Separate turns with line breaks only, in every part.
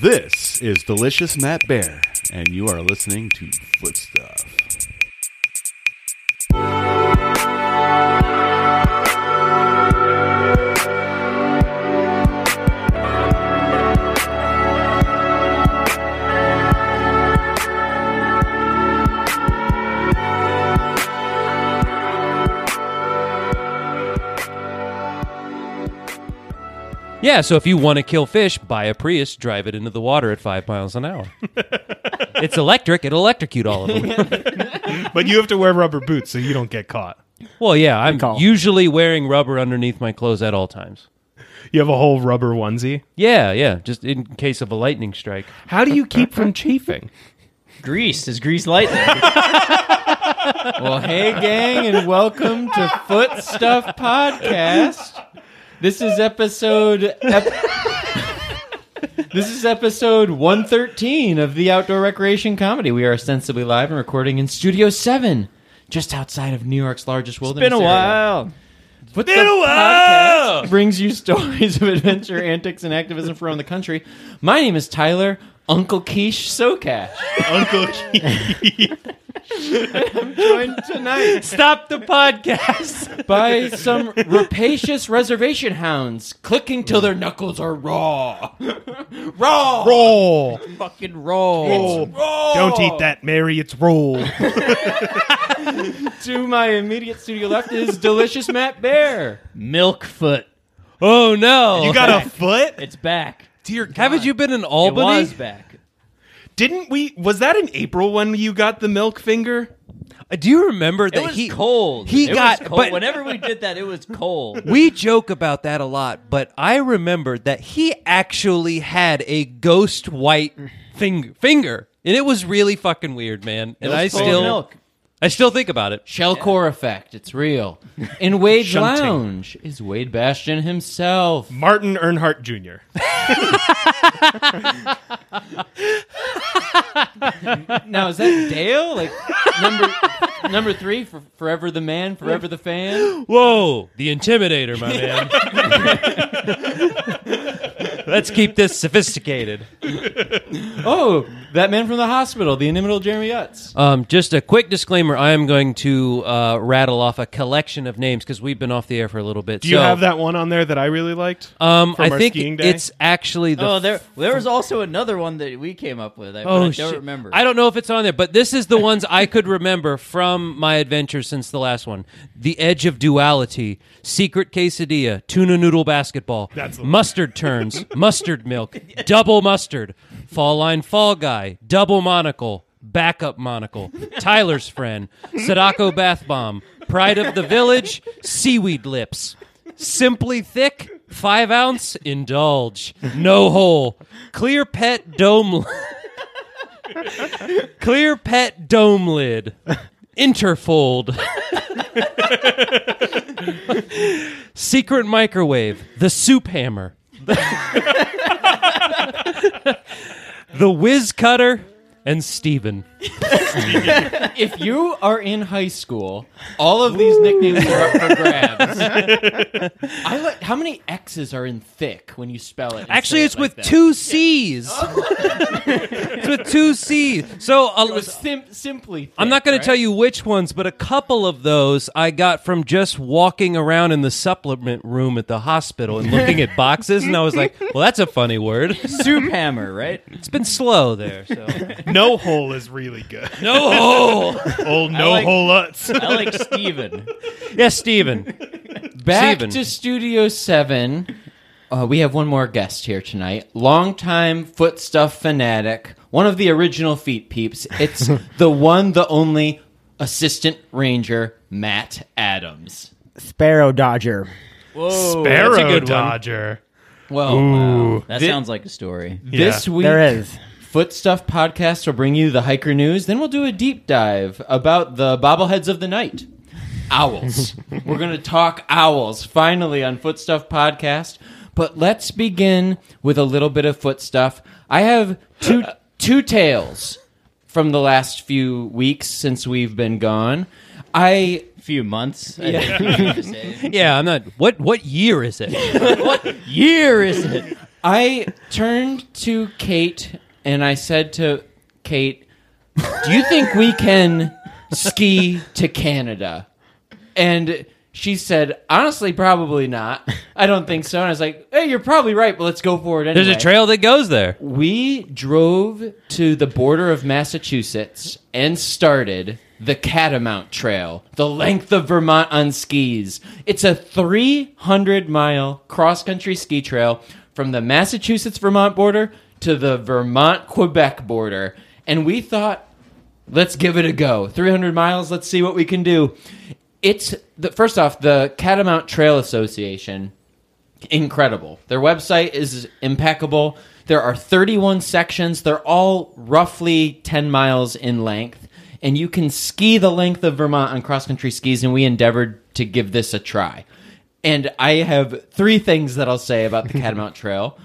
This is Delicious Matt Bear, and you are listening to Foot Stuff.
Yeah, so if you want to kill fish, buy a Prius, drive it into the water at five miles an hour. it's electric; it'll electrocute all of them.
But you have to wear rubber boots so you don't get caught.
Well, yeah, I'm
call.
usually wearing rubber underneath my clothes at all times.
You have a whole rubber onesie.
Yeah, yeah, just in case of a lightning strike.
How do you keep from chafing?
Grease is grease lightning. well, hey gang, and welcome to Foot Stuff Podcast. This is episode. ep- this is episode one thirteen of the Outdoor Recreation Comedy. We are ostensibly live and recording in Studio Seven, just outside of New York's largest wilderness.
Been a
area.
while.
Foot been a while. brings you stories of adventure, antics, and activism from around the country. My name is Tyler Uncle Quiche Socash.
Uncle
joined tonight
Stop the podcast.
by some rapacious reservation hounds clicking till their knuckles are raw. raw!
Roll.
Fucking raw. It's raw!
Don't eat that, Mary. It's roll.
To my immediate studio left is delicious Matt Bear.
Milkfoot.
oh no!
You got a foot?
It's back.
dear. Haven't you been in
It
Albany?
was back.
Didn't we? Was that in April when you got the milk finger?
Uh, Do you remember that
It was
he
cold.
he
It was
got-
cold.
but-
whenever we did that, it was cold.
We joke about that a lot, but I remember that he actually had a ghost white
Mm.
finger, finger, and it was really fucking weird, man. And I
full of
still,
milk.
I still think about it.
Shell core effect, it's real. In Wade's
Shunting.
lounge is Wade Bastion himself.
Martin Earnhardt Jr.
Now is that Dale? Like number number three for forever the man, forever the fan.
Whoa, the intimidator, my man. Let's keep this sophisticated.
Oh, that man from the hospital, the inimitable Jeremy Utz.
Um, just a quick disclaimer: I am going to uh, rattle off a collection of names because we've been off the air for a little bit.
Do you
So,
have that one on there that I really liked?
Um,
from
I
our
think
skiing day?
it's actually the
oh, there there was also another one that we came up with. I,
Oh,
but I don't
Oh, shit.
remember.
I don't know if it's on there, but this is the ones I could remember from my adventure since the last one. The Edge of Duality, Secret Quesadilla, Tuna Noodle Basketball,
That's the one.
Mustard Turns, Mustard Milk, Double Mustard, Fall Line Fall Guy, Double Monocle, Backup Monocle, Tyler's Friend, Sadako Bath Bomb, Pride of the Village, Seaweed Lips. Simply thick, five ounce, indulge, no hole, clear pet dome. Clear pet dome lid. Interfold. Secret microwave. The soup hammer. the whiz cutter and Steven.
If you are in high school, all of these nicknames are up for grabs. I like how many X's are in thick when you spell it. and
Actually,
say it
it's
like
with
that?
two C's. it's with two C's. So uh,
It was sim- simply. Thick,
I'm not going
right?
to tell you which ones, but a couple of those I got from just walking around in the supplement room at the hospital and looking at boxes, and I was like, "Well, that's a funny word."
Soup hammer, right?
It's been slow there. So.
no hole is really good.
No.
Old no
like-
hole
Oh.
uts.
I like Steven.
yes, Steven.
Back
Steven.
to Studio Seven. Uh, we have one more guest here tonight. Longtime foot stuff fanatic, one of the original feet peeps. It's the one, the only assistant ranger, Matt Adams.
Sparrow Dodger.
Whoa,
Sparrow
that's a good one.
Dodger.
Well,
Ooh.
that
Thi-
sounds like a story.
this
Yeah.
week
There is.
Foot Stuff Podcast will bring you the hiker news. Then we'll do a deep dive about the bobbleheads of the night. Owls. We're going to talk owls finally on Foot Stuff Podcast. But let's begin with a little bit of foot stuff. I have two two tales from the last few weeks since we've been gone. I
Few months. I think you meant to say.
Yeah, I'm not. What what year is it?
what year is it?
I turned to Kate and I said to Kate, "Do you think we can ski to Canada?" And she said, "Honestly, probably not. I don't think so." And I was like, "Hey, you're probably right, but let's go for it anyway."
There's a trail that goes there.
We drove to the border of Massachusetts and started the Catamount Trail, the length of Vermont on skis. It's a 300 mile cross country ski trail from the Massachusetts Vermont border to the Vermont Quebec border. And we thought, let's give it a go. 300 miles, let's see what we can do. It's the, first off, the Catamount Trail Association incredible. Their website is impeccable. There are 31 sections. They're all roughly 10 miles in length, and you can ski the length of Vermont on cross country skis. And we endeavored to give this a try. And I have three things that I'll say about the Catamount Trail.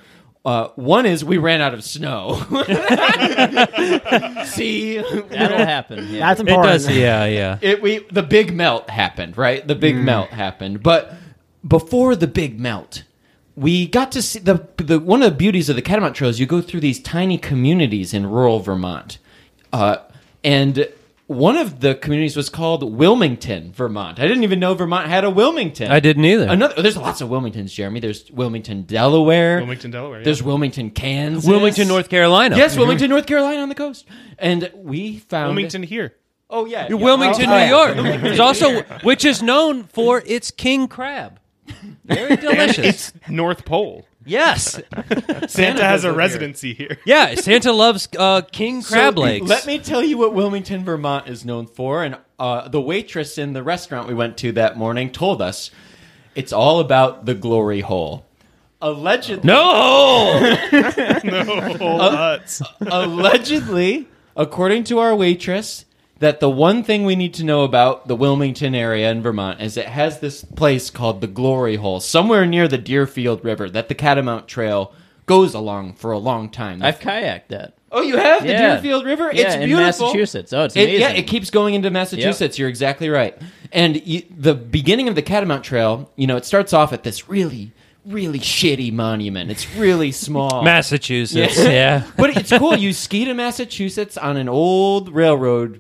Uh, one is we ran out of snow. See,
That'll happen. Yeah.
That's
It
important.
does. Yeah, yeah.
it we the big melt happened, right? The
Mm.
big melt happened, but before the big melt, we got to see the the one of the beauties of the Catamount Trail is you go through these tiny communities in rural Vermont, uh, and one of the communities was called Wilmington, Vermont. I didn't even know Vermont had a Wilmington.
I didn't either.
Another, oh, there's lots of Wilmingtons, Jeremy. There's Wilmington, Delaware.
Wilmington, Delaware, yeah.
There's Wilmington, Kansas.
Wilmington, North Carolina. Mm-hmm.
Yes, Wilmington, North Carolina, on the coast. And we found
Wilmington here.
Oh yeah,
You're Wilmington,
Oh,
New
yeah.
York. There's also which is known for its king crab. Very delicious.
North Pole.
yes.
Santa has a residency here.
Yeah, Santa loves uh, king crab
So,
legs.
Let me tell you what Wilmington, Vermont is known for. And uh, the waitress in the restaurant we went to that morning told us it's all about the glory hole. Allegedly,
No.
Whole nuts.
allegedly, according to our waitress, that the one thing we need to know about the Wilmington area in Vermont is it has this place called the Glory Hole, somewhere near the Deerfield River, that the Catamount Trail goes along for a long time.
I've kayaked that.
oh, you have the
Yeah.
Deerfield River?
Yeah,
it's
in
beautiful.
Massachusetts. Oh, it's
It-
amazing.
yeah, it keeps going into Massachusetts. You're exactly right. And you, the beginning of the Catamount Trail, you know, it starts off at this really, really shitty monument. It's really small.
Massachusetts.
Yeah.
Yeah.
but it's cool. You ski to Massachusetts on an old railroad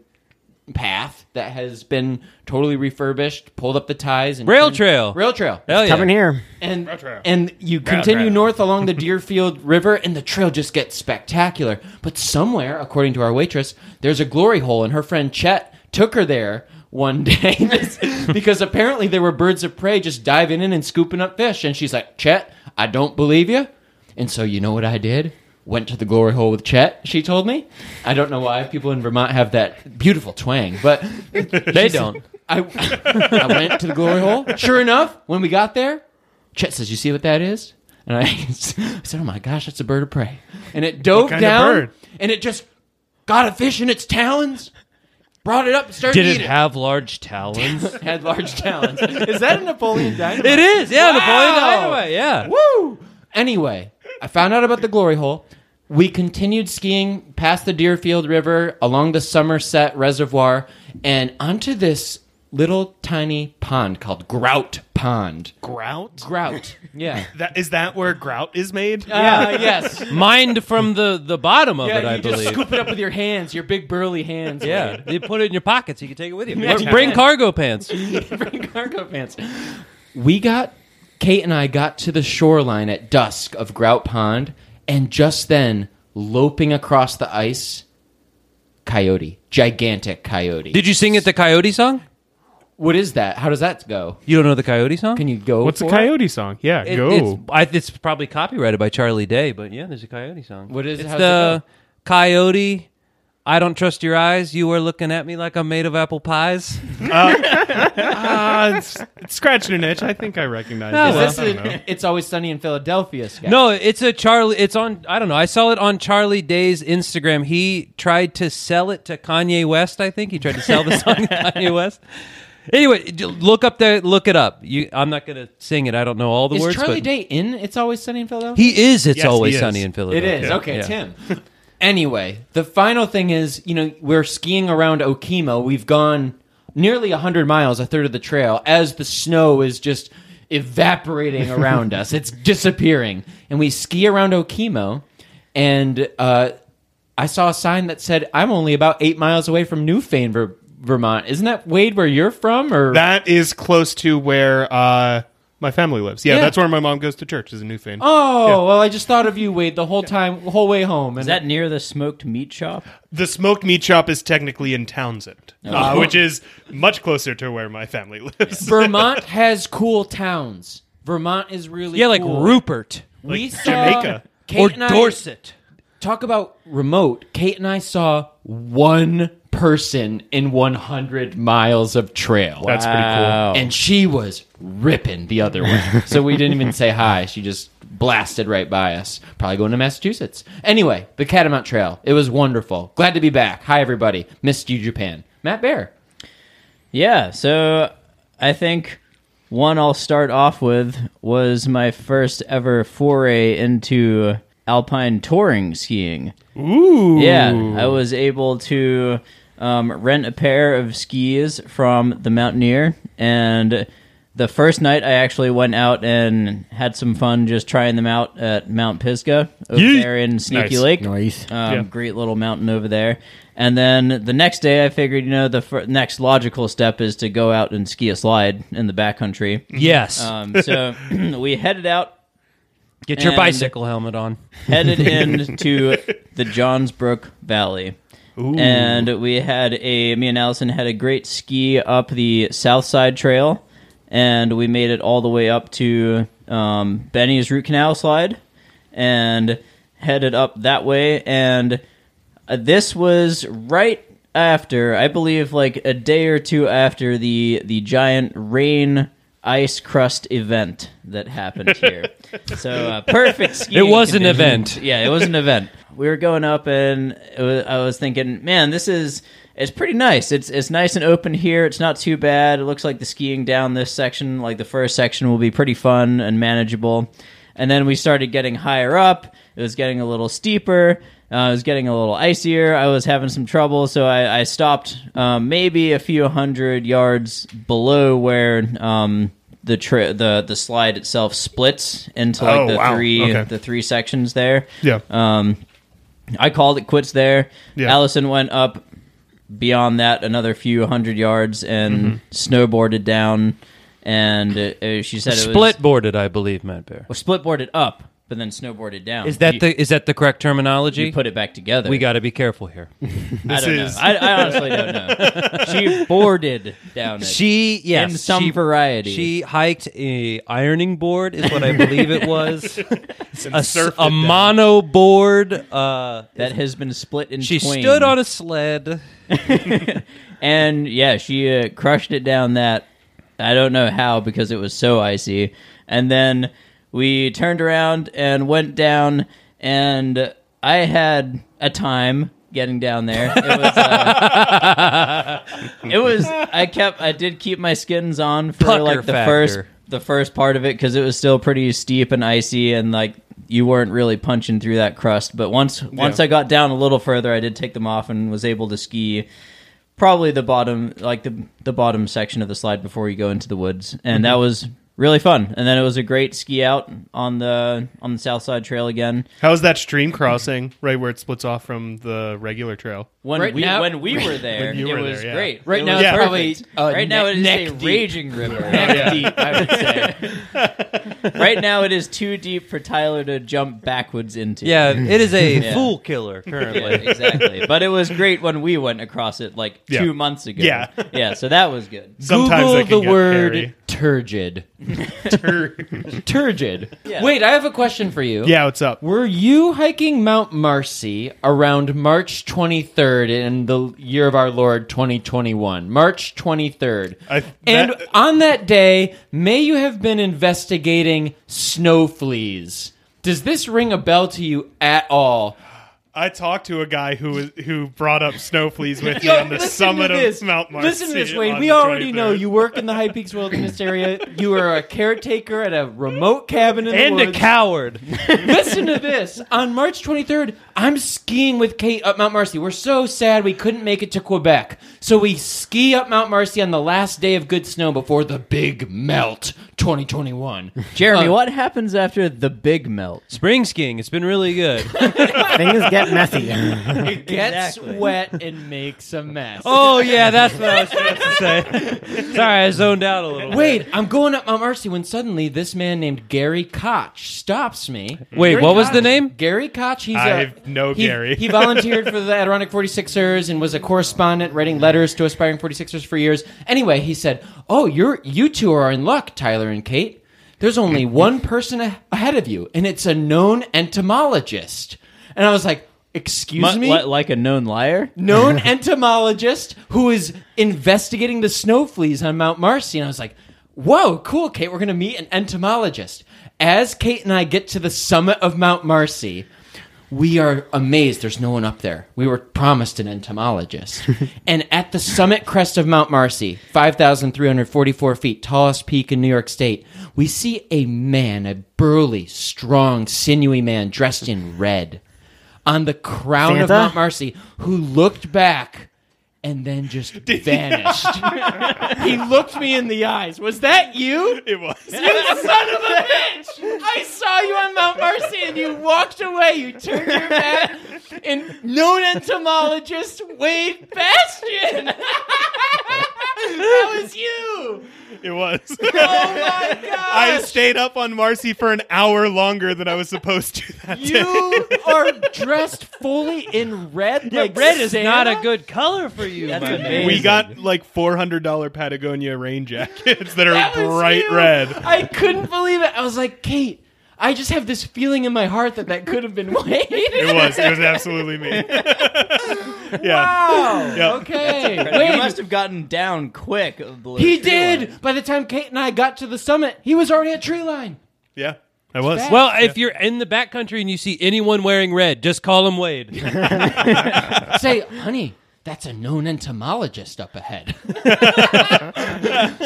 path that has been totally refurbished, pulled up the ties. and
Rail trail.
Rail trail.
Hell yeah.
Coming here.
And,
Rail trail.
and you
Rail
continue
trail.
north along the Deerfield River, and the trail just gets spectacular. But somewhere, according to our waitress, there's a glory hole, and her friend Chet took her there one day because apparently there were birds of prey just diving in and scooping up fish. And she's like, Chet, I don't believe you. And so, you know what I did? Went to the glory hole with Chet, she told me. I don't know why people in Vermont have that beautiful twang, but
They don't.
I, I went to the glory hole. Sure enough, when we got there, Chet says, "You see what that is?" And I, said, "Oh my gosh, that's a bird of prey!" And it dove
kind of
down,
bird?
and it just got a fish in its talons, brought it up, and started
Did it
eating.
have large talons?
it had large talons. Is that a Napoleon Dynamite?
it is. Yeah,
Wow.
Napoleon Dynamite. Yeah.
Woo! Anyway, I found out about the glory hole. We continued skiing past the Deerfield River along the Somerset Reservoir and onto this little tiny pond called Grout Pond.
Grout?
Grout. Yeah.
That, is that where grout is made?
Uh,
Yeah, yes.
Mined from the the bottom of it,
Yeah,
I
you just
believe.
scoop it up with your hands, your big burly hands.
yeah, you put it in your pocket so you can take it with you.
Yeah.
Bring cargo pants.
Bring cargo pants. We got Kate and I got to the shoreline at dusk of Grout Pond, and just then, loping across the ice, coyote, gigantic coyote.
Did you sing it the coyote song?
what is that? How does that go?
You don't know the coyote song?
Can you go?
What's a
for it?
coyote song? Yeah,
It-
go.
It's, I, it's probably copyrighted by Charlie Day, but yeah, there's a coyote song.
What is-
it's
how's it
the
go?
coyote? I don't trust your eyes. You are looking at me like I'm made of apple pies.
Uh, it's, it's scratching an itch. I think I recognize
Oh,
Is
it.
this
I don't
a-
know.
it's always sunny in Philadelphia. Sketch?
No, it's a Charlie. It's on. I don't know. I saw it on Charlie Day's Instagram. He tried to sell it to Kanye West. I think he tried to sell the song to Kanye West. Anyway, j- look up the look it up. You, I'm not gonna sing it. I don't know all the
is
words.
Charlie
but
Day in? It's always sunny in Philadelphia.
He is. It's
Yes, he
always
is.
sunny in
It
Philadelphia.
is. Okay,
Yeah.
it's him. anyway, the final thing is, you know, we're skiing around Okemo. We've gone nearly 100 miles, a third of the trail, as the snow is just evaporating around us. It's disappearing. And we ski around Okemo, and uh, I saw a sign that said, I'm only about eight miles away from Newfane, Ver- Vermont. Isn't that, Wade, where you're from? Or
That is close to where uh, my family lives. Yeah,
Yeah.
that's where my mom goes to church. Is a new fan.
Oh, well, I just thought of you, Wade, the whole time, the whole way home. And
Is that near the smoked meat shop?
The smoked meat shop is technically in Townsend,
Oh.
uh, which is much closer to where my family lives.
Vermont has cool towns. Vermont is really
Yeah, like
cool.
Rupert
we
Like
saw
Jamaica.
Kate
or
and I-
Dorset.
talk about remote. Kate and I saw one person in 100 miles of trail.
That's
Wow.
and she was ripping the other way. so we didn't even say hi. She just blasted right by us. Probably going to Massachusetts. Anyway, the Catamount Trail. It was wonderful. Glad to be back. Hi, everybody. Missed you, Japan. Matt Bear.
Yeah, so I think one I'll start off with was my first ever foray into alpine touring skiing.
pretty cool. Ooh.
Yeah, I was able to um, rent a pair of skis from the Mountaineer, and the first night I actually went out and had some fun just trying them out at Mount Pisgah over
Yeet.
there in Sneaky
Nice.
Lake.
Nice.
Um,
Yeah.
Great little mountain over there. And then the next day, I figured, you know, the fir- next logical step is to go out and ski a slide in the backcountry.
Yes.
Uh,
Um, so we headed out
Get your
and-
bicycle helmet on.
headed into the Johnsbrook Valley. And we had a me and Allison had a great ski up the South Side Trail, and we made it all the way up to um, Benny's Root Canal Slide, and headed up that way. And uh, this was right after, I believe, like a day or two after the the giant rain ice crust event that happened here. so uh, perfect skiing.
It was an
conditions.
event.
Yeah, it was an event. We were going up, and it was, I was thinking, man, this is it's pretty nice. It's it's nice and open here. It's not too bad. It looks like the skiing down this section, like the first section, will be pretty fun and manageable. And then we started getting higher up. It was getting a little steeper. Uh, it was getting a little icier. I was having some trouble, so I, I stopped um, maybe a few hundred yards below where um, the tra- the the slide itself splits into like
Oh,
the
wow.
three
Okay.
the three sections there.
Yeah.
Uh,
Um, I called it quits there.
Yeah.
Allison went up beyond that another few hundred yards
Mm-hmm.
and snowboarded down, and uh, she said it
Split boarded, I believe, Matt Bear.
was split boarded up, but then snowboarded down.
Is that
You-
the is that the correct terminology?
you put it back together?
we got to be careful here.
I don't
is-
know. I, I honestly don't know. she boarded down it.
She yes,
in some
she,
variety.
She hiked a ironing board, is what I believe it was. a s-
surfed it
a
down.
mono board. Uh,
that has been split in
she
twain.
stood on a sled.
and yeah, she uh, crushed it down that. I don't know how because it was so icy. And then we turned around and went down, and I had a time getting down there. It was. Uh, it was. I kept. I did keep my skins on for
Pucker
like the
factor.
first the first part of it because it was still pretty steep and icy and like you weren't really punching through that crust but once once i got down a little further i did take them off and was able to ski probably the bottom like the the bottom section of the slide before you go into the woods and that was really fun and then it was a great ski out on the on the south side trail again
How's that stream crossing right where it splits off from the regular trail?
when
Right
we
now-
when we were there
you
it
were
was
there, yeah.
great
Right
It
now
was
it's
perfect.
probably, uh,
right now it is
neck-
a
neck deep.
raging river
Deep, I would say.
right now it is too deep for tyler to jump backwards into
Yeah, it is a
Yeah.
fool killer
Yeah,
currently.
exactly. But it was great when we went across it like
Yeah.
two months ago.
Yeah.
Yeah, so that was good.
Sometimes that
Google
can
the
get
word
hairy.
turgid. turgid.
Yeah.
Wait, I have a question for you.
Yeah, what's up?
Were you hiking Mount Marcy around March 23rd in the year of our Lord 2021? March 23rd.
I- that-
and on that day, may you have been investigating snow fleas. Does this ring a bell to you at all?
I talked to a guy who was, who brought up snow fleas with me on the summit of Mount Marcy.
Listen to this, Wade.
on
We
the
already
23rd.
know you work in the High Peaks Wilderness area. You are a caretaker at a remote cabin in
and
the
a
woods.
coward.
Listen to this. On March 23rd, I'm skiing with Kate up Mount Marcy. We're so sad we couldn't make it to Quebec. So we ski up Mount Marcy on the last day of good snow before the big melt 2021.
Jeremy, what happens after the big melt?
Spring skiing. It's been really good.
Things get messy.
It gets wet and makes a mess.
Oh yeah, that's what I was supposed to say. Sorry, I zoned out a little. bit.
Wait, I'm going up Mount Marcy when suddenly this man named Gary Koch stops me.
Wait,
Gary
what was
Koch-
the name?
Gary Koch. He's
I
a-
have no
he-
Gary.
he volunteered for the Adirondack 46ers and was a correspondent writing letters to aspiring 46ers for years. Anyway, he said, "Oh, you're you two are in luck, Tyler and Kate. There's only one person a- ahead of you, and it's a known entomologist." And I was like, "Excuse
Mu-
me?"
li- like a known liar?
known entomologist who is investigating the snow fleas on Mount Marcy. And I was like, whoa, cool, Kate, we're going to meet an entomologist. As Kate and I get to the summit of Mount Marcy, we are amazed there's no one up there. We were promised an entomologist. and at the summit crest of Mount Marcy, 5,344 feet, tallest peak in New York State, we see a man, a burly, strong, sinewy man dressed in red on the crown of
Santa?
Mount Marcy who looked back and then just vanished. he looked me in the eyes. Was that you?
It was.
You son of a bitch! I saw you on Mount Marcy and you walked away. You turned your back. And known entomologist Wade Bastion! that was you!
It was.
Oh my
I
god!
stayed up on Marcy for an hour longer than I was supposed to that day.
You are dressed fully in red. like
Red is not a
Santa?
good color for you.
That's
my man.
amazing.
We got like four hundred dollar Patagonia rain jackets that are
That was
bright
you.
red.
I couldn't believe it. I was like, Kate, I just have this feeling in my heart that that could have been Wade.
It was. It was absolutely me. yeah.
Wow.
Yeah.
You
Okay.
must
Wade.
have gotten down quick. of the
He
tree
did.
line.
By the time Kate and I got to the summit, he was already at tree line.
Yeah. I was.
bad.
Well, if you're in the backcountry and you see anyone wearing red, just call him Wade.
Say, honey, that's a known entomologist up ahead.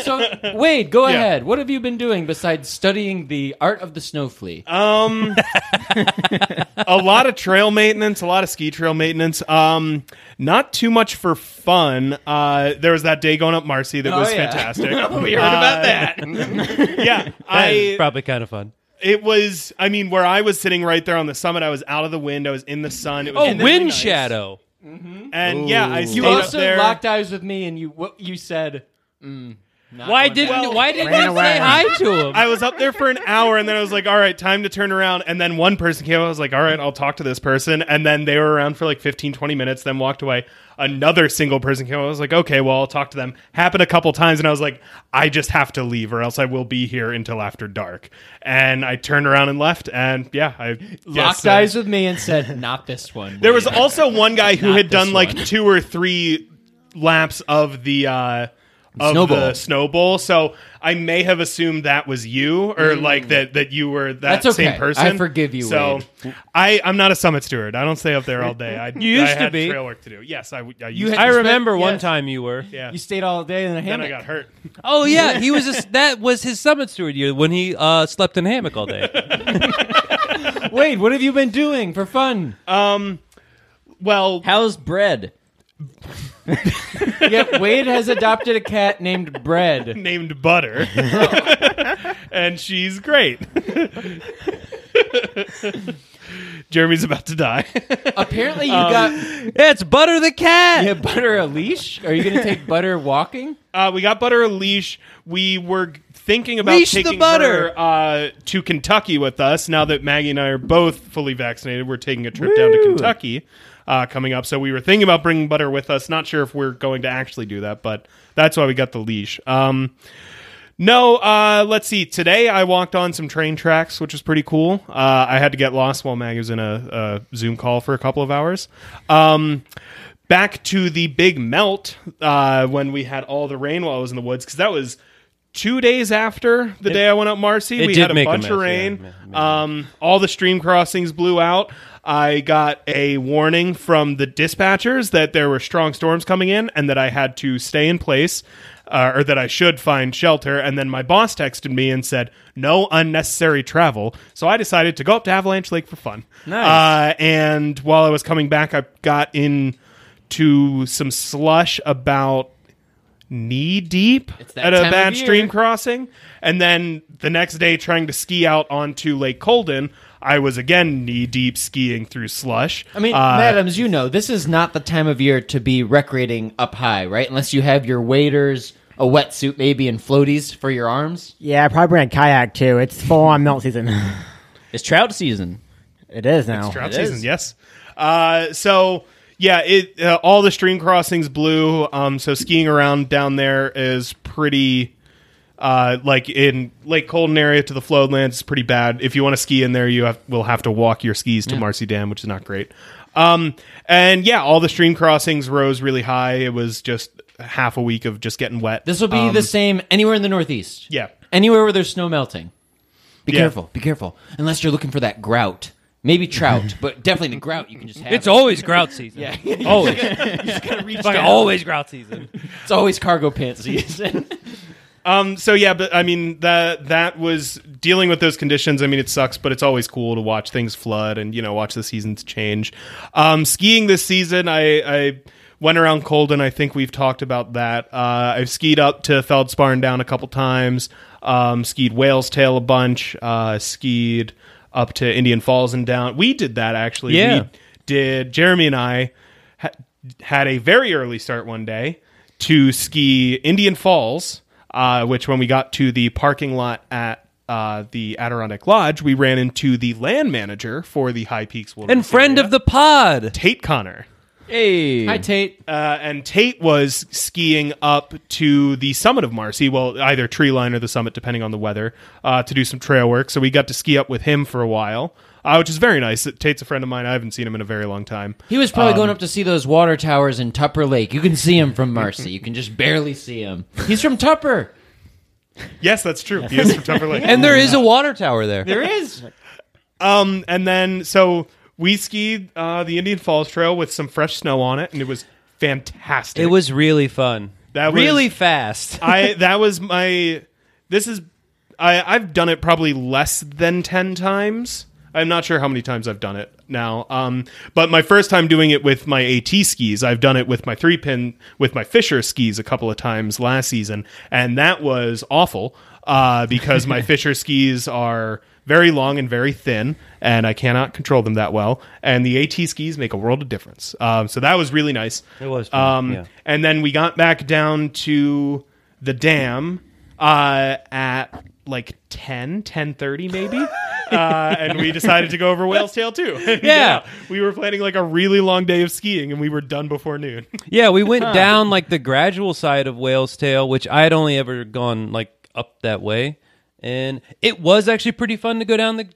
so, Wade, go ahead. What have you been doing besides studying the art of the snow flea?
Um, a lot of trail maintenance, a lot of ski trail maintenance. Um, not too much for fun. Uh, there was that day going up Marcy that was
Oh, yeah.
fantastic. Uh,
we heard about that.
yeah, I
Probably kind of fun.
it was. I mean, where I was sitting right there on the summit, I was out of the wind. I was in the sun. It was
Oh,
really
wind
nice.
shadow.
And yeah, I stayed
You
up
also
there.
locked eyes with me, and you what you said.
Why didn't
Well,
Why didn't
ran
you
away.
say hi to him?
I was up there for an hour, and then I was like, "All right, time to turn around." And then one person came. up, I was like, "All right, I'll talk to this person." And then they were around for like 15, 20 minutes, then walked away. Another single person came. up, I was like, "Okay, well, I'll talk to them." Happened a couple times, and I was like, "I just have to leave, or else I will be here until after dark." And I turned around and left. And yeah, I
locked
guess, uh,
eyes with me and said, "Not this one."
There was also one guy who had
this
done like
one.
two or three laps of the uh of
Snowball.
the snowball. So I may have assumed that was you or like that that you were that
Mm. That's okay.
same person.
I forgive you,
So I I'm not a summit steward. I don't stay up there all day. I
You
I
used to
had
be.
trail work to do. Yes, I, w- I
You
used
had-
I remember
Yes.
one time you were.
to. Yeah.
You stayed all day in a
Then I
hammock.
got hurt.
Oh yeah, he was. A, s- that was his summit steward year when he uh, slept in a hammock all day.
Wade, what have you been doing for fun?
Well,
How's bread?
yeah, Wade has adopted a cat named Bread.
named Butter, and she's great. Jeremy's about to die.
Apparently, you got
it's Butter the cat.
you have Butter a leash. Are you going to take Butter walking?
Uh, we got Butter a leash. We were thinking about
Leash the
taking
butter.
her uh, to Kentucky with us. Now that Maggie and I are both fully vaccinated, we're taking a trip down to Kentucky uh, coming up. So we were thinking about bringing Butter with us. Not sure if we're going to actually do that, but that's why we got the leash. Um, no, uh, let's see. Today I walked on some train tracks, which was pretty cool. Uh, I had to get lost while Maggie was in a, a Zoom call for a couple of hours. Um, back to the big melt uh, when we had all the rain while I was in the woods because that was two days after the day I went up Marcy.
it
we
did
had a
make a
bunch
mess,
of
yeah,
rain.
ma-
um, all the stream crossings blew out. I got a warning from the dispatchers that there were strong storms coming in and that I had to stay in place. Uh, or that I should find shelter. And then my boss texted me and said, no unnecessary travel. So I decided to go up to Avalanche Lake for fun. Nice. Uh, and while I was coming back, I got in to some slush about knee deep
that
at a
time of
bad
year.
stream crossing. And then the next day, trying to ski out onto Lake Colden, I was again knee deep skiing through slush. Uh,
I mean, madams, you know, this is not the time of year to be recreating up high, right? Unless you have your waders, a wetsuit maybe, and floaties for your arms.
Yeah, I probably bring a kayak too. It's full on melt season.
It's trout season.
it is now.
drought
It
season,
is.
yes. Uh, so yeah, it uh, all the stream crossings blew. Um, so skiing around down there is pretty. Uh, like in Lake Colden area to the floodlands is pretty bad. If you want to ski in there, you have, will have to walk your skis to Marcy Dam, which is not great. Um, and yeah, all the stream crossings rose really high. It was just half a week of just getting wet.
This will be the same anywhere in the Northeast.
Yeah.
Anywhere where there's snow melting. Be
Yeah.
careful. Be careful. Unless you're looking for that grout. Maybe trout, but definitely the grout you can just have.
It's always grout season.
Yeah.
Always. Fucking always grout season.
It's always cargo pants season.
Um, so yeah, but I mean that that was dealing with those conditions. I mean, it sucks, but it's always cool to watch things flood and you know watch the seasons change. Um, skiing this season, I, I went around cold, and I think we've talked about that. Uh, I've skied up to Feldspar and down a couple times. Um, skied Whale's Tail a bunch. Uh, skied up to Indian Falls and down. We did that actually.
Yeah.
We did Jeremy and I ha- had a very early start one day to ski Indian Falls, uh, which when we got to the parking lot at uh, the Adirondack Lodge, we ran into the land manager for the High Peaks Wilderness
And friend
Area,
of the pod.
Tate Connor.
Hey,
Hi, Tate.
Uh, and Tate was skiing up to the summit of Marcy, well, either tree line or the summit, depending on the weather, uh, to do some trail work. So we got to ski up with him for a while, uh, which is very nice. Tate's a friend of mine. I haven't seen him in a very long time.
He was probably
Um,
going up to see those water towers in Tupper Lake. You can see him from Marcy. You can just barely see him. He's from Tupper.
Yes, that's true. He is from Tupperlake.
And there is a water tower there.
There is.
Um, and then so we skied uh, the Indian Falls Trail with some fresh snow on it, and it was fantastic.
It was really fun.
That was-
really fast.
I that was my. This is I I've done it probably less than ten times. I'm not sure how many times I've done it now. Um, but my first time doing it with my AT skis, I've done it with my three pin with my Fisher skis a couple of times last season, and that was awful uh, because my Fisher skis are very long and very thin, and I cannot control them that well. And the AT skis make a world of difference. Um, so that was really nice.
It was fun,
Um,
yeah.
And then we got back down to the dam uh, at like 10, 10.30 maybe. uh, and we decided to go over Whale's Tail too. yeah. We were planning like a really long day of skiing and we were done before noon.
Yeah, we went down like the gradual side of Whale's Tail, which I had only ever gone like up that way. And it was actually pretty fun to go down the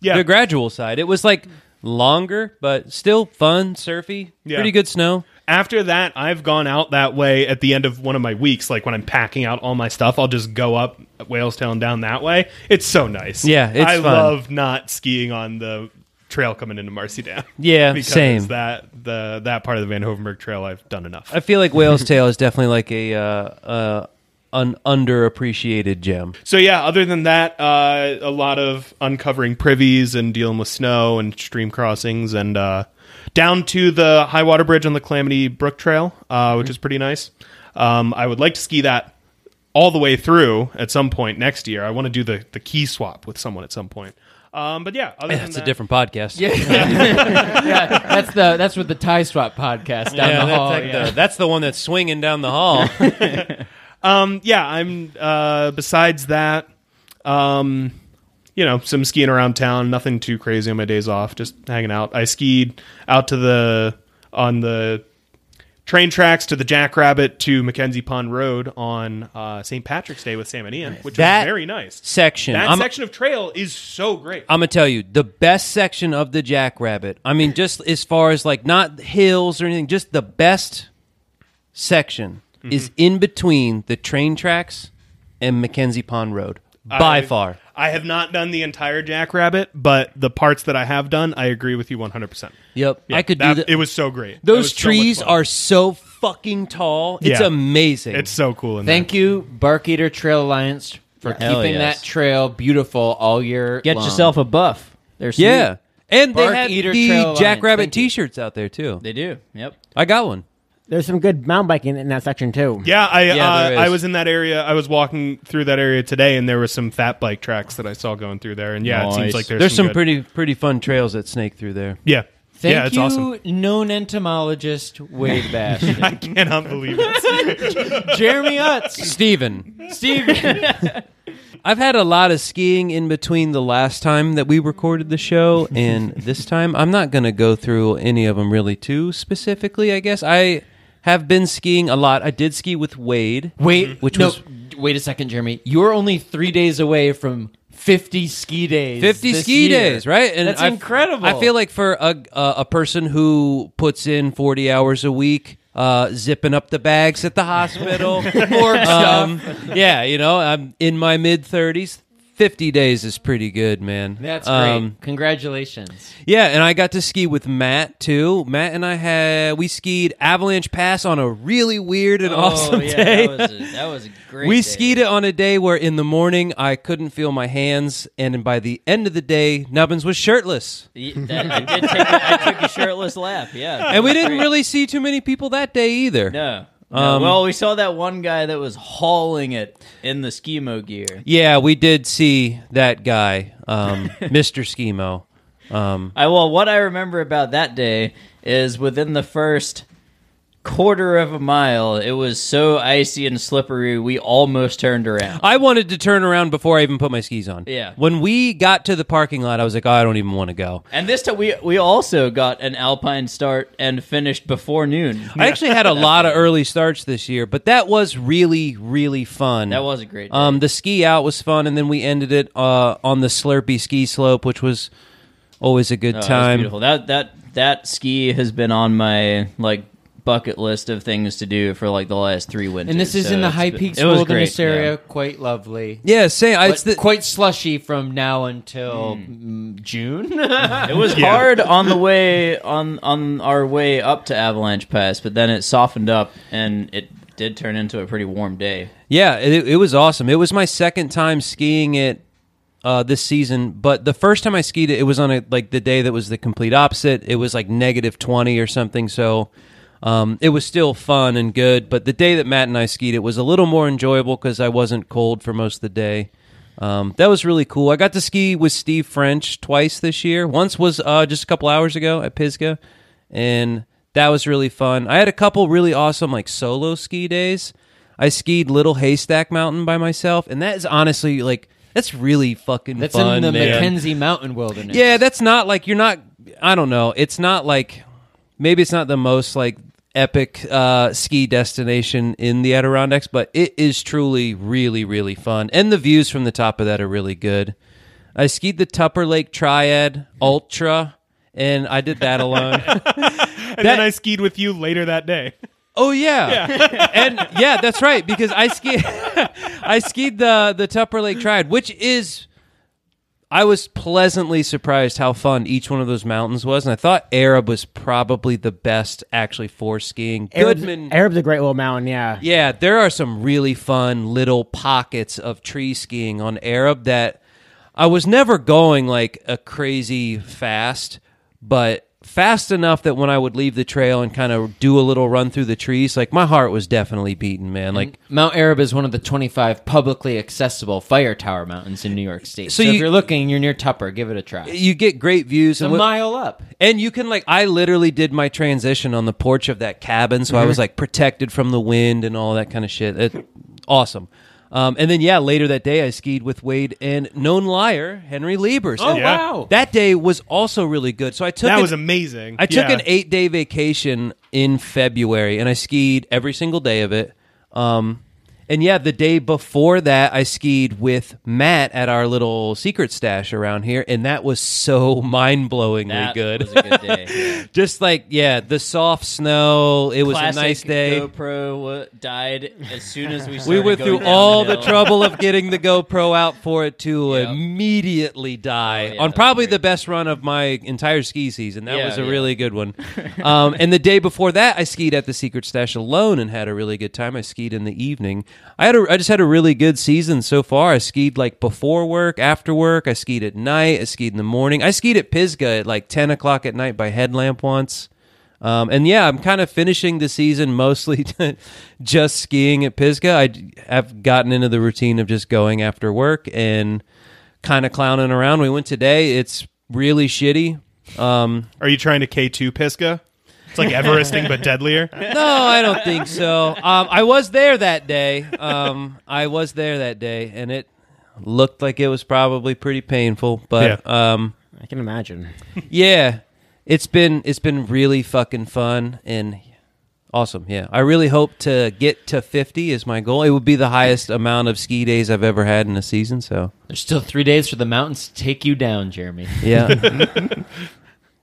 yeah.
the gradual side. It was like longer, but still fun, surfy,
Yeah.
pretty good snow.
After that, I've gone out that way at the end of one of my weeks. Like when I'm packing out all my stuff, I'll just go up Whale's Tail and down that way. It's so nice.
Yeah, it's
I
fun.
love not skiing on the trail coming into Marcy Dam.
Yeah,
because
same.
that the that part of the Van Hovenberg Trail I've done enough.
I feel like Whale's Tail is definitely like a uh, uh, an underappreciated gem.
so yeah, other than that, uh, a lot of uncovering privies and dealing with snow and stream crossings and uh, down to the high water bridge on the Calamity Brook Trail, uh, which is pretty nice. Um, I would like to ski that all the way through at some point next year. I want to do the the key swap with someone at some point. Um, but yeah, other than
That's a
that-
different podcast. Yeah,
Yeah, that's the that's with the tie swap podcast down the
that's,
Oh,
hall.
like
yeah.
The, that's the one that's swinging down the hall.
Um, yeah, I'm. Uh, besides that, um, you know, some skiing around town. Nothing too crazy on my days off. Just hanging out. I skied out to the on the train tracks to the Jackrabbit to Mackenzie Pond Road on uh, St. Patrick's Day with Sam and Ian, which
That
was very nice.
section.
That
I'm-
section of trail is so great.
I'm gonna tell you the best section of the Jackrabbit. I mean, just as far as like not hills or anything, just
Mm-hmm.
the best section is in between the train tracks and Mackenzie Pond Road by
I-
far.
I have not done the entire Jackrabbit, but the parts that I have done, I agree with you 100%.
Yep,
Yeah,
I could do
that-
that.
It was so great. That
Those
was so much
trees
fun.
are so fucking tall. It's
Yeah.
amazing.
It's so cool. In there.
Thank you, Bark Eater Trail Alliance, for
Hell
keeping
yes.
that trail beautiful all year.
Get
long.
yourself a buff. They're sweet.
yeah, and they
Bark
had
Eater Trail
the
Alliance,
Jackrabbit
thank you.
T-shirts out there too.
They do. Yep.
I got one.
There's some good mountain biking in that section too.
Yeah, I
Yeah,
uh,
there is.
I was in that area. I was walking through that area today, and there were some fat bike tracks that I saw going through there. And yeah, it
Nice.
seems like there's,
There's some,
good-
pretty pretty fun trails that snake through there.
Yeah,
Thank
yeah, it's
you,
awesome.
known entomologist Wade Bash,
I cannot believe it.
Jeremy Utz,
Steven,
Steven.
I've had a lot of skiing in between the last time that we recorded the show and this time. I'm not going to go through any of them really too specifically, I guess. I have been skiing a lot. I did ski with Wade.
Wait,
Which
Mm-hmm. no,
was-
wait a second, Jeremy. You're only three days away from fifty ski days.
50
this
ski
year.
days, right?
That's
I f-
incredible.
I feel like for a a a person who puts in 40 hours a week, uh, zipping up the bags at the hospital,
More
um, yeah, you know, I'm in my mid 30s. 50 days is pretty good, man.
That's great.
Um,
Congratulations.
Yeah, and I got to ski with Matt too. Matt and I had we skied Avalanche Pass on a really weird and awesome
Oh, yeah,
day.
That, was a, that was a great.
we
day.
skied it on a day where in the morning I couldn't feel my hands, and by the end of the day, Nubbins was shirtless.
Ye- that- I, did take a, I took a shirtless lap. Yeah,
And we didn't
Great.
really see too many people that day either.
No. No,
Um,
well, we saw that one guy that was hauling it in the skimo gear.
Yeah, we did see that guy, um, Mr. Schemo. Um,
I well, what I remember about that day is within the first quarter of a mile, it was so icy and slippery we almost turned around.
I wanted to turn around before I even put my skis on.
Yeah.
When we got to the parking lot, I was like, oh, I don't even want to go.
And this time we we also got an alpine start and finished before noon.
I actually had a lot of early starts this year, but that was really, really fun.
That was a great day.
Um, the ski out was fun, and then we ended it uh, on the Slurpee ski slope, which was always a good
Oh, that was
time.
beautiful. That that that ski has been on my like bucket list of things to do for like the last three winters.
And this is
so
in the
it's
High
been-
Peaks
it was
Wilderness
great,
area.
yeah.
Quite lovely.
Yeah, same.
But
It's the, Hmm.
quite slushy from now until mm, June.
It was hard on the way on on our way up to Avalanche Pass, but then it softened up and it did turn into a pretty warm day.
yeah, it, it was awesome. It was my second time skiing it uh, this season, but the first time I skied it, it was on a like the day that was the complete opposite. It was like negative twenty or something, so. Um, it was still fun and good, but the day that Matt and I skied, it was a little more enjoyable because I wasn't cold for most of the day. Um, that was really cool. I got to ski with Steve French twice this year. Once was uh, just a couple hours ago at Pisgah, and that was really fun. I had a couple really awesome like solo ski days. I skied Little Haystack Mountain by myself, and that is honestly like that's really fucking
That's
fun.
in the
man.
Mackenzie Mountain Wilderness.
Yeah, that's not like you're not. I don't know. It's not like maybe it's not the most like epic uh, ski destination in the Adirondacks, but it is truly really really fun, and the views from the top of that are really good. I skied the Tupper Lake Triad Ultra, and I did that alone.
and then I skied with you later that day.
Oh yeah. and yeah, that's right because I ski I skied the the Tupper Lake Triad, which is I was pleasantly surprised how fun each one of those mountains was, and I thought Arab was probably the best actually for skiing.
Arab's,
Goodman,
Arab's a great little mountain. Yeah.
yeah, there are some really fun little pockets of tree skiing on Arab that I was never going like a crazy fast, but fast enough that when I would leave the trail and kind of do a little run through the trees, like my heart was definitely beaten, man. Like
Mount Arab is one of the 25 publicly accessible fire tower mountains in New York State.
So
So,
you-
if you're looking, you're near Tupper. Give it a try. It's
you get great views
a
and what-
mile up.
And you can like I literally did my transition on the porch of that cabin, so I was like protected from the wind and all that kind of shit. It, awesome. Um, and then yeah, later that day I skied with Wade and known liar Henry Liebers.
Oh,
And
Yeah.
wow.
That day was also really good. So I took
That
an,
was amazing.
I took
Yeah.
an eight day vacation in February and I skied every single day of it. Um, And yeah, the day before that, I skied with Matt at our little secret stash around here, and that was so mind blowingly
That
good.
was a good day. yeah.
Just like yeah, the soft snow. It was
Classic
a nice day.
GoPro wa- died as soon as we. Started
we went
going
through
down
all the
hill.
trouble of getting the GoPro out for it to
Yep.
immediately die
Oh, yeah,
on
that
probably
was
the best run of my entire ski season. That
Yeah,
was a
yeah.
really good one. Um, and the day before that, I skied at the Secret Stash alone and had a really good time. I skied in the evening. I had a, I just had a really good season so far. I skied like before work, after work. I skied at night. I skied in the morning. I skied at Pisgah at like ten o'clock at night by headlamp once. Um, and yeah, I'm kind of finishing the season mostly just skiing at Pisgah. I d- have gotten into the routine of just going after work and kind of clowning around. We went today. It's really shitty. Um,
Are you trying to K2 Pisca? It's like Everesting but deadlier.
no, I don't think so. Um, I was there that day. Um, I was there that day, and it looked like it was probably pretty painful. But um,
I can imagine.
yeah, it's been it's been really fucking fun and awesome. Yeah, I really hope to get to fifty is my goal. It would be the highest amount of ski days I've ever had in a season. So
There's still three days for the mountains to take you down, Jeremy.
yeah,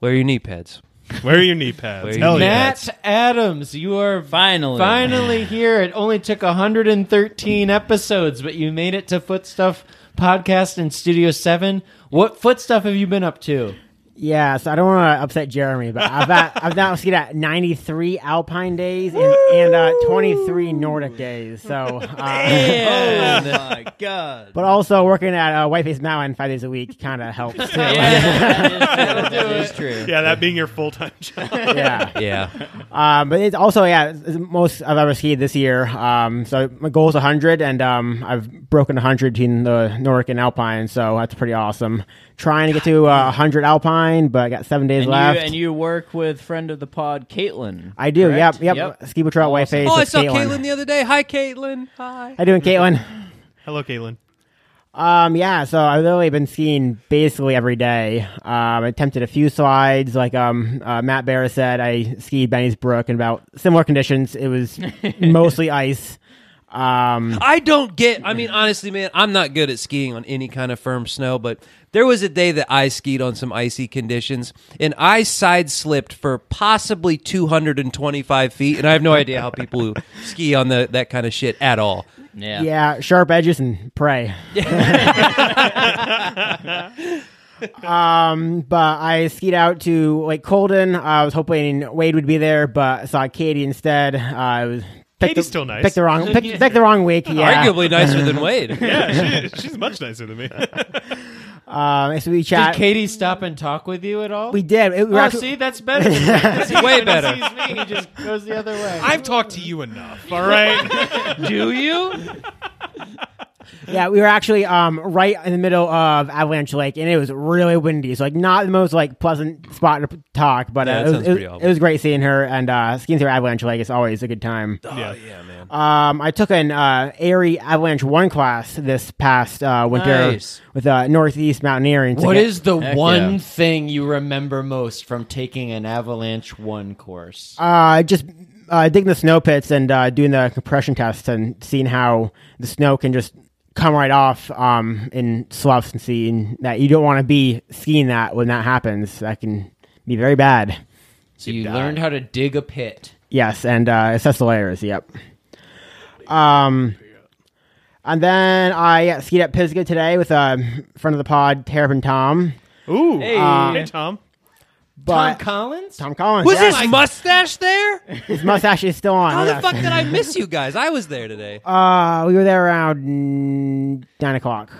wear your knee pads.
Where are your knee pads?
Where are
Hell
your
yeah.
Matt Adams, you are
Finally,
finally here. It only took 113 episodes, but you made it to Footstuff Podcast in Studio 7. What Footstuff have you been up to?
Yeah, so I don't want to upset Jeremy, but I've at, I've now skied at 93 Alpine days and, and uh, 23 Nordic days. So, uh,
Oh my god!
but also working at uh, Whiteface Mountain five days a week kind of helps too.
Yeah, that is- that is true.
Yeah, that being your full time job.
yeah.
Yeah,
Um, but it's also yeah, it's, it's the most I've ever skied this year. Um, so my goal is 100, and um, I've broken 100 between the Nordic and Alpine, so that's pretty awesome. Trying to get to uh, 100 Alpine, but I got seven days
And you,
left.
and you work with friend of the pod, Caitlin.
I do.
correct?
Yep, yep. Ski patrol awesome.
Awesome.
face.
oh, I
with
saw
Caitlin.
Caitlin the other day. Hi, Caitlin. Hi.
How you doing, Caitlin?
Hello, Caitlin.
Um, yeah, so I've literally been skiing basically every day. Um, I attempted a few slides, like um, uh, Matt Barra said, I skied Benny's Brook in about similar conditions. It was mostly ice. Um,
I don't get. I mean, honestly, man, I'm not good at skiing on any kind of firm snow. But there was a day that I skied on some icy conditions, and I side slipped for possibly 225 feet. And I have no idea how people who ski on the that kind of shit at all.
Yeah.
Yeah, sharp edges and pray. um, but I skied out to Lake Colden. I was hoping Wade would be there, but I saw Katie instead. Uh, I was picked
Katie's
the,
still nice.
Picked the wrong picked, picked the wrong week. Yeah.
Arguably nicer than Wade.
Yeah, she, she's much nicer than me.
Um, so we
Did
chat.
Katie stop and talk with you at all?
we did. It, we were
oh,
actually-
see, that's better. Because he-
Way
when
better.
He sees me, he just goes the other way.
I've talked to you enough. All right.
Do you?
Yeah, we were actually um, right in the middle of Avalanche Lake, and it was really windy. So like, not the most like pleasant spot to talk, but
Yeah, that
uh, it, was,
sounds
it,
pretty
was-
awful.
it was great seeing her. And uh, skiing through Avalanche Lake is always a good time.
Oh, yeah.
Um, I took an uh, Airy Avalanche One class this past uh, winter
Nice.
with uh, Northeast Mountaineering. to
What
get-
is the
Heck
one
yeah.
thing you remember most from taking an Avalanche 1 course?
uh, just uh, digging the snow pits and uh, doing the compression tests and seeing how the snow can just come right off um, in sloughs and seeing that you don't want to be skiing that when that happens. That can be very bad.
so you learned how to dig a pit.
Yes, and uh, assess the layers. Yep. Um, and then I skied at Pisgah today with a uh, friend of the pod, Terrapin Tom.
Ooh. Hey,
Uh,
Tom.
But
Tom Collins?
Tom Collins.
Was
yes.
his mustache there?
His mustache is still on.
How the
yes.
fuck did I miss you guys? I was there today
Uh, we were there around mm, nine o'clock.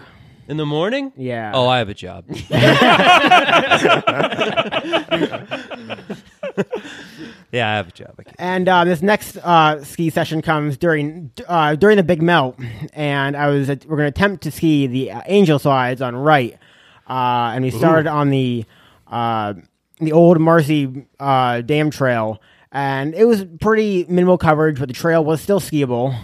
in the morning.
Yeah.
Oh, I have a job. yeah, I have a job. I can't-
And uh, this next uh, ski session comes during uh, during the big melt, and I was we're going to attempt to ski the uh, Angel slides on right, uh, and we started on the uh, the old Marcy uh, Dam Trail, and it was pretty minimal coverage, but the trail was still skiable,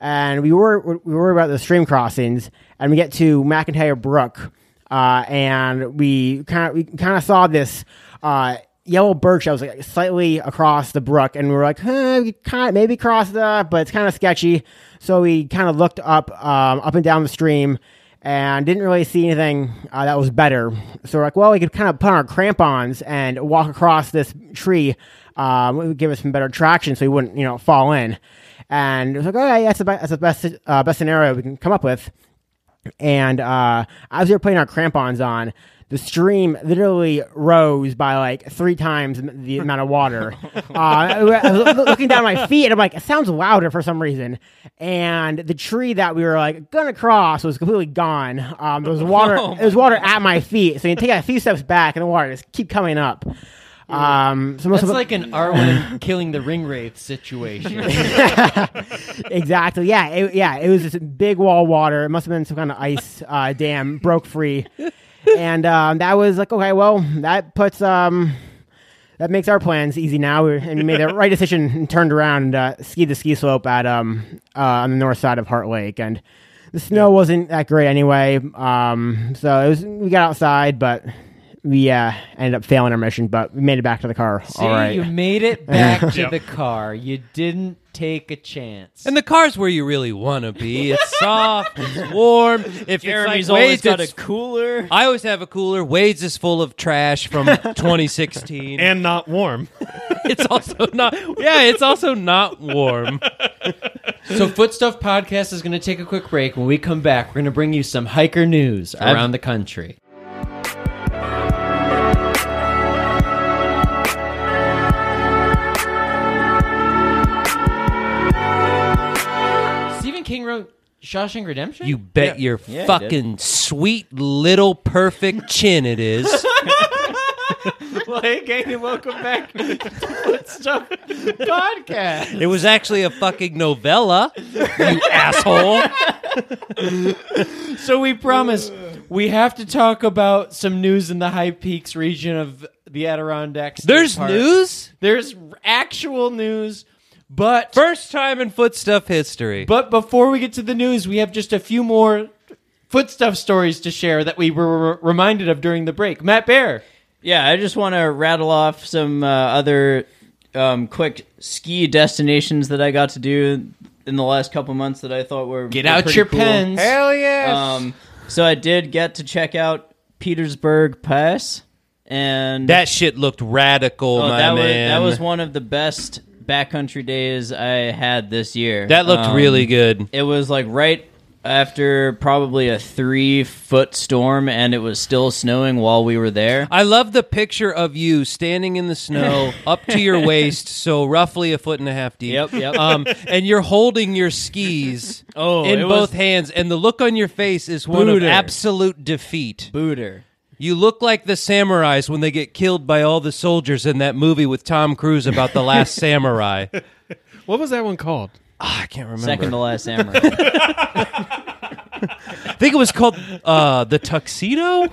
and we were we were about the stream crossings, and we get to McIntyre Brook, uh, and we kind of we kind of saw this. Uh, yellow birch that was like slightly across the brook, and we were like, huh, we kind of maybe cross the, but it's kind of sketchy. So we kind of looked up, um, up and down the stream, and didn't really see anything uh, that was better. So we're like, well, we could kind of put on our crampons and walk across this tree. Um, it would give us some better traction, so we wouldn't, you know, fall in. And it was like, all right, that's the, be- that's the best uh, best scenario we can come up with and uh, as we were putting our crampons on, the stream literally rose by like three times the amount of water. uh, I was loo- looking down at my feet, and I'm like, it sounds louder for some reason. And the tree that we were like gonna cross was completely gone. Um, there was water.
Oh
there was water at my feet, so you take a few steps back, and the water just keep coming up. Um, so most
That's
of it-
like an Arwen killing the ring wraith situation.
exactly. Yeah. It, yeah. It was this big wall of water. It must have been some kind of ice uh, dam broke free, and um, that was like okay. Well, that puts um, that makes our plans easy now. We- And we made the right decision and turned around and uh, skied the ski slope at um uh, on the north side of Heart Lake, and the snow wasn't that great anyway. Um, so it was we got outside, but. We uh, ended up failing our mission, but we made it back to the car.
See,
All right.
you made it back to
Yep.
the car. You didn't take a chance.
And the car's where you really want to be. It's soft, it's warm. If
Jeremy's
it's like
always
Wade's,
got a
it's-
cooler.
I always have a cooler. Wade's is full of trash from 2016.
and not warm.
it's also not. Yeah, it's also not warm.
so, Footstuff Podcast is going to take a quick break. When we come back, we're going to bring you some hiker news
I've-
around the country. Stephen King wrote Shawshank Redemption?
You bet your
Yeah, he
fucking sweet little perfect chin it is.
Well, hey, gang, welcome back to Footstuff Podcast.
It was actually a fucking novella, you asshole.
So we promise we have to talk about some news in the High Peaks region of the Adirondacks. State
There's
Park.
news?
There's actual news, but
First time in footstuff history.
but before we get to the news, we have just a few more footstuff stories to share that we were re- reminded of during the break. Matt Bear,
Yeah, I just want to rattle off some uh, other um, quick ski destinations that I got to do in the last couple months that I thought were were pretty cool.
Hell yes.
Um, so I did get to check out Petersburg Pass, and
that shit looked radical,
oh,
my
that was
man.
that was one of the best backcountry days I had this year.
That looked
Um,
really good.
It was like right after probably a three foot storm, and it was still snowing while we were there.
I love the picture of you standing in the snow up to your waist, so roughly a foot and a half deep.
Yep, yep.
Um, and you're holding your skis
Oh,
in
it
both
was-
hands, and the look on your face is one
Booter.
of absolute defeat.
Booter.
You look like the samurais when they get killed by all the soldiers in that movie with Tom Cruise about the last samurai.
What was that one called?
Ah, I can't remember.
Second to last samurai.
I think it was called uh, the tuxedo.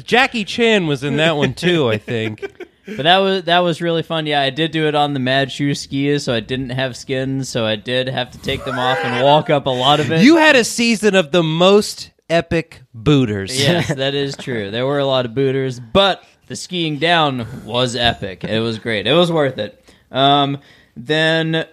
Jackie Chan was in that one too. I think.
But that was that was really fun. Yeah, I did do it on the Mad Shoe skis, so I didn't have skins, so I did have to take them off and walk up a lot of it.
You had a season of the most epic booters.
yes, that is true. There were a lot of booters, but the skiing down was epic. It was great. It was worth it. Um, then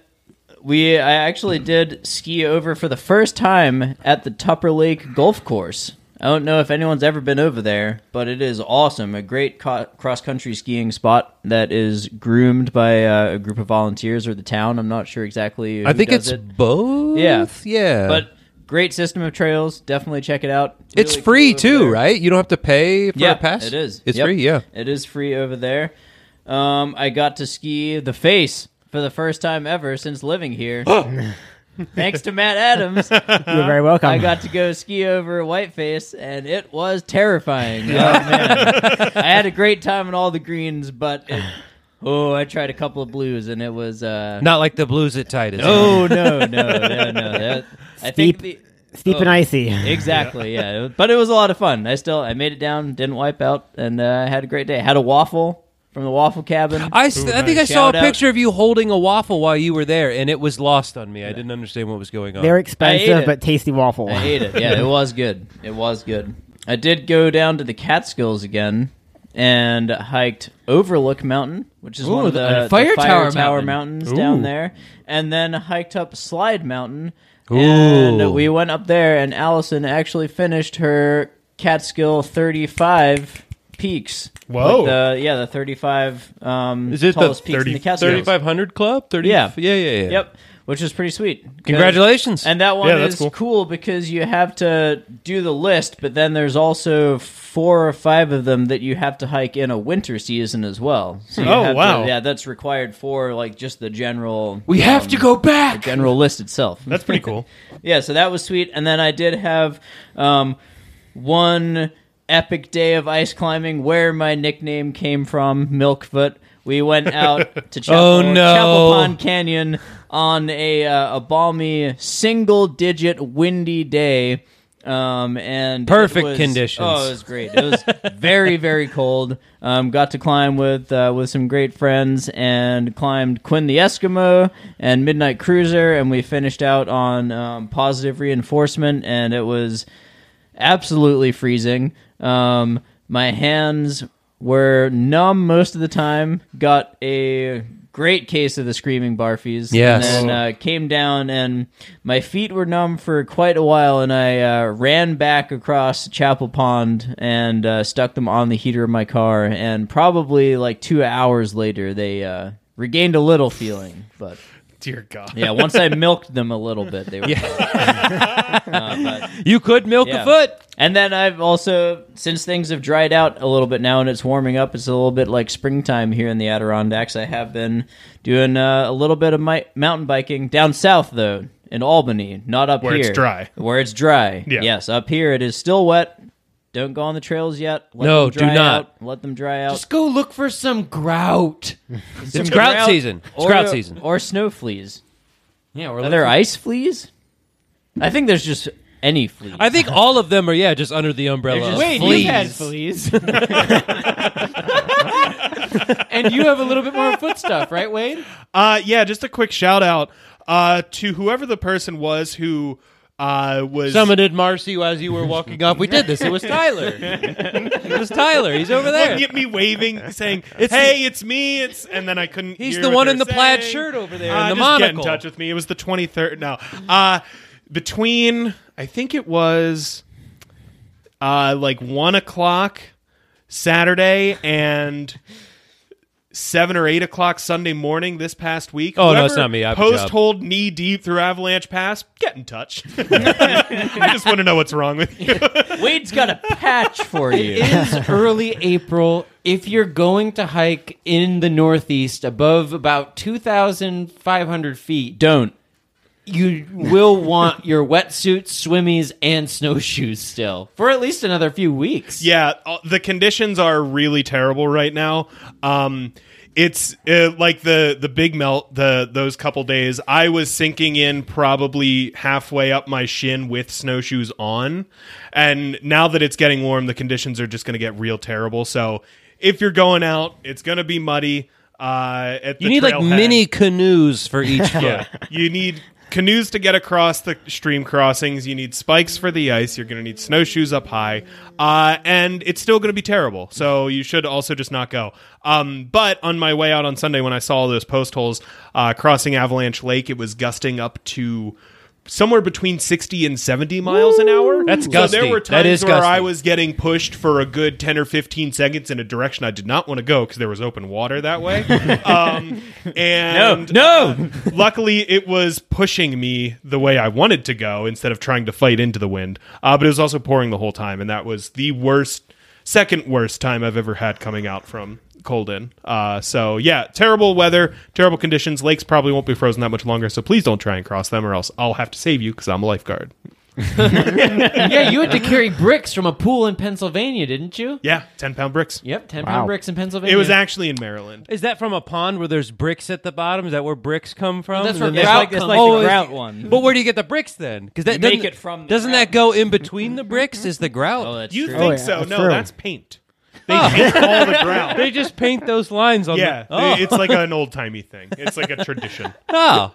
we I actually did ski over for the first time at the Tupper Lake Golf Course. I don't know if anyone's ever been over there, but it is awesome. A great co- cross country skiing spot that is groomed by uh, a group of volunteers or the town. I'm not sure exactly. Who
I think it's
does it.
both.
Yeah.
yeah.
but great system of trails. Definitely check it out.
it's
Really
free
cool over
too,
there.
right? You don't have to pay for a pass.
It is.
It's
Yep.
free. Yeah.
It is free over there. Um, I got to ski the face for the first time ever since living here. Thanks to Matt Adams,
You're very welcome.
I got to go ski over Whiteface, and it was terrifying. Oh, man. I had a great time in all the greens, but it, oh, I tried a couple of blues, and it was uh,
Not like the blues at Titus.
Oh no, no, no, no. That, I
Steep.
think the,
steep and
Oh.
icy.
Exactly. Yeah. But it was a lot of fun. I still I made it down, didn't wipe out, and uh, had a great day. Had a waffle from the waffle cabin.
I, s- I think I
nice.
saw a
Shout out.
picture of you holding a waffle while you were there, and it was lost on me. I didn't understand what was going on.
They're
I ate
expensive
it.
but tasty waffle.
I ate it. Yeah, it was good. It was good. I did go down to the Catskills again and hiked Overlook Mountain, which is one
Ooh,
of
the-
the,
uh, Fire
the
Tower Mountain.
Mountains down there, and then hiked up Slide Mountain. And we went up there, and Allison actually finished her Catskill 35 peaks.
Whoa.
Like the- yeah, the 35 um,
Is it the
tallest peaks
30
in the Catskills.
3500 Club? 30?
Yeah.
Yeah, yeah, yeah.
Yep, which is pretty sweet. 'Cause-
Congratulations.
and that one
Yeah, that's
is
cool.
cool. because you have to do the list, but then there's also four or five of them that you have to hike in a winter season as well. So you
Oh,
have to-
wow.
yeah, that's required for like just the general um,
We have to go back.
general list itself.
That's pretty cool.
yeah, so that was sweet. And then I did have um, one epic day of ice climbing where my nickname came from, Milkfoot. We went out to Chapel,
Oh, no.
Chapel Pond Canyon on a, uh, a balmy single digit windy day. Um, and it
Perfect
was-
conditions.
Oh, it was great. It was very, very cold. Um, got to climb with uh, with some great friends and climbed Quinn the Eskimo and Midnight Cruiser, and we finished out on um, positive reinforcement, and it was absolutely freezing. Um, my hands were numb most of the time. Got a great case of the screaming barfies.
Yes.
And then, uh, came down, and my feet were numb for quite a while, and I uh, ran back across Chapel Pond and uh, stuck them on the heater of my car. And probably like two hours later, they uh, regained a little feeling, but.
Dear God.
Yeah, once I milked them a little bit, they were. Uh, but-
you could milk
yeah.
a foot.
and then I've also, since things have dried out a little bit now and it's warming up, it's a little bit like springtime here in the Adirondacks. I have been doing uh, a little bit of my mountain biking down south, though, in Albany, not up
Where
here.
it's dry.
Where it's dry.
Yeah.
Yes, up here it is still wet. Don't go on the trails yet. Let
No,
them dry
do not.
out. Let them dry out.
Just go look for some grout.
It's grout season. It's
or-
grout season.
Or snow fleas.
Yeah, we're
Are there ice fleas? I think there's just any fleas.
I think all of them are, yeah, just under the umbrella. of
Wait,
fleas.
you had fleas. and you have a little bit more foot stuff, right, Wade?
Uh, yeah, just a quick shout out uh, to whoever the person was who uh, was.
summoned Marcy as you were walking off. We did this. It was Tyler. it was Tyler. He's over there.
Look at me waving, saying, "Hey, it's me!" It's and then I couldn't.
He's
hear
the
what
one
they
in the
were
plaid
saying.
shirt over there
Uh,
and the
just Get
monocle.
in touch with me. It was the twenty third. No, uh, between I think it was uh, like one o'clock Saturday and seven or eight o'clock Sunday morning this past week.
Oh, no, it's not me. I have a job.
Post hold knee deep through Avalanche Pass. Get in touch. I just want to know what's wrong with you.
Wade's got a patch for you.
It's early April. If you're going to hike in the Northeast above about 2,500 feet,
Don't.
you will want your wetsuits, swimmies, and snowshoes still for at least another few weeks.
Yeah, uh, the conditions are really terrible right now. Um, it's uh, like the the big melt the those couple days. I was sinking in probably halfway up my shin with snowshoes on, and now that it's getting warm, the conditions are just going to get real terrible. So if you're going out, it's going to be muddy. Uh, at the
You need like
trailhead.
mini canoes for each foot.
Yeah, you need canoes to get across the stream crossings. You need spikes for the ice. You're going to need snowshoes up high, uh, and it's still going to be terrible. So you should also just not go. Um, but on my way out on Sunday, when I saw all those post holes uh, crossing Avalanche Lake, it was gusting up to. Somewhere between sixty and seventy miles an hour.
That's
So
gusty.
there were times
That is
where I
gusty.
was getting pushed for a good ten or fifteen seconds in a direction I did not want to go because there was open water that way. um, and
No.
Luckily, it was pushing me the way I wanted to go instead of trying to fight into the wind. Uh, but it was also pouring the whole time, and that was the worst, second worst time I've ever had coming out from Colden. Uh, so yeah, terrible weather, terrible conditions. Lakes probably won't be frozen that much longer, so please don't try and cross them, or else I'll have to save you because I'm a lifeguard.
yeah, you had to carry bricks from a pool in Pennsylvania, didn't you?
Yeah, ten pound bricks.
Yep, 10 pound
Wow.
bricks in Pennsylvania.
It was actually in Maryland.
Is that from a pond where there's bricks at the bottom? Is that where bricks come from?
That's
And
where
then there's
grout
there's
comes
oh,
from.
is-
grout one.
But where do you get the bricks then? Because that
You make
doesn't-
it from the
doesn't that go in between the bricks? Is the grout?
Oh, that's
You
true.
think
yeah,
so?
that's
No,
true.
that's paint. They paint all the ground.
they just paint those lines on.
Yeah,
the, oh,
it's like an old timey thing. It's like a tradition.
oh.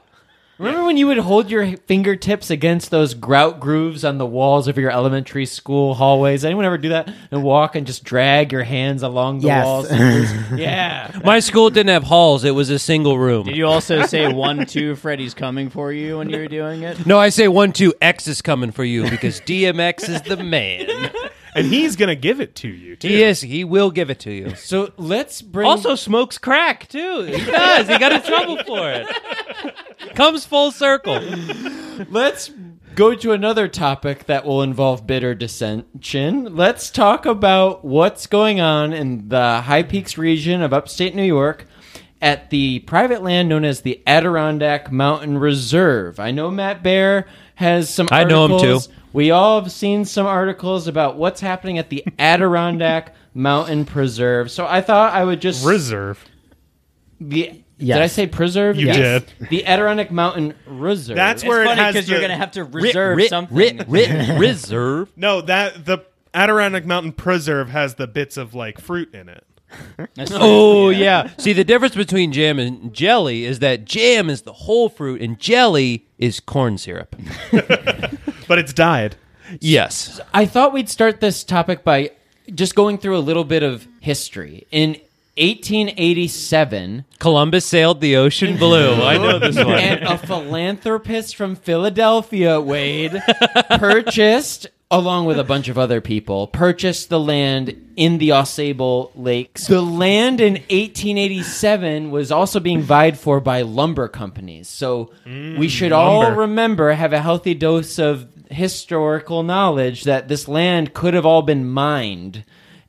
Remember when you would hold your fingertips against those grout grooves on the walls of your elementary school hallways? Anyone ever do that and walk and just drag your hands along the
Yes.
walls? yeah.
My school didn't have halls; it was a single room.
Did you also say one, two, Freddy's coming for you when you were doing it?
no, I say one, two. X is coming for you because DMX is the man.
and he's gonna give it to you. Too.
He is. He will give it to you.
So let's bring
Also smokes crack too. He does. he got in trouble for it. Comes full circle.
let's go to another topic that will involve bitter dissension. Let's talk about what's going on in the High Peaks region of upstate New York at the private land known as the Adirondack Mountain Reserve. I know Matt Bear has some
I know him, too.
articles. We all have seen some articles about what's happening at the Adirondack Mountain Preserve. So I thought I would just
Reserve.
the
Yes.
Did I say preserve?
You
did. The Adirondack Mountain Reserve.
That's where
it's
it
funny
has
because you're
the-
going to have to reserve
Ri-
something.
ri- ri- reserve.
No, that the Adirondack Mountain Preserve has the bits of like fruit in it.
That's-
Oh yeah. See the difference between jam and jelly is that jam is the whole fruit and jelly is corn syrup.
But it's dyed.
Yes.
I thought we'd start this topic by just going through a little bit of history. In 1887,
Columbus sailed the ocean blue. I know this one.
and a philanthropist from Philadelphia, Wade, purchased along with a bunch of other people purchased the land in the Osable Lakes. The land in 1887 was also being vied for by lumber companies. So
Mm,
we should all remember have a healthy dose of historical knowledge that this land could have all been mined.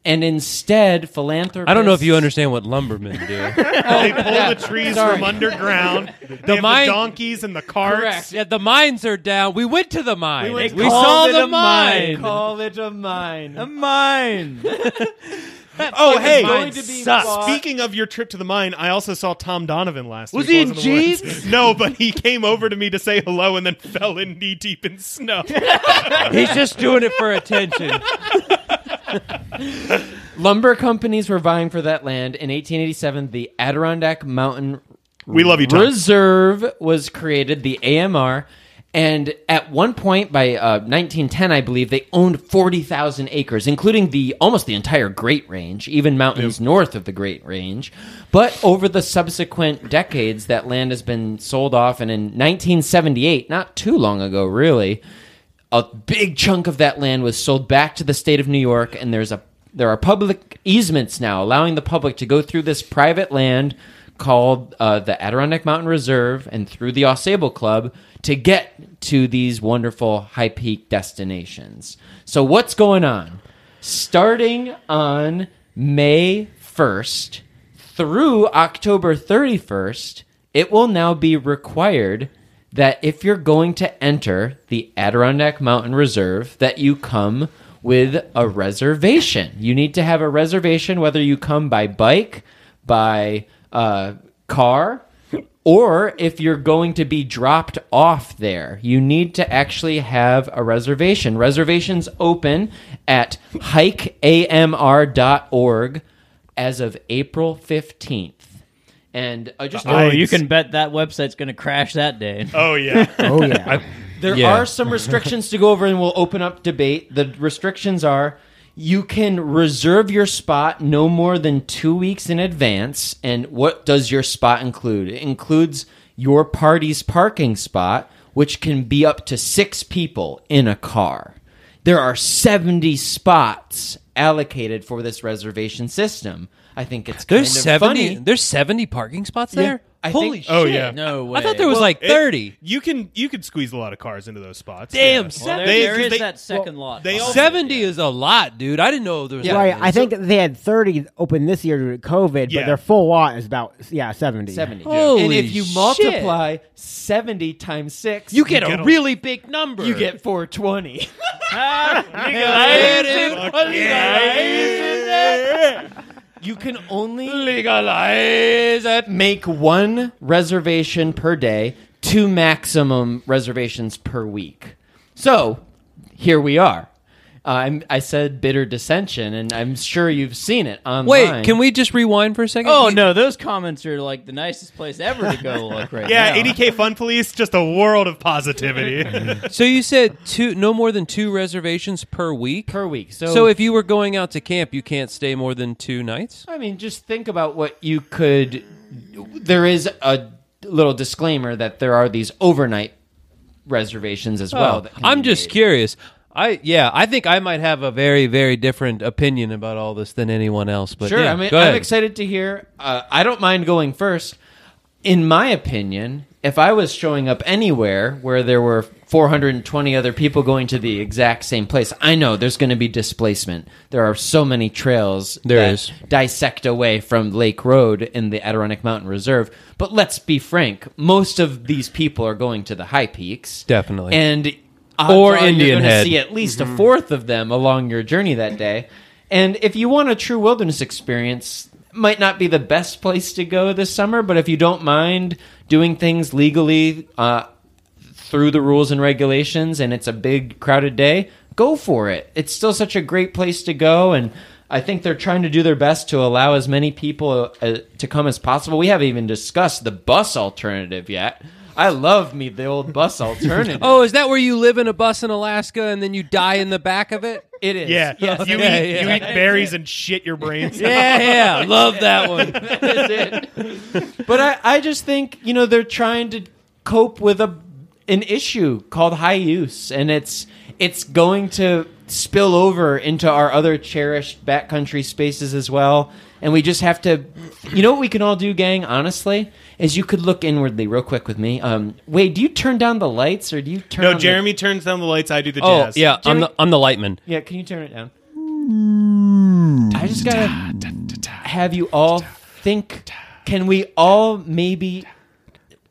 And instead, philanthropists
I don't know if you understand what lumbermen do.
they pull the trees
Sorry.
from underground. They have the
mine-
donkeys and the carts.
Correct.
Yeah, the mines are down. We went to the mine. We,
went-
saw
Called it
the
a
mine.
mine.
Call it a mine.
mine.
Oh, hey.
going to be
sucks.
bought-
Speaking of your trip to the mine, I also saw Tom Donovan last
Was
week.
he
while I
in
the woods. No, but he came over to me to say hello and then fell in knee deep in snow.
He's just doing it for attention.
Lumber companies were vying for that land. In 1887, the Adirondack Mountain
We love you, Tom.
Reserve was created, the AMR. And at one point, by uh, 1910, I believe, they owned 40,000 acres, including the almost the entire Great Range, even mountains north of the Great Range. But over the subsequent decades, that land has been sold off. And in 1978, not too long ago, really, a big chunk of that land was sold back to the state of New York, and there's a there are public easements now allowing the public to go through this private land called uh, the Adirondack Mountain Reserve and through the Osable Club to get to these wonderful high peak destinations. So what's going on? Starting on May first through October 31st, it will now be required that if you're going to enter the Adirondack Mountain Reserve that you come with a reservation. You need to have a reservation whether you come by bike, by uh, car, or if you're going to be dropped off there, you need to actually have a reservation. Reservations open at hikeamr.org as of April 15th. And uh, just
Oh,
Nice.
you can bet that website's going to crash that day.
oh, yeah.
Oh yeah.
there
Yeah.
are some restrictions to go over, and we'll open up debate. The restrictions are you can reserve your spot no more than two weeks in advance. And what does your spot include? It includes your party's parking spot, which can be up to six people in a car. There are 70 spots allocated for this reservation system. I think it's kind
There's
of
seventy.
funny.
There's seventy parking spots
Yeah,
there.
I
Holy
think-
shit!
Oh, yeah.
No way.
I thought there was like
It-
thirty.
you can you can squeeze a lot of cars into those spots.
Damn,
Yeah.
seven.
Well, there-
They-
there is
they-
that second lot.
they all-
Seventy is a lot, dude. I didn't know there was.
Right,
that
I
many.
think they had 30 open this year due to COVID,
Yeah.
but their full lot is about yeah 70.
70.
Holy
and if you
shit.
multiply 70 times 6,
you get,
You get
a
a-
really big number.
you get 420.
Legalize it.
Fuck
Legalize it.
you can only
Legalize it.
make one reservation per day, two maximum reservations per week. So here we are. Uh, I'm, I said bitter dissension, and I'm sure you've seen it online.
Wait, can we just rewind for a second?
Oh
You-
no, those comments are like the nicest place ever to go look right
Yeah,
now.
80k Fun Police, just a world of positivity.
So you said two, no more than two reservations per week.
per week? So,
so if you were going out to camp, you can't stay more than two nights.
I mean, just think about what you could. There is a little disclaimer that there are these overnight reservations as well.
Oh,
that can
I'm
be
just
made.
curious. I yeah, I think I might have a very very different opinion about all this than anyone else. But
Sure,
yeah,
I mean,
go
I'm
ahead.
excited to hear. Uh, I don't mind going first. In my opinion, if I was showing up anywhere where there were 420 other people going to the exact same place, I know there's going to be displacement. There are so many trails
There
that
is.
dissect away from Lake Road in the Adirondack Mountain Reserve. But let's be frank, most of these people are going to the high peaks.
Definitely.
And
Or
or Indian
Indian
you're
Head.
To see at least a fourth of them along your journey that day. And if you want a true wilderness experience, might not be the best place to go this summer. But if you don't mind doing things legally uh, through the rules and regulations, and it's a big crowded day, go for it. It's still such a great place to go, and I think they're trying to do their best to allow as many people uh, to come as possible. We haven't even discussed the bus alternative yet. I love me the old bus alternative.
oh, is that where you live in a bus in Alaska and then you die in the back of it?
It is.
yeah,
Yes.
you,
Yeah,
eat,
yeah.
you eat berries and shit your brains. out.
yeah, yeah, love that one.
That is it. but I, I just think, you know, they're trying to cope with a an issue called high use and it's it's going to spill over into our other cherished backcountry spaces as well. And we just have to you know what we can all do, gang, honestly, is you could look inwardly real quick with me. Um Wade, do you turn down the lights or do you turn on
No,
the-
Jeremy turns down the lights. I do the
Oh
jazz.
yeah, I'm the I'm the lightman.
Yeah, can you turn it down? I just gotta have you all think. Can we all maybe,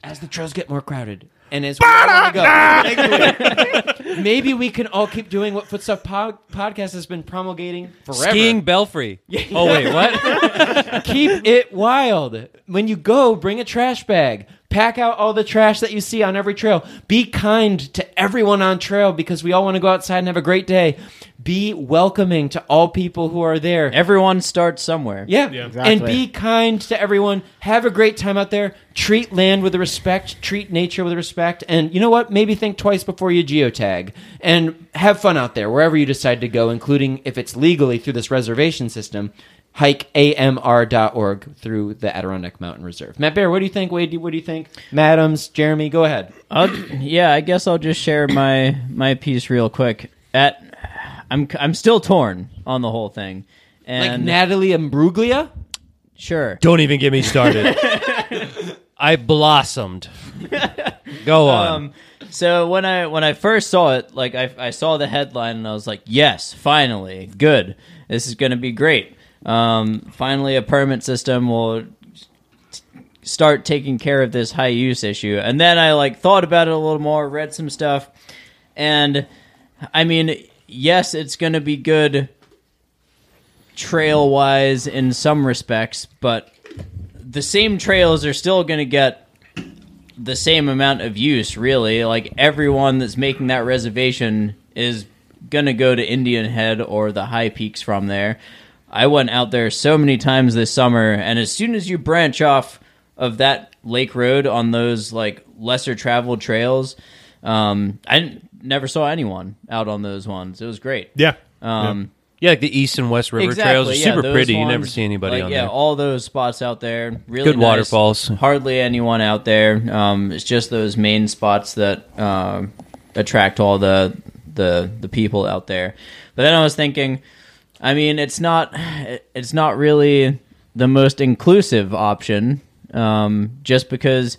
as the trails get more crowded and as we all wanna go, maybe we can all keep doing what Footstuff Pod- Podcast has been promulgating forever.
Skiing belfry. Oh wait, what?
Keep it wild. When you go, bring a trash bag. Pack out all the trash that you see on every trail. Be kind to everyone on trail because we all want to go outside and have a great day. Be welcoming to all people who are there.
Everyone starts somewhere.
Yeah,
Exactly.
and be kind to everyone. Have a great time out there. Treat land with respect. Treat nature with respect. And you know what? Maybe think twice before you geotag. And have fun out there wherever you decide to go, including if it's legally through this reservation system. Hikeamr.org through the Adirondack Mountain Reserve. Matt Bear, what do you think? Wade, what do you think? Madams, Jeremy, go ahead.
I'll, yeah, I guess I'll just share my my piece real quick. At I'm I'm still torn on the whole thing.
Like
And
Natalie Imbruglia?
sure.
Don't even get me started. I blossomed. Go
Uh,
on.
Um, so when I when I first saw it, like I, I saw the headline and I was like, yes, finally, good. This is going to be great. Um, finally, a permit system will t- start taking care of this high use issue. And then I like thought about it a little more, read some stuff, and I mean, yes, it's going to be good trail wise in some respects, but the same trails are still going to get the same amount of use, really. Like everyone that's making that reservation is gonna go to Indian Head or the high peaks from there. I went out there so many times this summer, and as soon as you branch off of that lake road on those like lesser traveled trails, um, I didn't- never saw anyone out on those ones. It was great.
yeah.
Um,
yeah, like the east and west river trails are
yeah,
super
those
pretty. you
ones,
never see anybody
like,
on
yeah,
there.
all those spots out there. Really
Good
nice.
waterfalls.
Hardly anyone out there. Um, it's just those main spots that um, attract all the the the people out there. But then I was thinking, I mean, it's not it's not really the most inclusive option, um, just because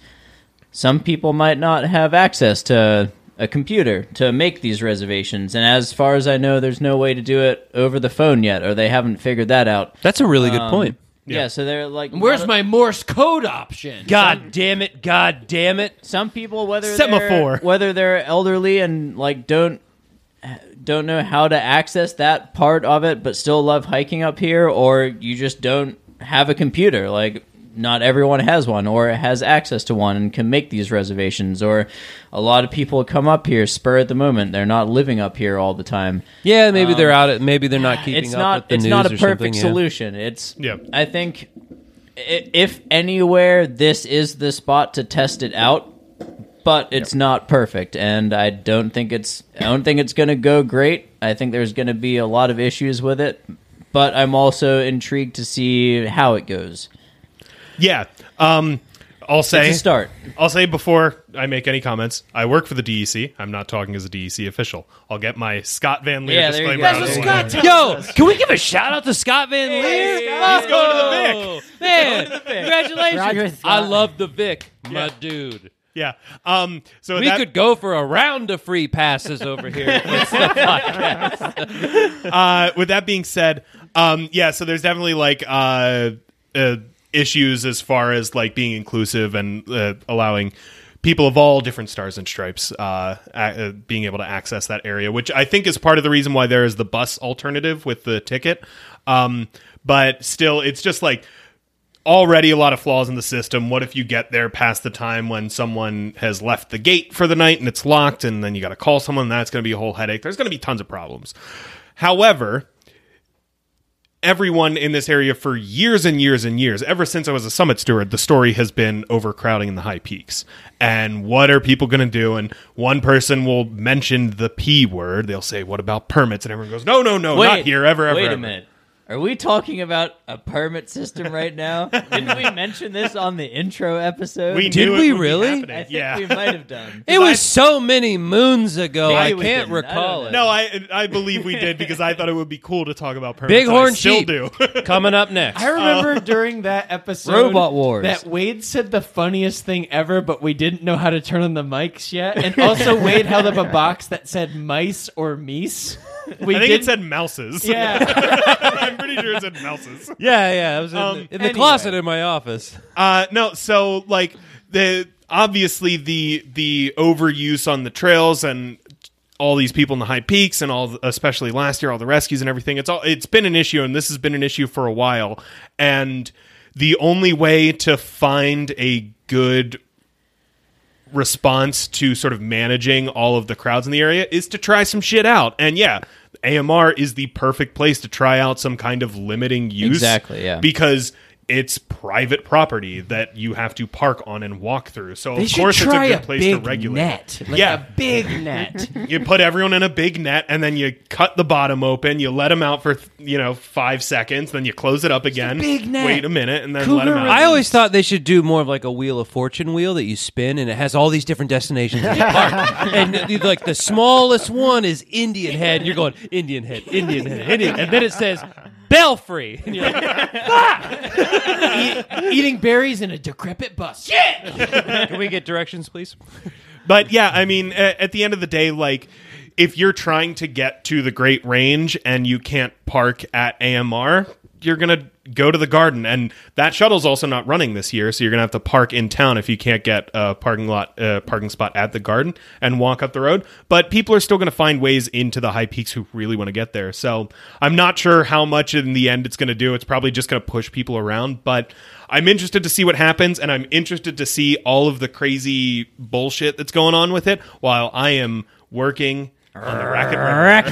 some people might not have access to a computer to make these reservations. And as far as I know, there's no way to do it over the phone yet, or they haven't figured that out.
That's a really good
Um,
point.
Yeah. so they're like,
Where's
not-
my Morse code option?
God damn it! God damn it!
some people whether
Semaphore.
they're, whether they're elderly and like don't don't know how to access that part of it, but still love hiking up here, or you just don't have a computer. Like not everyone has one or has access to one and can make these reservations or a lot of people come up here spur at the moment they're not living up here all the time
Yeah, maybe they're out. At, maybe they're not keeping
um, it's
up
not
with the
it's
news
not
or
a perfect
something, yeah.
solution it's
Yeah.
i think i- if anywhere this is the spot to test it out but it's not perfect and i don't think it's i don't think it's going to go great i think there's going to be a lot of issues with it but i'm also intrigued to see how it goes
Yeah. Um, I'll say
it's a start
I'll say before I make any comments, I work for the DEC. I'm not talking as a DEC official. I'll get my Scott Van Leer
Yeah, there you
disclaimer.
go.
out of
That's
the
what
way.
Yo, can we give a shout out to Scott Van Leer?
He's going to the Vic.
Man,
Roger,
congratulations! I
Scott.
love the Vic, my dude.
Yeah. Um, so
We
that,
could go for a round of free passes over here.
uh, with that being said, um, yeah, so there's definitely like uh, uh, issues as far as like being inclusive and uh, allowing people of all different stars and stripes uh, a- uh, being able to access that area, which I think is part of the reason why there is the bus alternative with the ticket. Um, but still, it's just like already a lot of flaws in the system. What if you get there past the time when someone has left the gate for the night and it's locked, and then you got to call someone? That's going to be a whole headache. There's going to be tons of problems. However, everyone in this area for years and years and years, ever since I was a summit steward, the story has been overcrowding in the high peaks. And what are people going to do? And one person will mention the P word. They'll say, What about permits? And everyone goes, No, no, no, not here, ever, ever.
Wait
ever."
a minute. Are we talking about a permit system right now? Didn't we mention this on the intro episode?
We
Did
knew it
we
would be
really?
happening.
I think
yeah.
we might have done.
It was so many moons ago. I
Maybe we
can't
didn't. I don't
recall
know.
it.
No, I I believe we did because I thought it would be cool to talk about permits.
Bighorn
I still
sheep
do.
coming up next.
I remember
Uh,
during that episode,
Robot Wars.
that Wade said the funniest thing ever, but we didn't know how to turn on the mics yet. And also, Wade held up a box that said mice or meese. We
I think
did
it said mouses.
yeah.
I'm pretty sure it said mouses.
Yeah, yeah. I was in,
Um,
the, in the closet in my office.
Uh, no, so like the obviously the the overuse on the trails and all these people in the high peaks and all the- especially last year all the rescues and everything it's all it's been an issue and this has been an issue for a while and the only way to find a good response to sort of managing all of the crowds in the area is to try some shit out. And yeah, AMR is the perfect place to try out some kind of limiting use.
Exactly, yeah.
Because it's private property that you have to park on and walk through. So
They
of
should
course it's
try
a good place
big
to regulate.
net, like
Yeah.
a big net.
You put everyone in a big net and then you cut the bottom open, you let them out for, th- you know, 5 seconds, then you close it up again.
big net.
Wait a minute and then let them
Cougar
out.
I always thought they should do more of like a wheel of fortune wheel that you spin and it has all these different destinations in the park. and the- like the smallest one is Indian Head. You're going Indian Head, Indian Head, Indian, and then it says Belfry. And you're like,
E-, Eating berries in a decrepit bus.
Can we get directions, please?
But yeah, I mean, a- at the end of the day, like if you're trying to get to the Great Range and you can't park at AMR, you're gonna go to the Garden, and that shuttle's also not running this year, so you're gonna have to park in town if you can't get a parking lot uh, parking spot at the Garden and walk up the road. But people are still gonna find ways into the high peaks who really want to get there. So I'm not sure how much in the end it's gonna do. It's probably just gonna push people around, but I'm interested to see what happens, and I'm interested to see all of the crazy bullshit that's going on with it while I am working on the racket.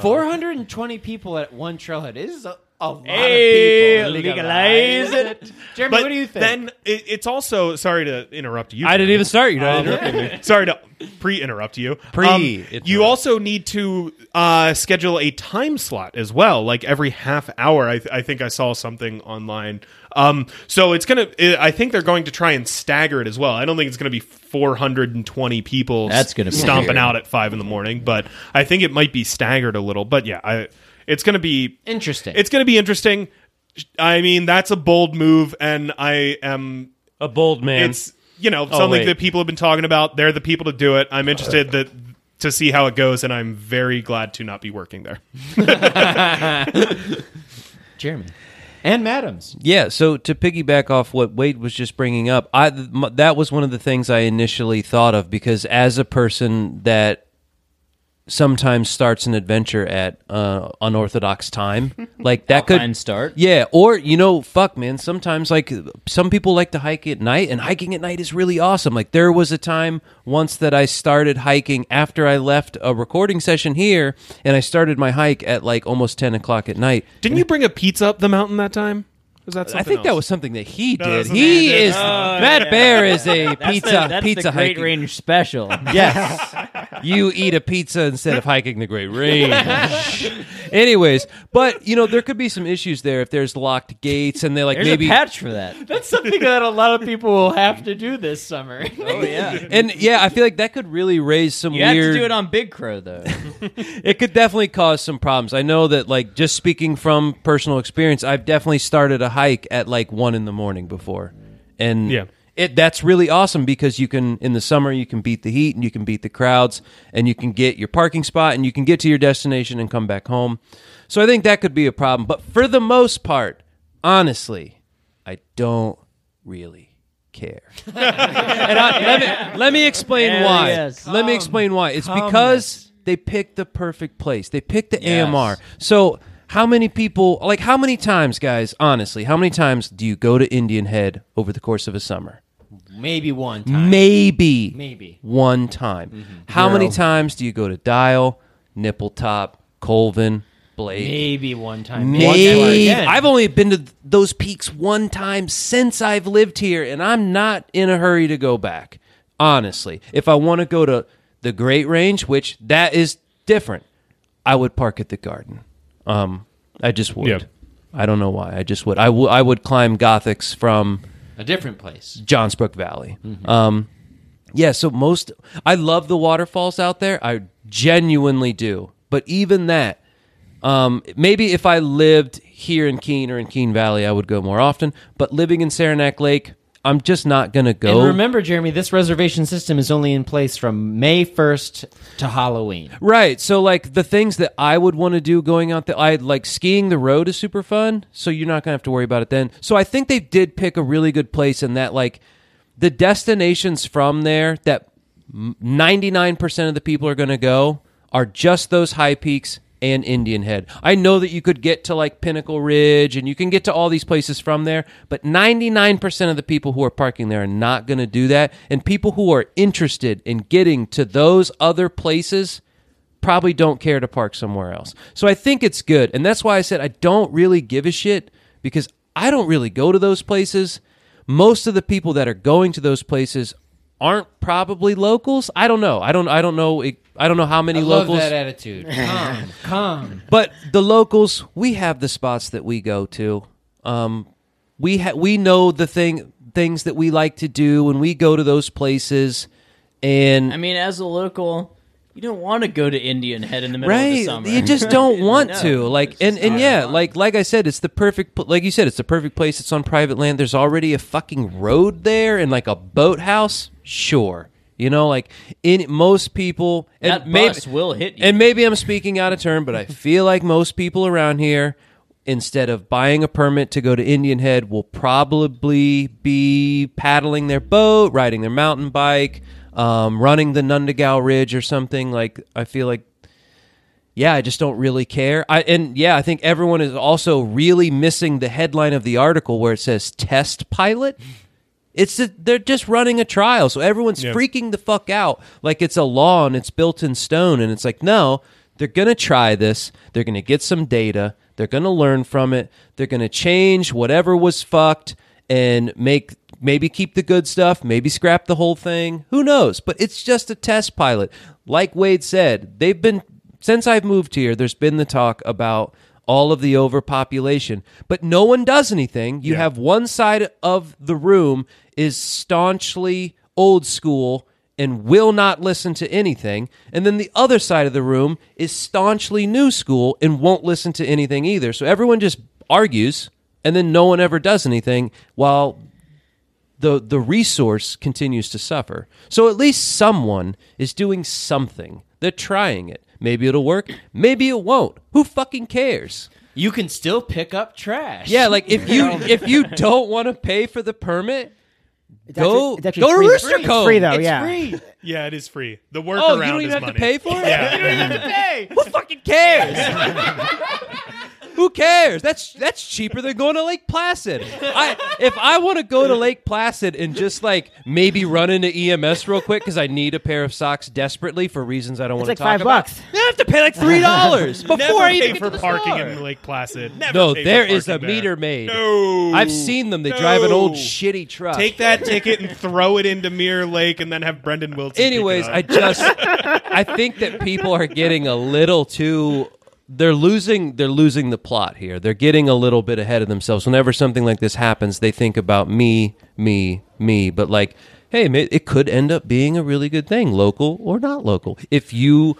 Four hundred and twenty people at one trailhead. This is a, a lot
Hey,
of people.
legalize
it, Jeremy.
But
what do you think?
then it, it's also sorry to interrupt you.
I didn't even start. You
Oh,
know,
sorry to pre-interrupt you. Um,
Pre-interrupt.
you also need to uh, schedule a time slot as well, like every half hour. I, th- I think I saw something online. Um, so it's gonna. i I think they're going to try and stagger it as well. I don't think it's gonna be 420 people.
That's gonna be
stomping
weird.
out at five in the morning, but I think it might be staggered a little. But yeah, I, it's gonna be
Interesting.
It's gonna be interesting. I mean, that's a bold move, and I am
a bold man.
it's you know something
wait.
that people have been talking about. They're the people to do it. I'm interested that to see how it goes, and I'm very glad to not be working there.
Jeremy and Madams.
Yeah, so to piggyback off what Wade was just bringing up, I th- m- that was one of the things I initially thought of because as a person that sometimes starts an adventure at uh, unorthodox time. Like that could
Alpine start?
Yeah, or you know, fuck, man. Sometimes like some people like to hike at night, and hiking at night is really awesome. Like there was a time once that I started hiking after I left a recording session here, and I started my hike at like almost ten o'clock at night.
Didn't you bring a pizza up the mountain that time? Was that
I
something
think that
else?
was something that he
that
did.
was something
he
I did.
is
Oh,
Matt Bear is a pizza
that's the, that's
pizza
the Great
hiking.
Range special.
Yes. you eat a pizza instead of hiking the Great Range. Anyways, but you know there could be some issues there if there's locked gates and they like
There's
maybe
a patch for that.
That's something that a lot of people will have to do this summer.
Oh yeah.
and yeah, I feel like that could really raise some
You have
weird.
to do it on Big Crow though.
it could definitely cause some problems. I know that like just speaking from personal experience, I've definitely started a hike at like one in the morning before, and
Yeah.
It, that's really awesome because you can in the summer you can beat the heat and you can beat the crowds and you can get your parking spot and you can get to your destination and come back home. So I think that could be a problem, but for the most part, honestly, I don't really care. And I- let, me, let me explain
Hell
why.
yes.
let me explain why. It's because they picked the perfect place. They picked the AMR. So how many people? Like how many times, guys? Honestly, how many times do you go to Indian Head over the course of a summer?
Maybe one time.
Maybe,
Maybe. Mm-hmm.
one time. How many times do you go to Dial, Nipple Top, Colvin, Blake?
Maybe one time.
Maybe.
Again.
I've only been to th- those peaks one time since I've lived here, and I'm not in a hurry to go back. Honestly, if I want to go to the Great Range, which that is different, I would park at the Garden. Um, I just would.
Yeah.
I don't know why. I just would. I wou- I would climb Gothics from
a different place.
Johnsbrook Valley. Um, yeah, so most I love the waterfalls out there. I genuinely do. But even that, um, maybe if I lived here in Keene or in Keene Valley, I would go more often. But living in Saranac Lake, I'm just not gonna go.
And remember, Jeremy, this reservation system is only in place from May 1st to Halloween.
Right. So like the things that I would want to do going out there, I like skiing the road is super fun. So you're not gonna have to worry about it then. So I think they did pick a really good place in that like the destinations from there that 99% of the people are gonna go are just those high peaks and Indian Head. I know that you could get to like Pinnacle Ridge and you can get to all these places from there, but 99% of the people who are parking there are not going to do that. And people who are interested in getting to those other places probably don't care to park somewhere else. So I think it's good. And that's why I said I don't really give a shit because I don't really go to those places. Most of the people that are going to those places aren't probably locals. I don't know. I don't I don't know I don't know how many
I love
locals
that attitude. Come, come.
but the locals, we have the spots that we go to. Um, we ha- we know the thing things that we like to do when we go to those places, and
I mean, as a local, you don't want to go to Indian Head in the middle of the
right,
summer.
you just don't want
No,
to. Like
it's
and
just
and
not
yeah,
fun.
like like I said, it's the perfect pl- like you said, it's the perfect place. It's on private land. There's already a fucking road there and like a boathouse. Sure, you know, like in most people and
that
maybe-
bus will hit you.
And maybe I'm speaking out of turn, but I feel like most people around here, instead of buying a permit to go to Indian Head, will probably be paddling their boat, riding their mountain bike, um, running the Nundagal Ridge or something. Like I feel like, yeah, I just don't really care. I and yeah, I think everyone is also really missing the headline of the article where it says test pilot. It's that they're just running a trial, so everyone's
Yeah.
freaking the fuck out like it's a law and it's built in stone. And it's like, no, they're gonna try this. They're gonna get some data. They're gonna learn from it. They're gonna change whatever was fucked and make maybe keep the good stuff, maybe scrap the whole thing. Who knows? But it's just a test pilot. Like Wade said, they've been since I've moved here. There's been the talk about all of the overpopulation, but no one does anything. You have one side of the room is staunchly old school and will not listen to anything, and then the other side of the room is staunchly new school and won't listen to anything either. So everyone just argues and then no one ever does anything while the the resource continues to suffer. So at least someone is doing something. They're trying it. Maybe it'll work, maybe it won't. Who fucking cares?
You can still pick up trash.
Yeah, like if you if you don't want to pay for the permit,
It's
Go-
actually- it's actually
go to
free.
Rooster
It's
Code.
Oh,
free though,
It's
yeah.
Free.
Yeah, it is free. The
Oh,
workaround
you don't
is
even have
money.
to pay for it.
Yeah.
Hey.
Who fucking cares? Who cares? That's that's cheaper than going to Lake Placid. I if I want to go to Lake Placid and just like maybe run into EMS real quick because I need a pair of socks desperately for reasons I don't want
It's
to
like
talk
five
about.
bucks.
I have to pay like three dollars before
Never
I
pay
even get
for
to the
parking
store.
in Lake Placid. Never
No,
pay for
there is a
parking there.
meter made.
No,
I've seen them. They drive an old
No.
shitty truck.
Take that ticket and throw it into Mirror Lake, and then have Brendan Wilson. pick it
Anyways,
up.
I just I think that people are getting a little too they're losing they're losing the plot here. They're getting a little bit ahead of themselves. Whenever something like this happens, they think about me, me, me, but like hey, ma- it could end up being a really good thing, local or not local. If you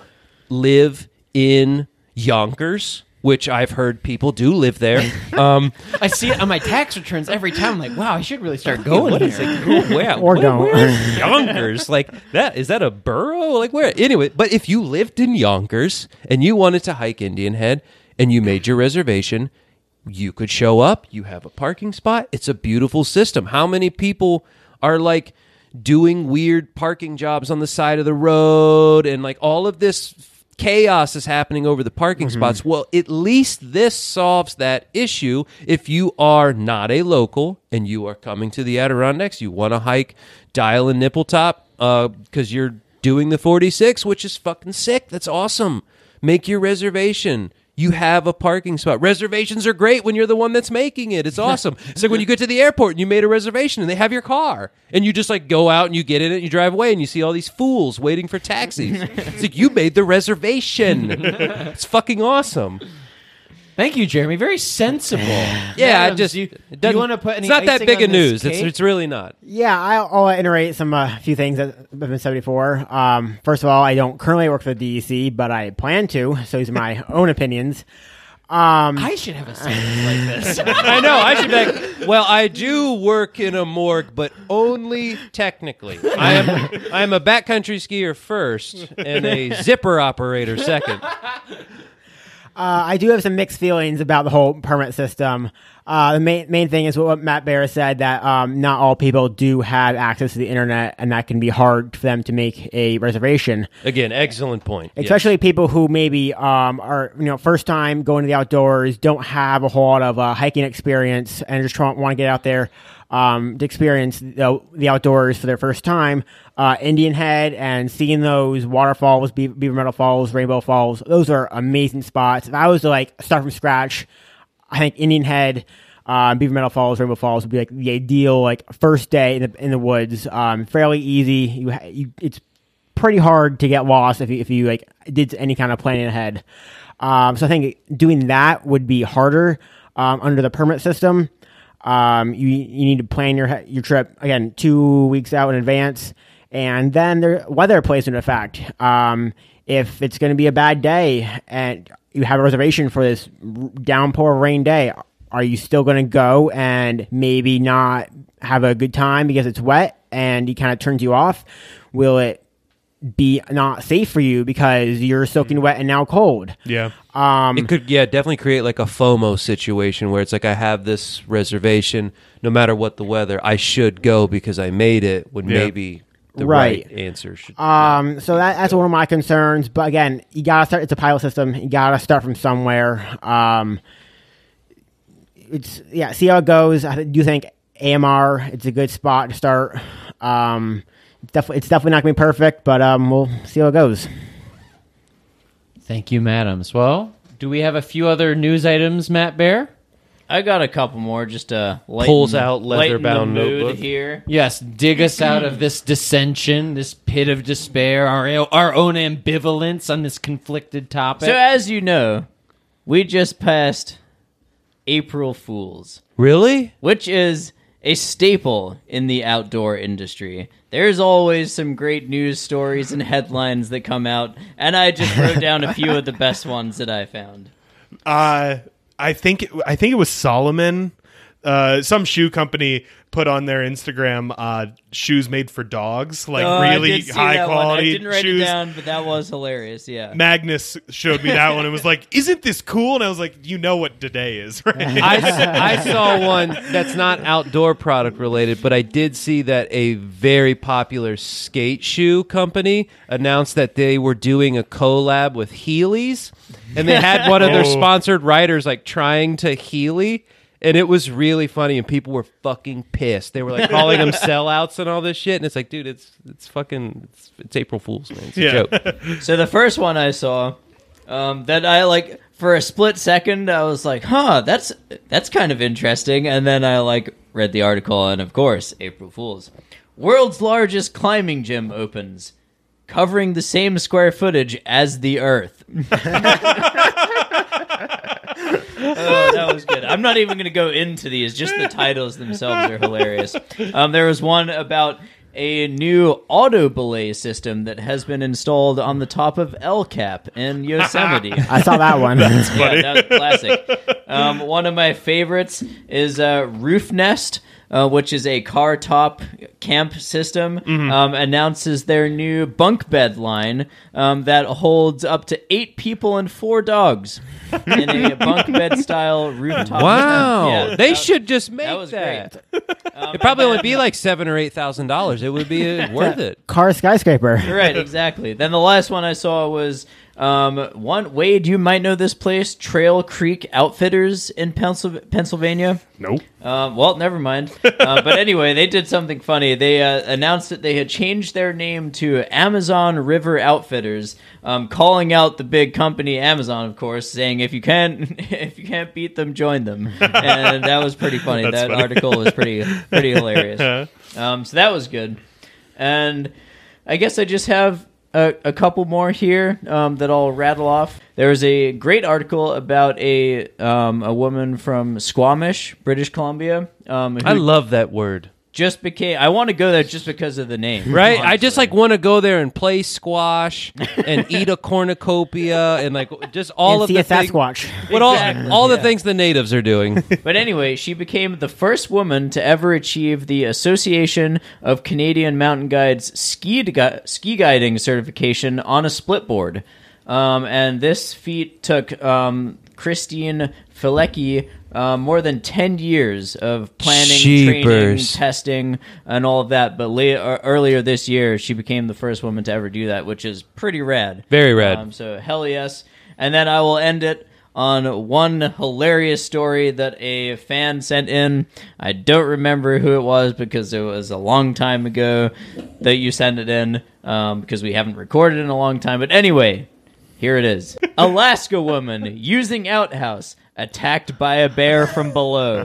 live in Yonkers, which I've heard people do live there. Um,
I see it on my tax returns every time. I'm like, wow, I should really start going
what
there.
is it? Who- Where,
Or
where-
don't.
where is Yonkers? like that? Is that a borough? Like where? Anyway, but if you lived in Yonkers and you wanted to hike Indian Head and you made your reservation, you could show up. You have a parking spot. It's a beautiful system. How many people are like? doing weird parking jobs on the side of the road and like all of this chaos is happening over the parking spots. Well, at least this solves that issue. If you are not a local and you are coming to the Adirondacks, you want to hike Dial and Nipple Top because you're doing the 46, which is fucking sick. That's awesome. Make your reservation. You have a parking spot. Reservations are great when you're the one that's making it. It's awesome. it's like when you get to the airport and you made a reservation and they have your car and you just like go out and you get in it and you drive away and you see all these fools waiting for taxis. it's like you made the reservation. it's fucking awesome.
Thank you, Jeremy. Very sensible.
Yeah, I
Adams,
just
do you,
it
do you
doesn't-
want to put any
It's not that
icing
big
on
a
this
news. It's
cake?
it's really not.
Yeah, I'll, I'll iterate some a uh, few things that have been said before. Um, first of all, I don't currently work for the DEC, but I plan to. So these are my own opinions. Um,
I should have a sentence like this.
I know. I should be like, well, I do work in a morgue, but only technically. I am I am a backcountry skier first and a zipper operator second.
Uh, I do have some mixed feelings about the whole permit system. Uh, the main, main thing is what, what Matt Bear said that um, not all people do have access to the internet, and that can be hard for them to make a reservation.
Again, excellent point. Yes.
Especially people who maybe um, are you know first time going to the outdoors, don't have a whole lot of uh, hiking experience, and just try, want to get out there um, to experience the, the outdoors for their first time. Uh, Indian Head and seeing those waterfalls, Be- Beaver Meadow Falls, Rainbow Falls, those are amazing spots. If I was to like start from scratch, I think Indian Head, uh, Beaver Meadow Falls, Rainbow Falls would be like the ideal like first day in the in the woods. Um, fairly easy. You, ha- you it's pretty hard to get lost if you, if you like did any kind of planning ahead. Um, so I think doing that would be harder um, under the permit system. Um, you you need to plan your he- your trip again two weeks out in advance, and then the weather plays into effect. Um, if it's going to be a bad day and you have a reservation for this r- downpour rain day, are you still going to go and maybe not have a good time because it's wet and it kind of turns you off? Will it be not safe for you because you're soaking wet and now cold?
yeah.
it could yeah definitely create like a FOMO situation where it's like I have this reservation no matter what the weather I should go because I made it when
Yeah.
maybe the right,
Right.
answer should
Um, so that, that's one of my concerns. But again, you gotta start. It's a pilot system. You gotta start from somewhere. Um, it's yeah. See how it goes. I do think AMR. It's a good spot to start. Um, definitely, it's definitely not gonna be perfect, but um, we'll see how it goes.
Thank you, madams. Well, do we have a few other news items, Matt Bear?
I got a couple more just to lighten,
Pulls out
lighten the
leather-bound
mood
notebook.
here.
Yes, dig us out of this dissension, this pit of despair, our our own ambivalence on this conflicted topic.
So uh, as you know, we just passed April Fools,
really
which is a staple in the outdoor industry. There's always some great news stories and headlines that come out, and I just wrote down a few of the best ones that I found.
Uh, I think I think it was Solomon uh, some shoe company put on their Instagram uh, shoes made for dogs, like
Oh, I
really
did see
high
that one.
quality
I didn't write
shoes.
it down, but that was hilarious. Yeah.
Magnus showed me that one and was like, "Isn't this cool?" And I was like, "You know what today is, right?"
I, s- I saw one that's not outdoor product related, but I did see that a very popular skate shoe company announced that they were doing a collab with Heelys, and they had one of their
Oh.
sponsored riders like trying to Heely. And it was really funny, and people were fucking pissed. They were like calling them sellouts and all this shit. And it's like, dude, it's it's fucking it's, it's April Fools, man. It's a
Yeah.
joke.
So the first one I saw, um, that I like for a split second, I was like, "Huh, that's that's kind of interesting." And then I like read the article, and of course, April Fools. World's largest climbing gym opens, covering the same square footage as the Earth. Oh, that was good. I'm not even going to go into these. Just the titles themselves are hilarious. Um, there was one about a new auto belay system that has been installed on the top of El Cap in Yosemite.
I saw that one.
Yeah, that was classic. Um, one of my favorites is uh, Roof Nest, uh, which is a car top camp system, um, announces their new bunk bed line um, that holds up to eight people and four dogs in a bunk bed style rooftop.
Wow,
Yeah,
they
that-
should just make
That
that.
was Um,
It'd probably only be like seven or eight thousand dollars. It would be uh, worth it.
Car skyscraper.
You're right, exactly. Then the last one I saw was um, one Wade. You might know this place, Trail Creek Outfitters in Pensil- Pennsylvania.
nope.
Um, well, never mind. Uh, but anyway, they did something funny. They uh, announced that they had changed their name to Amazon River Outfitters, um, calling out the big company Amazon, of course, saying if you can if you can't beat them, join them. And that was pretty funny.
That's
that
funny.
article was pretty pretty hilarious. Um, so that was good. And I guess I just have a, a couple more here um, that I'll rattle off. There was a great article about a um, a woman from Squamish, British Columbia, um, who
I love that word.
just became. I want to go there just because of the name,
Right? I just like want to go there and play squash and eat a cornucopia and like just all
and
of
see
the
a
thing-
Sasquatch.
What all,
Exactly,
all the
yeah.
things the natives are doing.
But anyway, she became the first woman to ever achieve the Association of Canadian Mountain Guides ski gui- ski guiding certification on a split board, um, and this feat took um, Christine Filecki uh, more than ten years of planning, training,
Jeepers.
testing, and all of that. But la- er- earlier this year, she became the first woman to ever do that, which is pretty rad.
Very rad.
Um, so hell yes. And then I will end it on one hilarious story that a fan sent in. I don't remember who it was because it was a long time ago that you sent it in um, because we haven't recorded in a long time. But anyway, here it is. Alaska woman using outhouse attacked by a bear from below.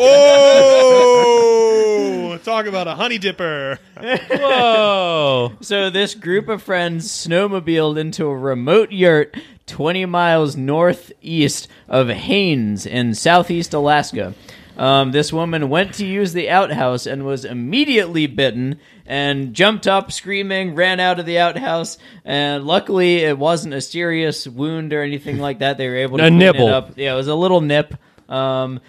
Oh, talk about a honey dipper.
Whoa.
So this group of friends snowmobiled into a remote yurt 20 miles northeast of Haines in southeast Alaska. Um, this woman went to use the outhouse and was immediately bitten and jumped up screaming, ran out of the outhouse, and luckily it wasn't a serious wound or anything like that. They were able to
A
clean
nibble.
it up. Yeah, it was a little nip. Um,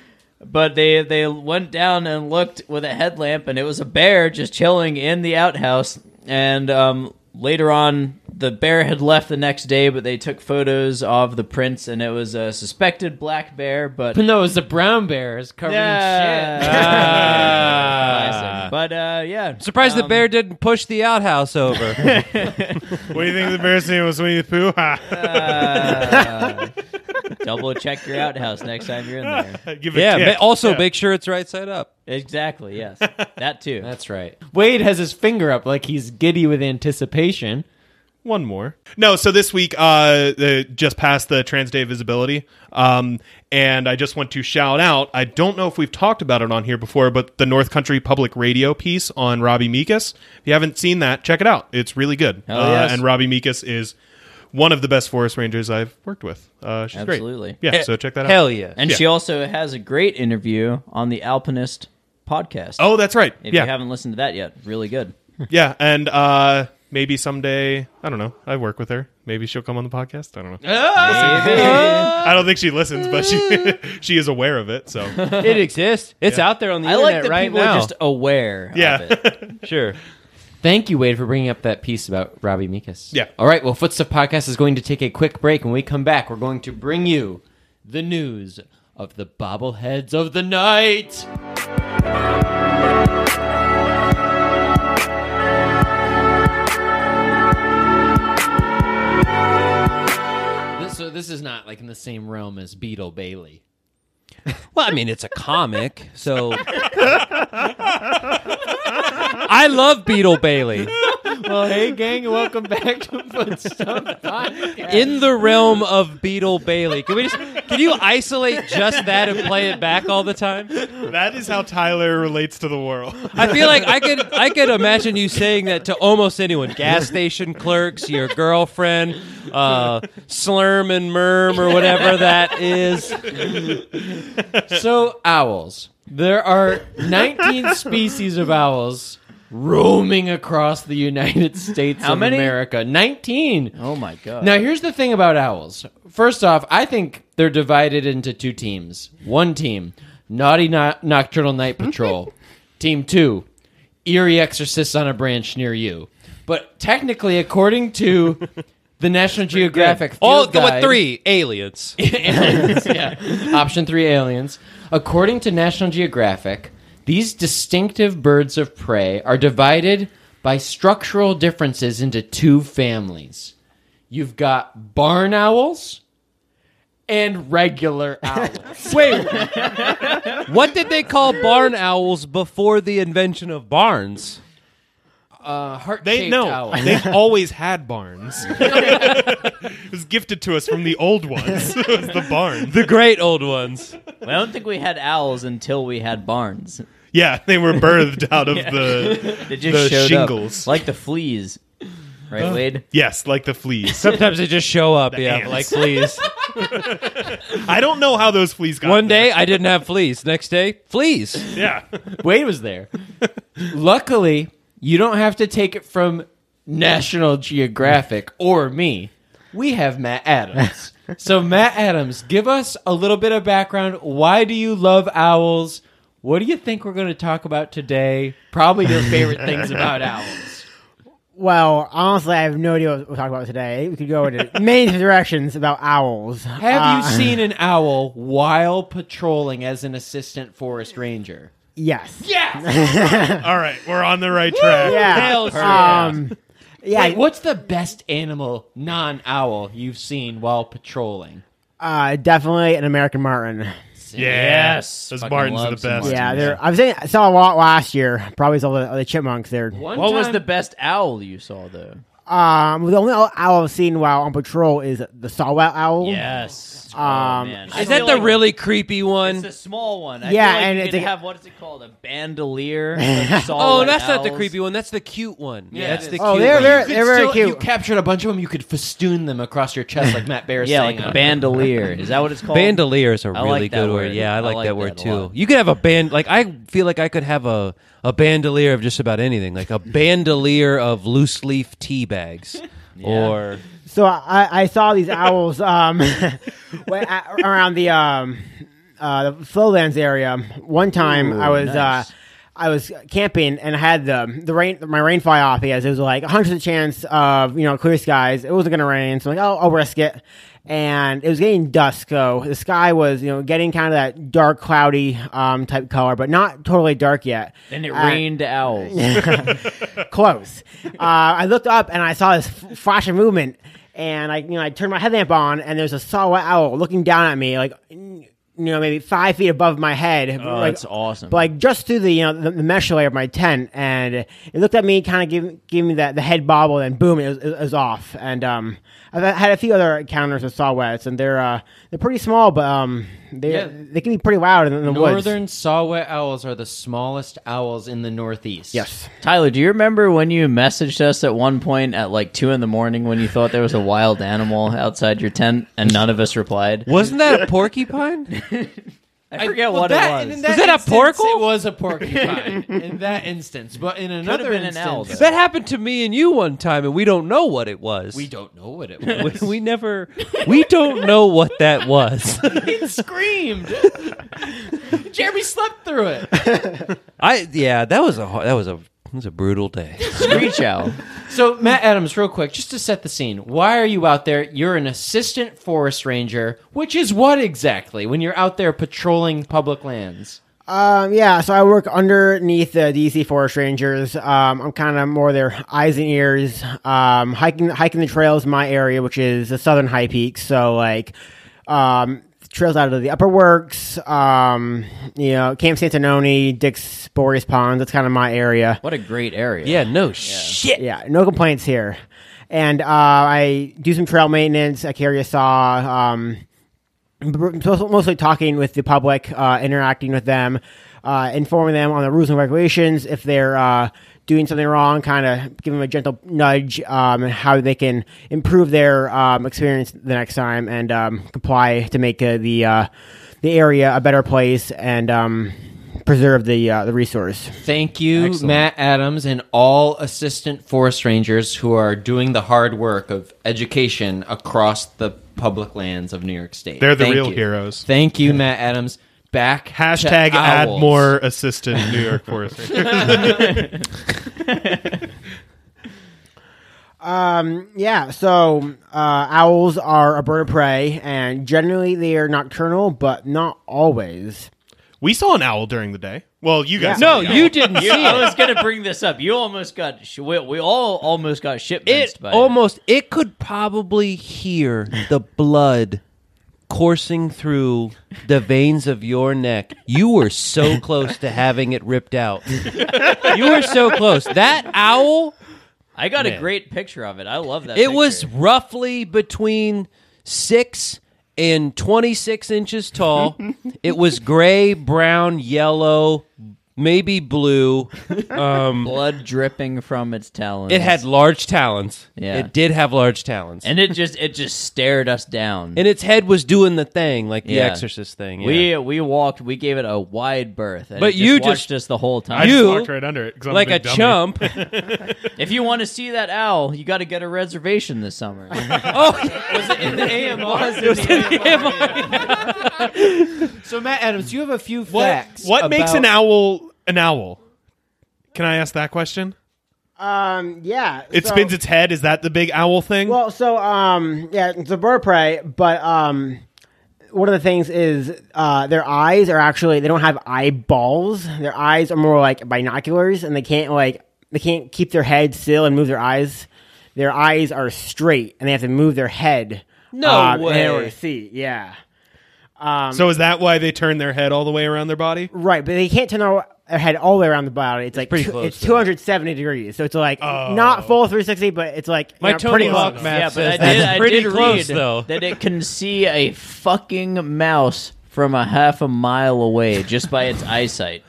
but they they went down and looked with a headlamp, and it was a bear just chilling in the outhouse. And um, later on, the bear had left the next day, but they took photos of the prints, and it was a suspected black bear. But
But no, it's a brown bear. It's covered in shit.
Classic. but uh, yeah,
Surprised the
Um,
bear didn't push the outhouse over.
What do you think the bear's name was Winnie the Pooh? Ha.
uh, double check your outhouse next time you're in there.
Give it
yeah.
a
ma-
kick.
also, make sure it's right side up.
Exactly. Yes, that too.
That's right. Wade has his finger up like he's giddy with anticipation.
One more. No, so this week, uh, the, just past the Trans Day of Visibility, um, and I just want to shout out. I don't know if we've talked about it on here before, but the North Country Public Radio piece on Robbie Meekus. If you haven't seen that, check it out. It's really good. Uh,
Hell Oh, yes.
And Robbie Meekus is one of the best forest rangers I've worked with. Uh, she's
Absolutely.
great. Yeah, so check that out.
Hell yeah.
And
Yeah.
she also has a great interview on the Alpinist podcast.
Oh, that's right.
if
yeah,
you haven't listened to that yet, really good.
yeah, and uh, maybe someday I don't know. I work with her. Maybe she'll come on the podcast. I don't know.
Maybe.
I don't think she listens, but she she is aware of it. So
it exists. It's out there on the
I
internet
like that
right
people
now.
are just aware
Yeah.
of it.
Sure. Thank you, Wade, for bringing up that piece about Robbie Mikas.
Yeah.
All right. Well, Footstuff Podcast is going to take a quick break. When we come back, we're going to bring you the news of the bobbleheads of the night. This, so this is not like in the same realm as Beetle Bailey.
Well, I mean, it's a comic, so. I love Beetle Bailey.
Well, hey gang, welcome back to Footstuff Podcast.
In the realm of Beetle Bailey, can we just can you isolate just that and play it back all the time?
that is how Tyler relates to the world.
I feel like I could I could imagine you saying that to almost anyone: gas station clerks, your girlfriend, uh, slurm and merm or whatever that is.
So owls. There are 19 species of owls roaming across the United States
How
of
many?
America. 19.
Oh my god.
Now here's the thing about owls. First off, I think they're divided into two teams. One team, Naughty no- Nocturnal Night Patrol. team 2, Eerie Exorcists on a Branch near you. But technically according to the National Geographic Field
All the what
Guide-
three aliens?
aliens. yeah. Option three aliens. According to National Geographic, these distinctive birds of prey are divided by structural differences into two families. You've got barn owls and regular owls.
Wait, what did they call barn owls before the invention of barns?
Uh, heart-shaped
They know
owls.
they've always had barns. it was gifted to us from the old ones. it was the barn.
The great old ones.
I don't think we had owls until we had barns.
Yeah, they were birthed out of the
They
The
just showed
shingles.
up like the fleas, right, Wade?
yes, like the fleas.
Sometimes they just show up, yeah,
ants.
like fleas.
I don't know how those fleas got.
One
there.
day I didn't have fleas. Next day, fleas.
yeah.
Wade was there. Luckily, you don't have to take it from National Geographic or me. We have Matt Adams. So, Matt Adams, give us a little bit of background. Why do you love owls? What do you think we're going to talk about today? Probably your favorite things about owls.
Well, honestly, I have no idea what we're talking about today. We could go into many directions about owls.
Have
Uh,
you seen an owl while patrolling as an assistant forest ranger?
Yes.
All right, we're on the right track.
Yeah.
Hell yeah.
Um, yeah.
Wait, what's the best animal, non owl, you've seen while patrolling?
Uh, definitely an American Martin.
Yes. Those
Fucking
Martins are
love
the
some
best.
Martins.
Yeah, they're. I've seen. I saw a lot last year. Probably saw the, the chipmunks there.
One
What was
time-
the best owl you saw though?
Um, the only owl I've seen while on patrol is the sawwell owl.
Yes.
Um,
I
Is that
feel
the
like
really creepy
It's
one?
the small one. I
Yeah,
feel like
and
you
it's
could
a-
have what is it called? A bandolier.
Oh, that's not the creepy one. That's the cute one. Yeah, that's
it
the
is.
cute.
Oh, they're
one.
very,
could
they're very
still-
cute.
You captured a bunch of them. You could festoon them across your chest like Matt Bear. is
Yeah,
saying uh,
like a
on-
bandolier. Is that what it's called?
Bandolier is a
I
really
like that
good
word.
word. Yeah, I
I
like,
like
that word
that a
too.
lot.
You could have a band. Like I feel like I could have a a bandolier of just about anything, like a bandolier of loose leaf tea bags, or
So I, I saw these owls um, when, a- around the um, uh, the Flowlands area. One time I was uh, I was camping and I had the the rain my rain fly off because it was like a hundred chance of you know clear skies. It wasn't gonna rain, so I'm like oh I'll risk it. And it was getting dusk, so the sky was you know getting kind of that dark cloudy um, type color, but not totally dark yet.
And it
Uh,
rained owls.
close. Uh, I looked up and I saw this f- flash of movement, and I, you know, I turned my headlamp on, and there's a saw owl looking down at me, like, you know, maybe five feet above my head.
Oh,
like,
that's awesome.
But like just through the you know the, the mesh layer of my tent, and it looked at me, kind of gave gave me that the head bobble, and boom, it was, it was off. And um, I've had a few other encounters with sawwets, and they're uh, they're pretty small, but um, they
Yeah.
they can be pretty loud in, the woods.
Northern sawwet owls are the smallest owls in the Northeast.
Yes.
Tyler, do you remember when you messaged us at one point at like two in the morning when you thought there was a wild animal outside your tent and none of us replied?
wasn't that a porcupine?
I I forget
well,
what
that- and
it
in
was.
that
Was that a
instance,
porkle?
It was a porcupine in that instance, but in another
been an
instance,
owl, though.
That happened to me and you one time, and we don't know what it was.
we don't know what it was.
We, we never. We don't know what that was.
it screamed. Jeremy slept through it.
I yeah. That was a ho- that was a that was a brutal day.
Screech owl.
So, Matt Adams, real quick, just to set the scene, why are you out there? You're an assistant forest ranger, which is what exactly when you're out there patrolling public lands?
Um, yeah, so I work underneath the DC Forest Rangers. Um, I'm kind of more their eyes and ears. Um, hiking hiking the trails in my area, which is the southern high peaks. So like, um, trails out of the Upper Works. Um, you know, Camp Santinoni, Dick's Boreas Ponds. That's kind of my area.
What a great area.
Yeah. No shit.
Yeah, no complaints here. And uh, I do some trail maintenance. I carry a saw. Um, br- so- mostly talking with the public, uh, interacting with them, uh, informing them on the rules and regulations. If they're uh, doing something wrong, kind of give them a gentle nudge um, and how they can improve their um, experience the next time and um, comply to make uh, the uh, the area a better place and um, preserve the uh, the resource.
Thank you, Matt Adams, and all assistant forest rangers who are doing the hard work of education across the public lands of New York State.
They're the
Thank
real
you.
heroes.
Thank you, Matt Adams. Back
Hashtag
to
add
owls.
more assistant New York Forest Rangers.
Um, yeah, so uh, owls are a bird of prey, and generally they are nocturnal, but not always.
we saw an owl during the day. Well, you guys.
No,
saw an
you
owl.
didn't see
I
it.
was gonna bring this up. You almost got. Sh- we, we all almost got shit
It
benched by
almost. It could probably hear the blood coursing through the veins of your neck. You were so close to having it ripped out. You were so close. That owl.
I got
Man.
a great picture of it. I love that.
It
picture.
was roughly between six and 26 inches tall. it was gray, brown, yellow, maybe blue. Um,
blood dripping from its talons.
it had large talons.
Yeah.
It did have large talons. And,
and it just it just stared us down.
its head was doing the thing, like the
Yeah.
Exorcist thing. yeah.
We we walked. We gave it a wide berth. And
But
it just
you
watched
just-
us the whole
I
time.
just
you-
walked right under it. 'cause I'm
like a
big dummy.
chump.
if you want to see that owl, you got to get a reservation this summer.
oh,
in the AMR. So, Matt Adams, you have a few
What,
facts.
what makes an
about-
owl an owl? Can I ask that question?
Um, yeah,
It
so-
spins its head. Is that the big owl thing?
Well, so um, yeah, it's a bird of prey, but um, one of the things is uh, their eyes are actually they don't have eyeballs. Their eyes are more like binoculars, and they can't like they can't keep their head still and move their eyes. Their eyes are straight, and they have to move their head.
No
um, in order
way.
to see. Yeah.
so is that why they turn their head all the way around their body?
Right, but they can't turn their their head all the way around the body. It's, like
pretty
two-
close,
it's
though.
270 degrees, so it's like not full 360, but it's like
My
you know,
Tony
pretty
Hawk
close.
math
yeah, but I
says
did,
that's
I
pretty
did
close,
read
though.
that it can see a fucking mouse from a half a mile away just by its eyesight.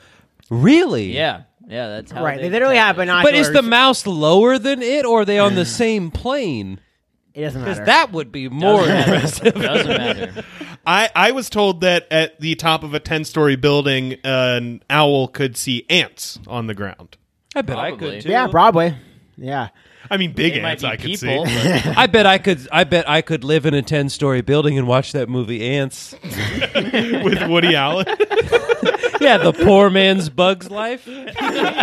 really?
Yeah, yeah, that's how.
Right, they
They
literally have
But
binoculars.
is the mouse lower than it, or are they on the same plane?
it doesn't matter.
Because that would be more impressive.
Doesn't matter.
I, I was told that at the top of a 10 story building, an owl could see ants on the ground.
I bet I
Probably.
could too.
yeah, Broadway. Yeah.
I mean, big
It might
ants
be
I could
people.
see.
but-
I bet I could. I bet I could live in a ten-story building and watch that movie Ants.
with Woody Allen.
Yeah, the poor man's Bugs Life.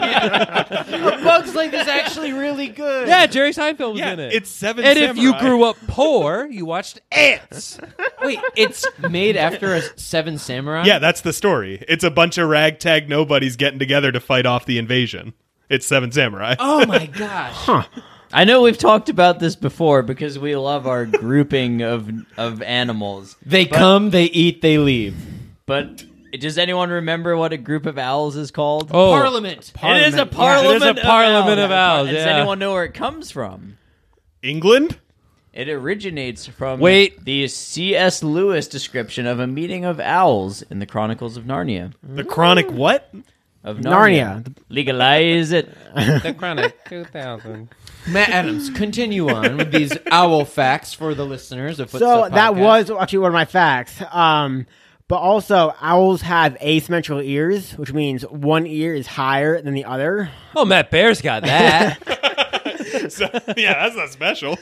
Bugs Life is actually really good.
Yeah, Jerry Seinfeld was
Yeah,
in it.
it's Seven
and if you
Samurai.
grew up poor, you watched Ants.
Wait, it's made after a Seven Samurai.
yeah, that's the story. It's a bunch of ragtag nobodies getting together to fight off the invasion. It's Seven Samurai.
Oh my gosh.
I know we've talked about this before because we love our grouping of of animals.
They come, they eat, they leave.
But does anyone remember what a group of owls is called?
Oh,
Parliament.
It is a
Parliament.
parliament.
It is a parliament of owls,
Does
yeah.
anyone know where it comes from?
England?
It originates from
Wait.
the C.S. Lewis description of a meeting of owls in the Chronicles of Narnia.
The chronic what?
Of
Narnia.
Narnia, legalize it.
the Chronic 2000.
Matt Adams, continue on with these owl facts for the listeners of Footstep
So that
Podcast.
was actually one of my facts. Um, But also, owls have asymmetrical ears, which means one ear is higher than the other.
Oh, Matt Bear's got that.
So- yeah, that's not special.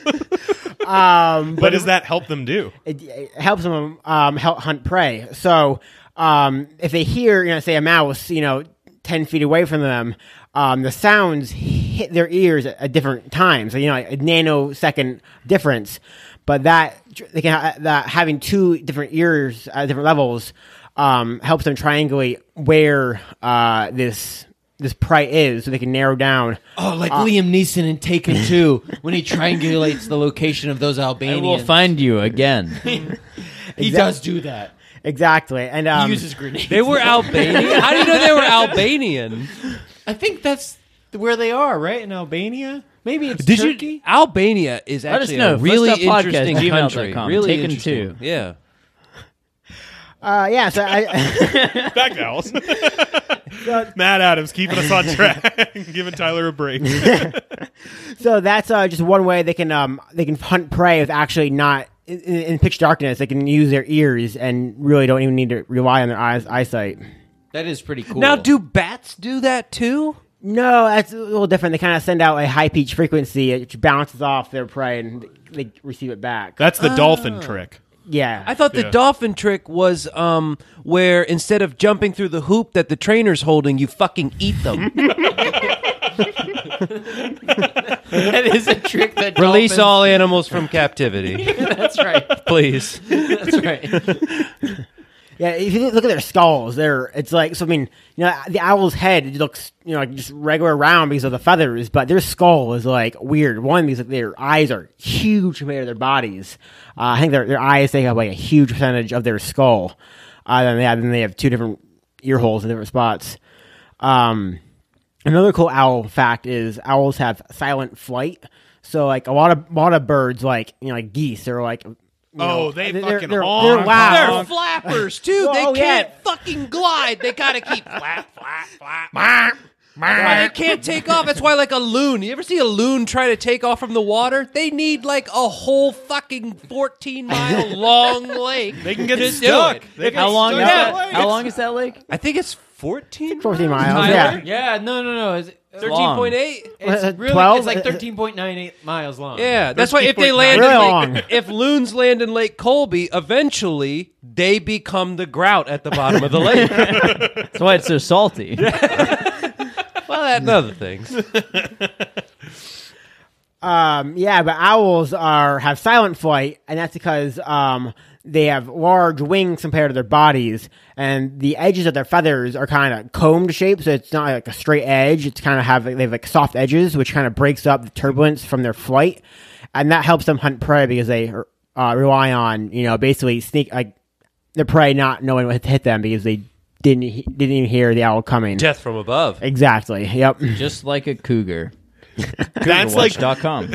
Um,
what does that help them do?
it, it helps them um, help hunt prey. So um, if they hear, you know, say a mouse, you know, ten feet away from them, um, the sounds hit their ears at, at different times. So, you know, a nanosecond difference. But that they can ha- that having two different ears at different levels um, helps them triangulate where uh, this this prey is, so they can narrow down.
Oh, like
uh,
Liam Neeson in Taken Two when he triangulates the location of those
I
Albanians.
will find you again.
he does do that.
Exactly, and
He
um,
uses grenades.
They were Albanian. How do you know they were Albanian?
I think that's where they are, right? In Albania? Maybe it's
Did
Turkey?
you? Albania is
Let us
actually
know.
a really
First Up Podcast,
interesting country.
gmail.com.
Really
Taken
interesting.
two.
Yeah.
uh, yeah. So I.
Back to owls. Matt Adams keeping us on track, giving Tyler a break.
So that's uh, just one way they can um, they can hunt prey with actually not in, in pitch darkness. They can use their ears and really don't even need to rely on their eyes eyesight.
That is pretty cool.
Now, do bats do that too?
No, that's a little different. They kind of send out a high pitch frequency, which bounces off their prey and they receive it back.
That's the dolphin trick.
yeah,
I thought the
Yeah.
dolphin trick was um, where instead of jumping through the hoop that the trainer's holding, you fucking eat them.
that is a trick that
Release
dolphins-
all animals from captivity,
That's right.
please.
That's right.
yeah. If you look at their skulls, they're it's like so. I mean, you know, the owl's head looks you know like just regular round because of the feathers, but their skull is like weird. One because their eyes are huge compared to their bodies. Uh, I think their their eyes take up like a huge percentage of their skull. Uh, then they have, then they have two different ear holes in different spots. Um, another cool owl fact is owls have silent flight. So like a lot of a lot of birds like you know like geese are like you know,
Oh, they
they're-
fucking
they're,
honk,
they're loud.
They're flappers too.
Well, oh,
they can't
yeah.
fucking glide. They gotta keep flap, flap, flap. They can't take off. That's why, like a loon. You ever see a loon try to take off from the water? They need like a whole fucking fourteen mile long lake.
They can get
to
stuck.
Do it.
They can
How long is
get
that?
stuck.
How long is that lake?
I think it's fourteen.
14 miles,
Tyler?
Yeah, no, no, no. It's, it's
Thirteen point eight.
Uh,
It's really
12?
it's like 13.98 miles long.
Yeah, that's why if they land
Really
in Lake-
long.
if loons land in Lake Colby, eventually they become the grout at the bottom of the lake.
That's why it's so salty.
well, that and other things.
Um, yeah, but owls are have silent flight, and that's because um, they have large wings compared to their bodies, and the edges of their feathers are kind of combed shaped, so it's not like a straight edge. It's kind of have they have like soft edges, which kind of breaks up the turbulence from their flight, and that helps them hunt prey because they uh, rely on you know basically sneak like the prey not knowing what to hit them because they didn't he- didn't even hear the owl coming.
Death from above.
Exactly. Yep.
Just like a cougar.
That's like
Watch.com.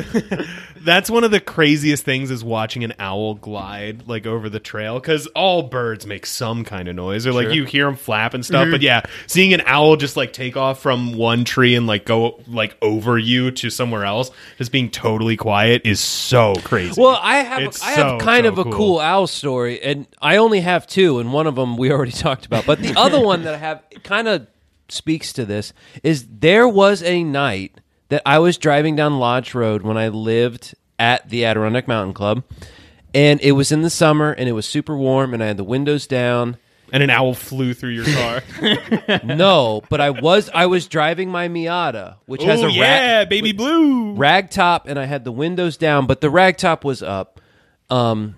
that's one of the craziest things is watching an owl glide like over the trail because all birds make some kind of noise or like you hear them flap and stuff but yeah seeing an owl just like take off from one tree and like go like over you to somewhere else just being totally quiet is so crazy
Well, I have
It's
I have
so,
kind
so
of a cool.
cool
owl story, and I only have two, and one of them we already talked about, but the other one that I have kind of speaks to this is there was a night that I was driving down Lodge Road when I lived at the Adirondack Mountain Club, and it was in the summer, and it was super warm, and I had the windows down,
and an owl flew through your car
no, but I was I was driving my Miata, which has
oh
a
yeah
rat,
baby blue
rag top, and I had the windows down, but the rag top was up, um,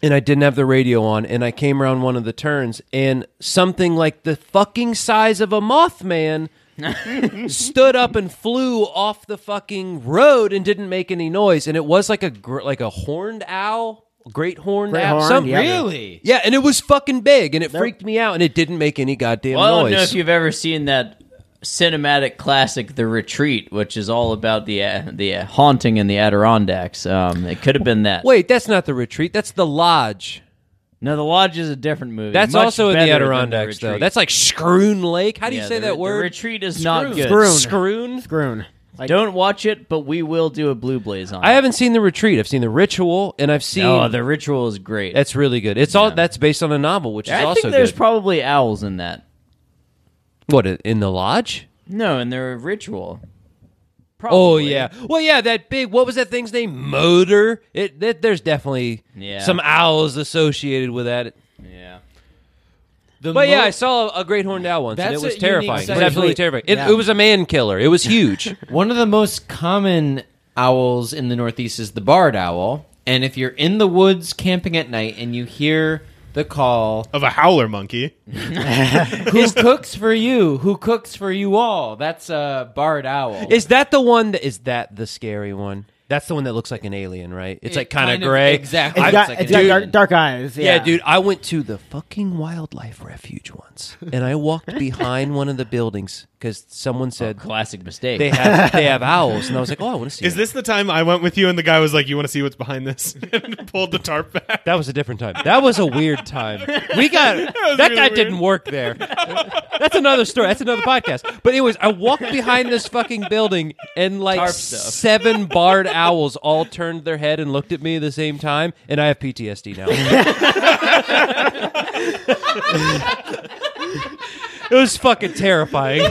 and I didn't have the radio on, and I came around one of the turns, and something like the fucking size of a Mothman stood up and flew off the fucking road and didn't make any noise, and it was like a gr- like a horned owl, great horned
Great
owl,
horned,
some-
yeah.
Really?
Yeah, and it was fucking big, and it freaked me out, and it didn't make any goddamn
Well, I don't
noise.
know if you've ever seen that cinematic classic, The Retreat, which is all about the uh, the uh, haunting in the Adirondacks. Um, it could have been that.
Wait, that's not the retreat. That's the lodge.
no, The Lodge is a different movie.
That's
Much
also in the
better than
Adirondacks, though.
Retreat.
That's like Scroon Lake. How do you
Yeah,
say
the-
that word?
The Retreat is not good.
Scroon.
Scroon.
Scroon. Like,
Don't watch it, but we will do a blue blaze on.
I
it.
haven't seen the retreat. I've seen the ritual, and I've seen
Oh, the ritual is great.
that's really good. It's all that's based on a novel, which is
I
also
think there's
good.
probably owls in that.
what in the lodge?
No, in their ritual. Probably.
Oh yeah, well yeah. That big what was that thing's name? Motor. It that, there's definitely
Yeah.
some owls associated with that.
yeah.
The
But yeah,
mo-
I saw a great horned owl once, and
That's
it was
a unique
terrifying. It was
sight.
absolutely terrifying. It,
Yeah.
it was a man killer. It was huge.
One of the most common owls in the Northeast is the barred owl. And if you're in the woods camping at night and you hear the call,
of a howler monkey.
who cooks for you? Who cooks for you all? That's a barred owl.
is that the one? That is that the scary one? That's the one that looks like an alien, right? It's
It
like kind of
kind of-
gray.
exactly.
it's
I-
got,
It's like
it's
a
got
dude.
dark, dark eyes. Yeah.
Yeah. dude, I went to the fucking wildlife refuge once, and I walked behind one of the buildings because someone said
Classic mistake.
they have they have owls, and I was like, oh, I want to see.
Is
it."
this the time I went with you and the guy was like, "You want to see what's behind this?" and pulled the tarp back.
That was a different time. That was a weird time. We got that,
was really
guy
weird.
didn't work there. That's another story. That's another podcast. But anyways, I walked behind this fucking building and like
Tarp stuff.
seven barred owls all turned their head and looked at me at the same time, and I have PTSD now. it was fucking terrifying.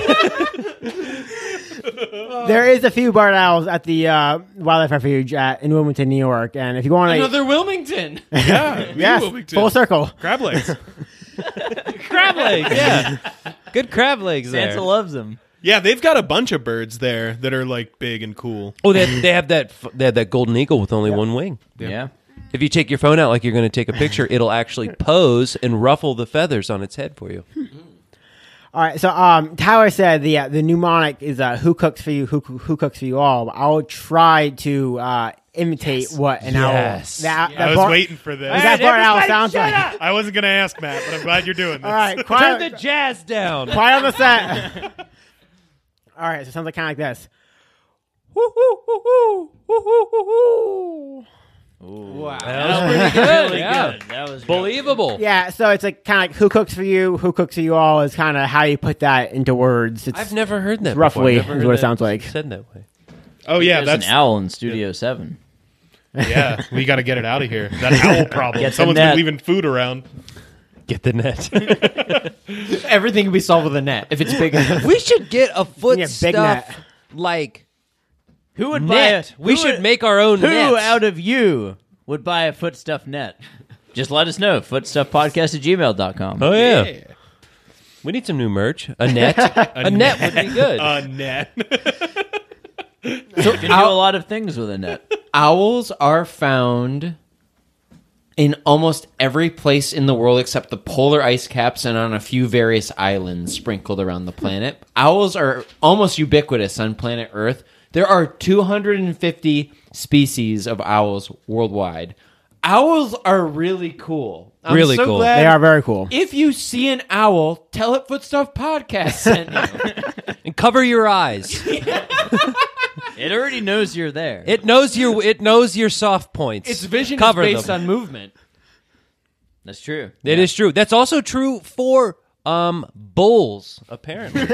There is a few barred owls at the uh, wildlife refuge at, in Wilmington, New York, and if you want to,
Another Wilmington.
Yeah,
yes, full circle.
Crab legs.
crab legs, yeah. Good crab legs there.
Santa loves them.
yeah, they've got a bunch of birds there that are like big and cool.
Oh, they have, they have that f- they have that golden eagle with only one wing.
Yeah.
If you take your phone out like you're going to take a picture, it'll actually pose and ruffle the feathers on its head for you.
All right, so um, Tyler said the uh, the mnemonic is uh, "Who cooks for you? Who coo- who cooks for you all?" I'll try to uh, imitate what an
Yes.
owl. That, that
I was
bar-
waiting for this.
Is that barred owl sounds like?
I wasn't gonna ask Matt, but I'm glad you're doing this.
All right,
Turn
quiet,
the jazz down.
quiet on the set. all right, so it sounds like kind of like this. Woo, woo, woo, woo, woo, woo, woo, woo.
Wow.
Good,
Yeah.
yeah.
That was
Believable.
Yeah, so it's like kind of like who cooks for you, who cooks for you all is kind of how you put that into words. It's,
I've never heard that.
Roughly
before. I've never
is
heard
what it
that
sounds like.
Said that way.
Oh yeah,
There's
that's
an owl in Studio Seven.
yeah. We got to get it out of here. That owl problem.
Get the
Someone's been
net.
leaving food around.
Get the net.
Everything can be solved with a net if it's big enough.
we should get a foot
Yeah, big
stuff
net.
like
Who would
net. we should make our own
Who
nets.
out of you would buy a footstuff net? Just let us know. Footstuffpodcast at gmail.com.
oh yeah. We need some new merch. A net. a, net. would be good.
A net.
You can do a lot of things with a net.
Owls are found in almost every place in the world except the polar ice caps and on a few various islands sprinkled around the planet. Owls are almost ubiquitous on planet Earth. There are 250 species of owls worldwide. Owls are really cool. I'm
Really
so
cool.
glad-
they are very cool.
If you see an owl, tell it Footstuff Podcast sent you.
and cover your eyes.
It already knows you're there.
It knows your it knows your soft points.
Its vision
cover
is based
them.
on movement.
That's true.
It is true. That's also true for um bulls, apparently.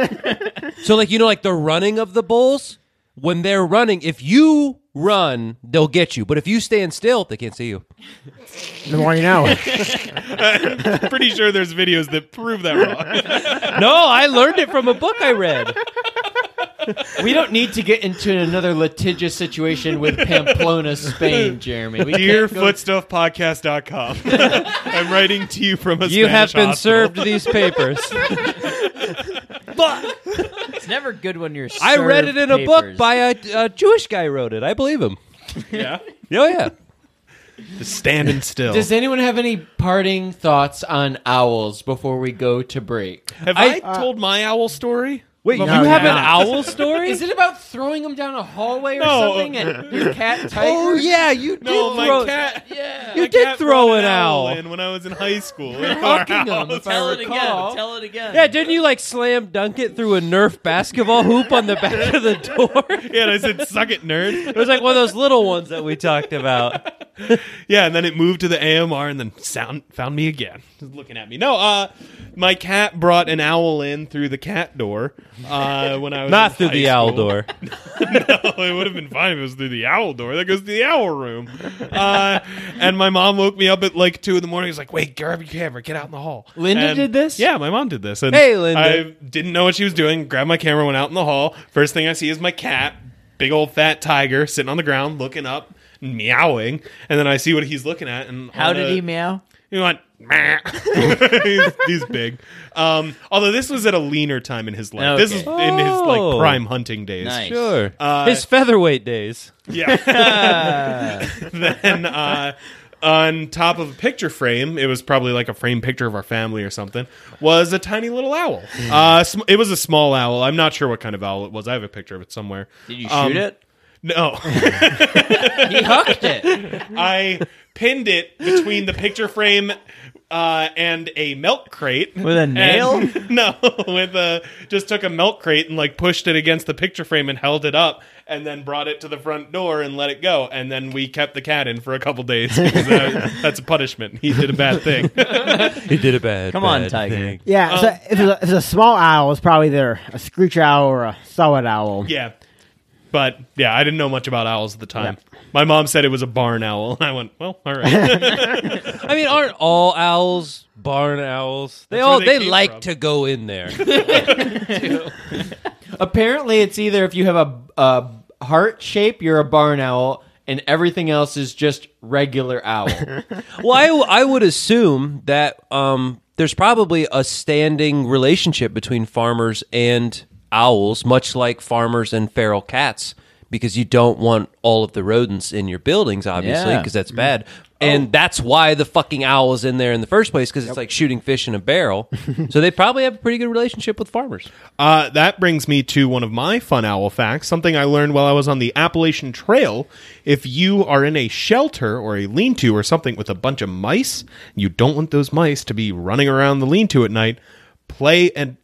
so like you know, like the running of the bulls, when they're running, if you run, they'll get you. But if you stand still, they can't see you.
The more you know.
Pretty sure there's videos that prove that wrong.
No, I learned it from a book I read.
We don't need to get into another litigious situation with Pamplona, Spain, Jeremy. We
Dear
can't go-
footstuffpodcast.com. I'm writing to you from a
You have
Spanish
been
hospital.
served these papers.
It's never good when you're.
I read it in a book
by.
by a, a Jewish guy wrote it. I believe him.
Yeah.
Oh yeah.
Just standing still.
Does anyone have any parting thoughts on owls before we go to break?
have I, told my owl story?
uh, Wait,
No,
you have
no.
an owl story?
Is it about throwing them down a hallway or
No.
something and your cat tiger?
oh yeah, you did
No, my
throw
cat.
you
my
did
cat
throw
brought
an owl.
in when I was in high school. in our
Fucking them,
house.
if I recall.
it again.
Yeah, didn't you like slam dunk it through a Nerf basketball hoop on the back of the door?
Yeah, and I said, "Suck it, nerd."
It was like one of those little ones that we talked about.
yeah, and then it moved to the AMR and then sound found me again, just looking at me. No, uh, my cat brought an owl in through the cat door uh, when I was
Not
in
through
high
the owl
school.
door.
no, it would have been fine if it was through the owl door. That goes to the owl room. Uh, and my mom woke me up at like two in the morning. She's like, "Wait, grab your camera, get out in the hall."
Linda
And-
did this?
Yeah, my mom did this. And
Hey, Linda.
I didn't know what she was doing. Grabbed my camera, went out in the hall. First thing I see is my cat, big old fat tiger, sitting on the ground looking up. and Meowing, and then I see what he's looking at, and
How
on
did
the-
he meow?
he went, "Meh." he's, he's big. Um, although this was at a leaner time in his life. This is
Okay.
in his like
Oh.
prime hunting days.
Nice.
Sure.
Uh,
His featherweight days.
Yeah. then uh, on top of a picture frame, it was probably like a frame picture of our family or something, was a tiny little owl. Uh, sm- it was a small owl. I'm not sure what kind of owl it was. I have a picture of it somewhere.
Did you shoot
Um,
it?
No.
He hooked it.
I pinned it between the picture frame uh, and a milk crate
With a nail?
And- no, with a just took a milk crate and like pushed it against the picture frame and held it up, and then brought it to the front door and let it go, and then we kept the cat in for a couple days. 'cause, uh, that's a punishment. He did a bad thing.
He did a bad.
Come on,
bad
Tiger.
thing.
Yeah,
Oh.
so if it's, a, if it's a small owl, it's probably either a screech owl or a solid owl.
yeah. But yeah, I didn't know much about owls at the time. My mom said it was a barn owl, and I went, "Well, all right."
I mean, aren't all owls barn owls? They
That's
all
where they
they,
came
like
from.
to go in there.
Apparently, it's either if you have a, a heart shape, you're a barn owl, and everything else is just regular owl.
well, I w- I, would assume that um, there's probably a standing relationship between farmers and owls, much like farmers and feral cats, because you don't want all of the rodents in your buildings, obviously,
Yeah.
because that's bad. And that's why the fucking owl is in there in the first place, because it's like shooting fish in a barrel. so they probably have a pretty good relationship with farmers.
Uh, that brings me to one of my fun owl facts, something I learned while I was on the Appalachian Trail. If you are in a shelter or a lean to or something with a bunch of mice, you don't want those mice to be running around the lean to at night, play and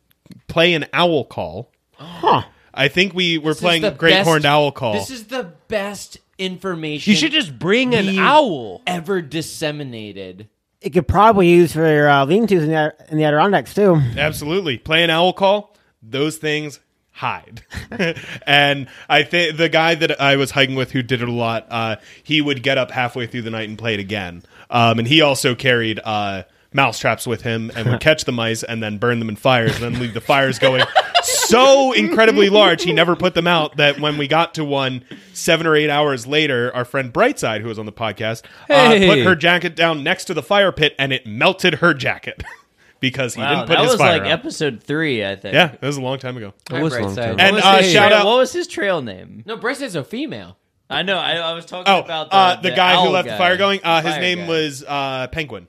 play an owl call. Huh. I think we were playing
This is the
Great
best-
Horned Owl Call.
This is the best information.
You should just bring an
we've
owl.
ever disseminated.
It could probably use for uh, lean-tos in the, in the Adirondacks too.
Absolutely. Play an owl call, those things hide. and I think the guy that I was hiking with who did it a lot, uh, he would get up halfway through the night and play it again. Um, and he also carried uh, mouse traps with him and would catch the mice and then burn them in fires and then leave the fires going so incredibly large he never put them out that when we got to one seven or eight hours later our friend brightside who was on the podcast uh, put
Hey.
her jacket down next to the fire pit and it melted her jacket because he
Wow,
didn't put
that
his
was
fire
like
out.
episode three, I think.
Yeah, that was a long time ago.
It was
Hi,
a long
Brightside.
time.
And
What was
uh,
his
shout
trail-
out.
What was his trail name?
No, Bryce is a female.
I know. I, I was talking
Oh,
about the,
uh, the, guy who
owl
left the fire going. Uh,
the
his
fire
name
guy.
was uh, Penguin.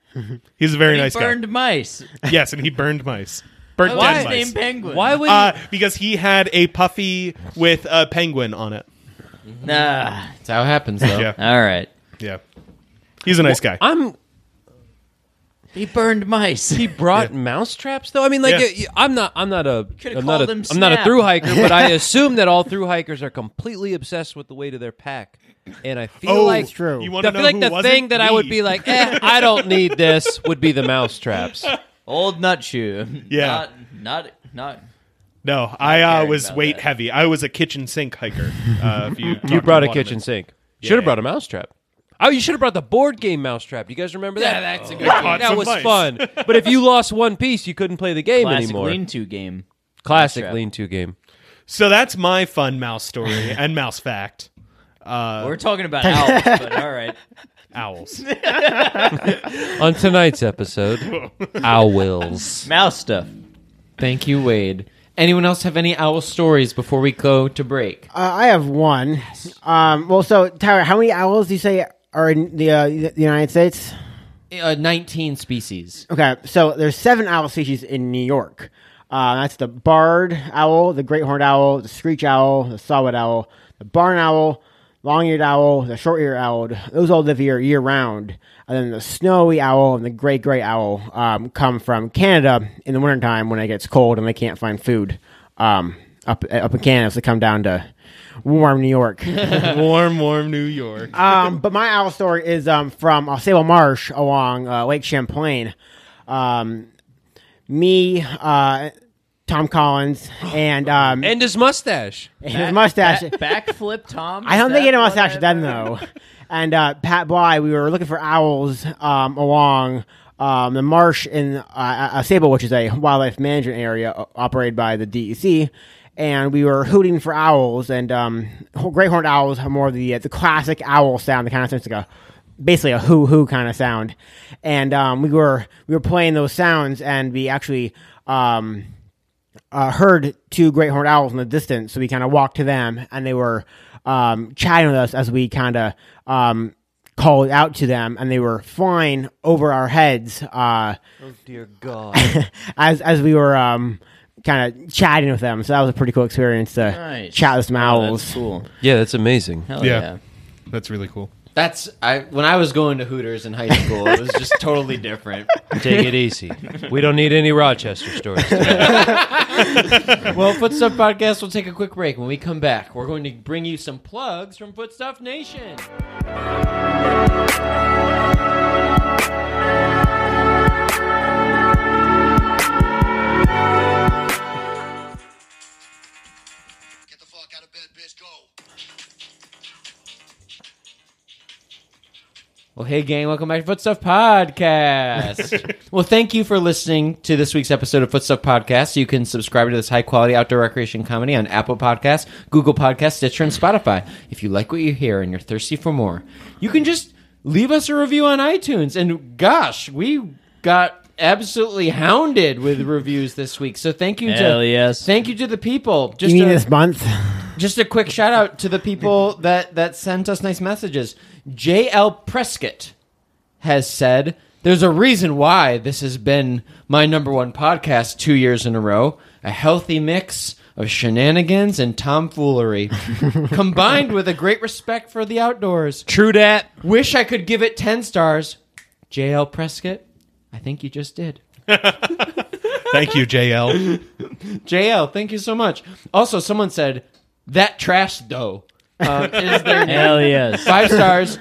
He's a very
He
nice
burned mice.
guy. Yes, and he burned mice. Burned
Why
dead
his
mice.
name Penguin?
Why would
uh, because he had a puffy with a penguin on it.
Nah.
That's how it happens, though.
Yeah.
All right.
Yeah, he's a nice guy.
I'm
He burned mice.
He brought mousetraps though. I mean, like
Yeah.
it- I'm not, I'm not a,
Coulda
I'm not
called
a,
him
I'm not a
Snap.
through hiker, but I assume that all through hikers are completely obsessed with the weight of their pack, and I feel like
true.
You
I
want to
feel
Oh, know
like
who
the
wasn't?
thing that I would
Me.
be like, eh, I don't need this, would be the mousetraps.
Old nut shoe.
Yeah.
Not. Not. not
No, I uh,
caring
was
about
weight
that.
heavy. I was a kitchen sink hiker. Uh, if you
You
talk
brought
to
a
Waterman.
kitchen sink. Should have brought a mousetrap. Oh, you should have brought the board game mousetrap. You guys remember that?
that's a good
Caught
that
Oh, some
was
mice.
fun. But if you lost one piece, you couldn't play the game
classic
anymore.
lean-to game.
Classic
mousetrap.
lean-to game.
So that's my fun mouse story and mouse fact.
We're talking about owls, but all right.
Owls.
On tonight's episode, owls.
Mouse stuff.
Thank you, Wade. Anyone else have any owl stories before we go to break?
Uh, I have one. Um, well, so Tyler, how many owls do you say are in the, uh, the United States?
Uh, 19 species.
Okay, so there's seven owl species in New York. Uh, that's the barred owl, the great horned owl, the screech owl, the solid owl, the barn owl, long-eared owl, the short-eared owl. Those all live here year-round. And then the snowy owl and the great gray owl um, come from Canada in the wintertime when it gets cold and they can't find food. Um, up up in Canada, so come down to warm New York.
warm, warm New York.
um, but my owl story is um, from Osceola Marsh along uh, Lake Champlain. Um, me, uh, Tom Collins, and um,
And his mustache.
his mustache.
backflip Tom.
I don't think
Is that
he had a
what
mustache
I-
then, though. And uh, Pat Bly, we were looking for owls um, along um, the marsh in uh, Osceola, which is a wildlife management area o- operated by the DEC. And we were hooting for owls, and um, ho- great horned owls have more of the uh, the classic owl sound, the kind of sounds like a basically a hoo hoo kind of sound. And um, we were we were playing those sounds, and we actually. Um, uh, heard two great horned owls in the distance, so we kind of walked to them, and they were um, chatting with us as we kind of um, called out to them, and they were flying over our heads uh,
Dear God.
as as we were um, kind of chatting with them. So that was a pretty cool experience to
Nice.
chat with some
Oh,
owls.
that's cool.
Yeah, that's amazing.
Hell
Yeah.
yeah.
That's really cool.
That's I when I was going to Hooters in high school, it was just totally different.
Take it easy. We don't need any Rochester stories. today.
Well, Footstuff Podcast will take a quick break. When we come back, we're going to bring you some plugs from Footstuff Nation.
Get the fuck out of bed, bitch. Go.
Well, hey, gang, welcome back to Footstuff Podcast. well, thank you for listening to this week's episode of Footstuff Podcast. You can subscribe to this high quality outdoor recreation comedy on Apple Podcasts, Google Podcasts, Stitcher, and Spotify. If you like what you hear and you're thirsty for more, you can just leave us a review on iTunes. And gosh, we got absolutely hounded with reviews this week. So thank you
Hell
to
yes.
thank you to the people. Just
You mean
a-
this month?
just a quick shout out to the people that that sent us nice messages. J.L. Prescott has said there's a reason why this has been my number one podcast two years in a row. A healthy mix of shenanigans and tomfoolery, combined with a great respect for the outdoors.
True dat.
Wish I could give it ten stars. J.L. Prescott, I think you just did.
Thank you, JL.
JL, thank you so much. Also, someone said that trash though uh, is their
Hell yes.
Five stars.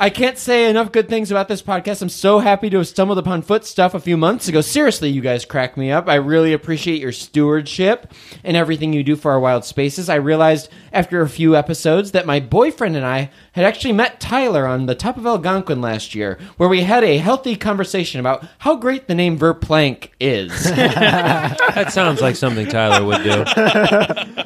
I can't say enough good things about this podcast. I'm so happy to have stumbled upon Foot Stuff a few months ago. Seriously, you guys crack me up. I really appreciate your stewardship and everything you do for our wild spaces. I realized after a few episodes that my boyfriend and I had actually met Tyler on the top of Algonquin last year, where we had a healthy conversation about how great the name Verplank is.
That sounds like something Tyler would do.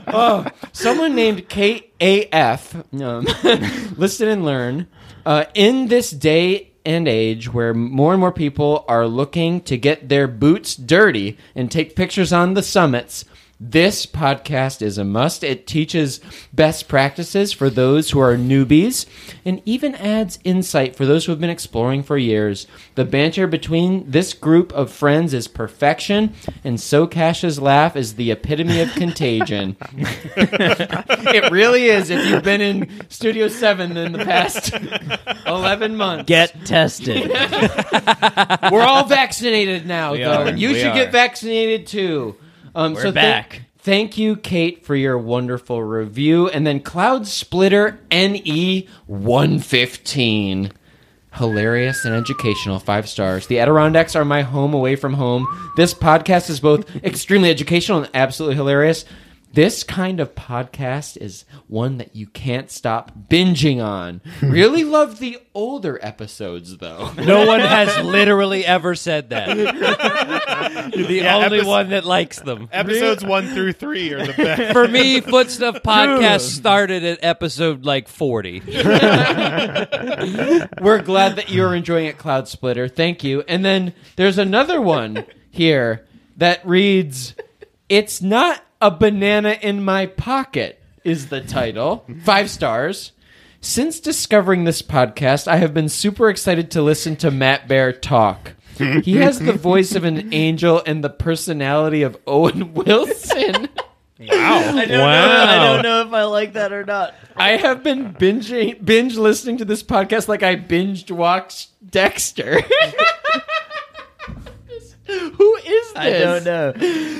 Someone named KAF, um, listen and learn. Uh, in this day and age where more and more people are looking to get their boots dirty and take pictures on the summits, this podcast is a must. It teaches best practices for those who are newbies and even adds insight for those who have been exploring for years. The banter between this group of friends is perfection, and So Cash's laugh is the epitome of contagion. It really is. If you've been in Studio Seven in the past eleven months,
Get tested.
we're all vaccinated now, though.
are.
and You
We
should
are.
get vaccinated too. Um, so
We're
thank-
back.
thank you, Kate, for your wonderful review, and then Cloud Splitter Ne one fifteen. Hilarious and educational, five stars. The Adirondacks are my home away from home. This podcast is both extremely educational and absolutely hilarious. This kind of podcast is one that you can't stop binging on. Really love the older episodes, though.
No one has literally ever said that. You're the only
epis-
one that likes them.
Episodes one through three are the best.
For me, Footstuff Podcast started at episode like 40.
We're glad that you're enjoying it, Cloud Splitter. Thank you. And then there's another one here that reads It's Not a Banana in My Pocket, is the title. Five stars. Since discovering this podcast, I have been super excited to listen to Matt Bear talk. He has the voice of an angel and the personality of Owen Wilson.
I don't, know, I don't know if I like that or not.
I have been binging, binge listening to this podcast like I binged watched Dexter. Who is this?
I don't know,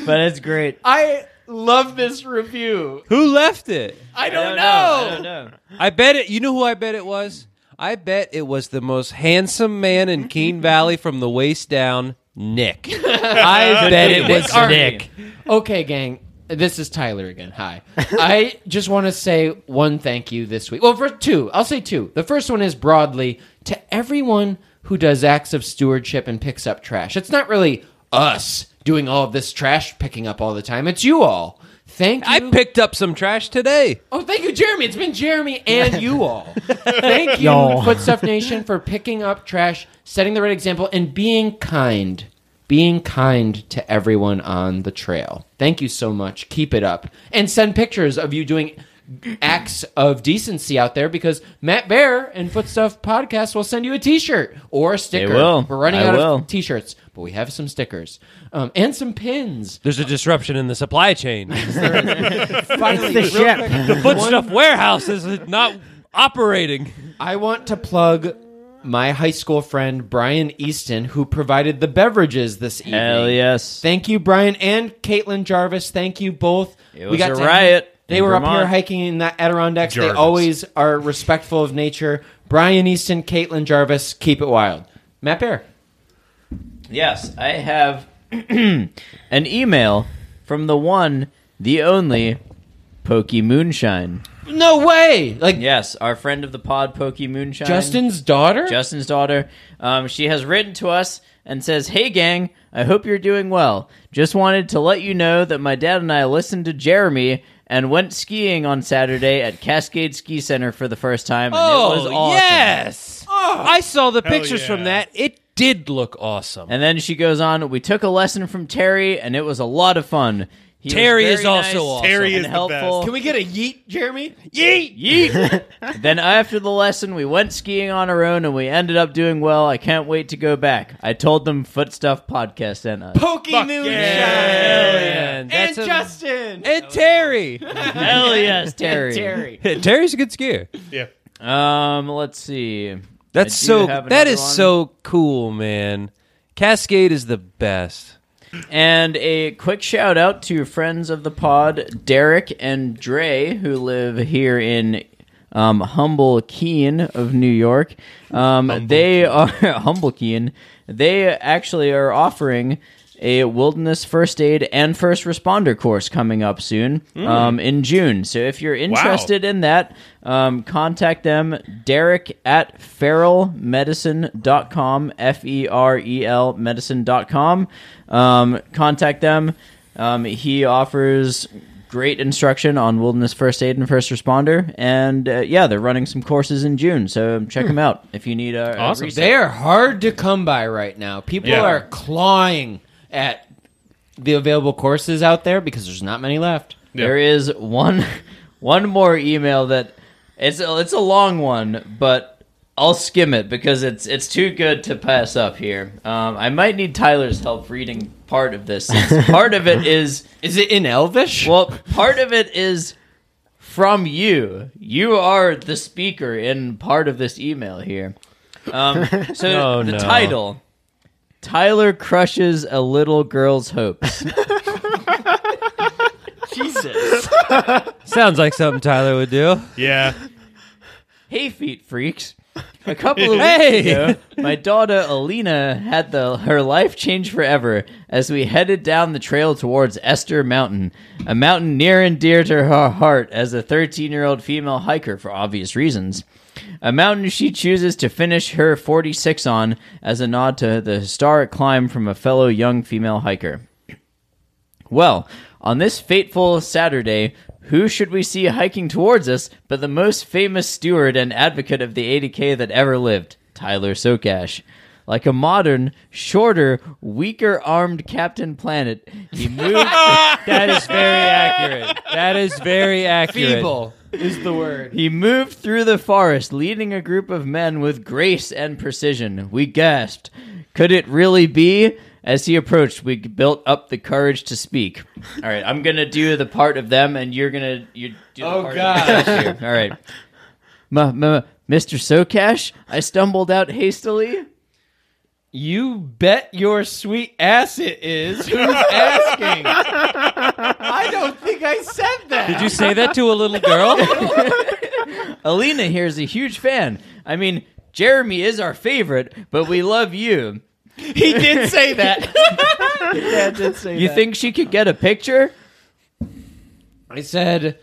but it's great.
I Love this review.
Who left it?
I don't,
I don't know.
I bet it. You know who I bet it was? I bet it was the most handsome man in Keene Valley from the waist down, Nick. I bet it was Nick.
Okay, gang. This is Tyler again. Hi. I just want to say one thank you this week. Well, for two, I'll say two. The first one is broadly to everyone who does acts of stewardship and picks up trash. It's not really us doing all of this trash picking up all the time. It's you all. Thank you.
I picked up some trash today.
Oh, thank you, Jeremy. It's been Jeremy and you all. thank you,
Y'all.
Foot Stuff Nation, for picking up trash, setting the right example, and being kind. Being kind to everyone on the trail. Thank you so much. Keep it up. And send pictures of you doing acts of decency out there because Matt Bear and Footstuff Podcast will send you a t shirt or a sticker.
will.
We're running
I
out
will.
of t shirts, but we have some stickers um, and some pins.
There's a disruption in the supply chain.
It's the ship.
The foot stuff warehouse is not operating.
I want to plug my high school friend Brian Easton, who provided the beverages this evening.
Hell yes.
Thank you, Brian and Caitlin Jarvis. Thank you both.
It was a riot
They
in
were up
Vermont.
here hiking in the Adirondacks. They
Jarvis.
always are respectful of nature. Brian Easton, Caitlin Jarvis, keep it wild. Matt Bear.
Yes, I have an email from the one, the only, Pokey Moonshine.
No way! Like
Yes, our friend of the pod, Pokey Moonshine.
Justin's daughter?
Justin's daughter. Um, she has written to us and says, Hey, gang, I hope you're doing well. Just wanted to let you know that my dad and I listened to Jeremy and went skiing on Saturday at Cascade Ski Center for the first time. And it
Oh,
was awesome.
Oh, yes! Oh, I saw the
Hell
pictures
yeah.
from that. It did look awesome.
And then she goes on, We took a lesson from Terry, and it was a lot of fun. He was
Terry is
very
also
nice
awesome.
Terry
and
is the
helpful.
best.
Can we get a yeet, Jeremy?
Yeet! then after the lesson, we went skiing on our own and we ended up doing well. I can't wait to go back. I told them Foot Stuff Podcast sent us.
Pokey Moonshine!
And, that's
And
a-
Justin!
and Terry.
Hell yes, Terry.
Terry.
Terry's a good skier.
Yeah.
Um, let's see.
That's
I do
so.
have
That
another
is
one.
so cool, man. Cascade is the best.
And a quick shout out to friends of the pod, Derek and Dre, who live here in um, Humble Keene of New York. Um, they are Humble Keene. They actually are offering a wilderness first aid and first responder course coming up soon um, in June. So if you're interested in that, um, contact them, Derek at feralmedicine.com, F E R E L medicine.com. Um, contact them. Um, he offers great instruction on wilderness first aid and first responder. And uh, yeah, they're running some courses in June. So check them out if you need a. a
Awesome.
resource.
They are hard to come by right now. People
Yeah.
are clawing at the available courses out there because there's not many left.
There is one one more email that it's a, it's a long one, but I'll skim it because it's it's too good to pass up here. Um, I might need Tyler's help reading part of this. since part of it is
Is it in Elvish?
well, part of it is from you. You are the speaker in part of this email here. Um, so
Oh,
the
no.
title Tyler crushes a little girl's hopes. Jesus.
Sounds like something Tyler would do.
Yeah.
Hey, feet freaks. A couple of
Hey!
weeks ago, my daughter Alina had the her life changed forever as we headed down the trail towards Esther Mountain, a mountain near and dear to her heart as a 13-year-old female hiker for obvious reasons. A mountain she chooses to finish her 46 on as a nod to the historic climb from a fellow young female hiker. Well, on this fateful Saturday, who should we see hiking towards us but the most famous steward and advocate of the 80K that ever lived, Tyler Sokash? Like a modern, shorter, weaker armed Captain Planet, he moved.
That is very accurate. That is very accurate.
feeble is the word.
He moved through the forest, leading a group of men with grace and precision. We gasped. Could it really be? As he approached, we built up the courage to speak. All right, I'm gonna do the part of them, and you're gonna you do. The
Oh,
part
gosh.
Of them. All right, M- m- Mr. Sokash, I stumbled out hastily.
You bet your sweet ass it is. Who's asking? I don't think I said that.
Did you say that to a little girl?
Alina here is a huge fan. I mean, Jeremy is our favorite, but we love you.
He did say that.
Yeah, I did say
You
that.
think she could get a picture?
I said,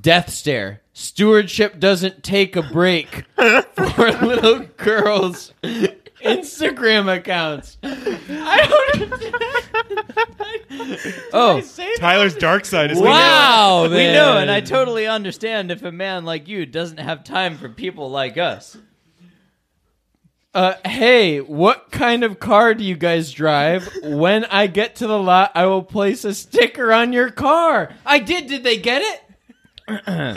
"Death stare." Stewardship doesn't take a break for little girls' Instagram accounts. I don't.
Oh.
I say that?
Tyler's dark side is
wow, man.
We know, and I totally understand if a man like you doesn't have time for people like us.
Uh, hey, what kind of car do you guys drive? When I get to the lot, I will place a sticker on your car. I did. Did they get it?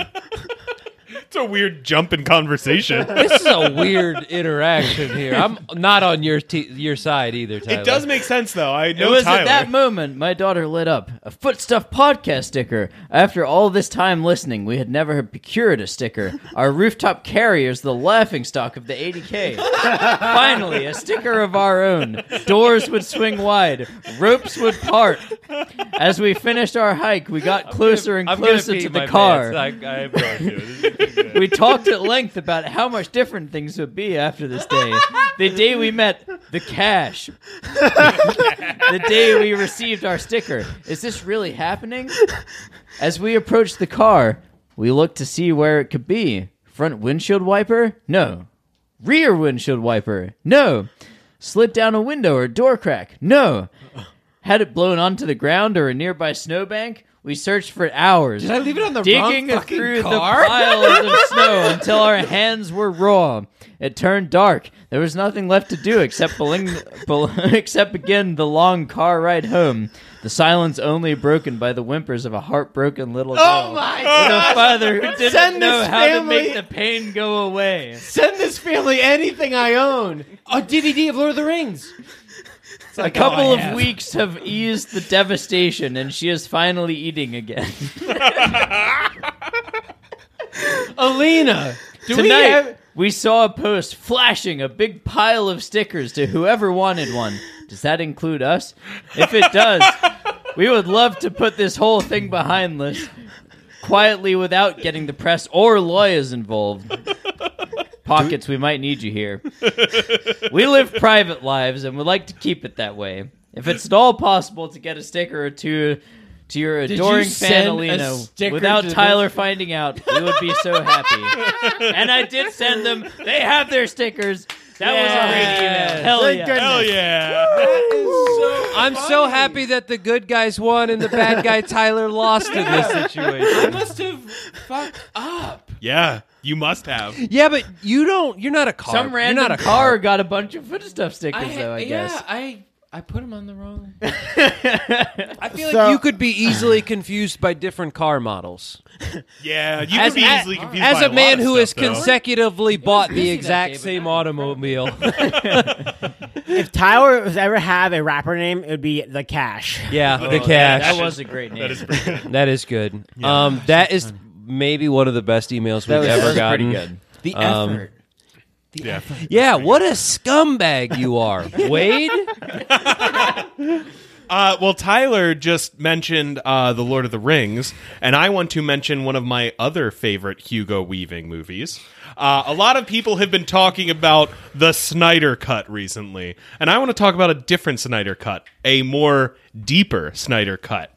It's a weird jump in conversation.
This is a weird interaction here. I'm not on your t- your side either, Tyler.
it does make sense though. I know
it was
Tyler.
at that moment my daughter lit up a footstuff podcast sticker. After all this time listening, we had never procured a sticker. Our rooftop carrier is the laughing stock of the 80k. Finally, a sticker of our own. Doors would swing wide, ropes would part. As we finished our hike, we got closer and
I'm gonna
closer
pee
to
my
the car.
pants. I, I have no idea. This is-
we talked at length about how much different things would be after this day. The day we met, the cash. the day we received our sticker. Is this really happening? As we approached the car, we looked to see where it could be. Front windshield wiper? No. Rear windshield wiper? No. Slid down a window or door crack? No. Had it blown onto the ground or a nearby snowbank? We searched for hours
Did I leave it on the
digging
wrong fucking
through
car?
the piles of snow until our hands were raw. It turned dark. There was nothing left to do except beling- bel- except begin the long car ride home. The silence only broken by the whimpers of a heartbroken little girl.
Oh my
and a
god!
father who didn't
Send
know
this
how to
family-
make the pain go away.
Send this family anything I own. A DVD of Lord of the Rings. It's
A
like oh,
couple
all I
of
have.
weeks have eased the devastation, and she is finally eating again.
Alina, do
Tonight,
we have?
we saw a post flashing a big pile of stickers to whoever wanted one. Does that include us? If it does, we would love to put this whole thing behind us quietly without getting the press or lawyers involved. Pockets, we might need you here. We live private lives and would like to keep it that way. If it's at all possible to get a sticker or two to your
you
adoring fan
send a
Alina
sticker
without
to this-
Tyler finding out, we would be so happy. and I did send them. They have their stickers. That
Yes.
was already
Thank
email. Hell yeah.
goodness.
Hell yeah!
I'm so happy that the good guys won and the bad guy Tyler lost in this situation.
I must have fucked up.
yeah, you must have.
Yeah, but you don't. You're not a car.
Some random
you're not a
car got a bunch of foodstuff stickers,
I,
though, I
yeah,
guess.
I I put him on the wrong.
I feel
So-
like you could be easily confused by different car models.
Yeah, you
As-
could be
a-
easily confused
As
by
a man
lot of
who has
stuff, though.
consecutively bought the
busy that
exact
day, but
same
I
automobile.
If Tyler was ever have a rapper name, it would be The Cash.
yeah, the
Oh, That
cash.
was a great name.
Oh, That is pretty good.
that is good. um, that is maybe one of the best emails we've ever gotten.
The
Um,
effort.
Yeah.
Yeah, what a scumbag you are, Wade.
Uh, well, Tyler just mentioned uh, the Lord of the Rings, and I want to mention one of my other favorite Hugo Weaving movies. Uh, a lot of people have been talking about the Snyder Cut recently, and I want to talk about a different Snyder Cut, a more deeper Snyder Cut.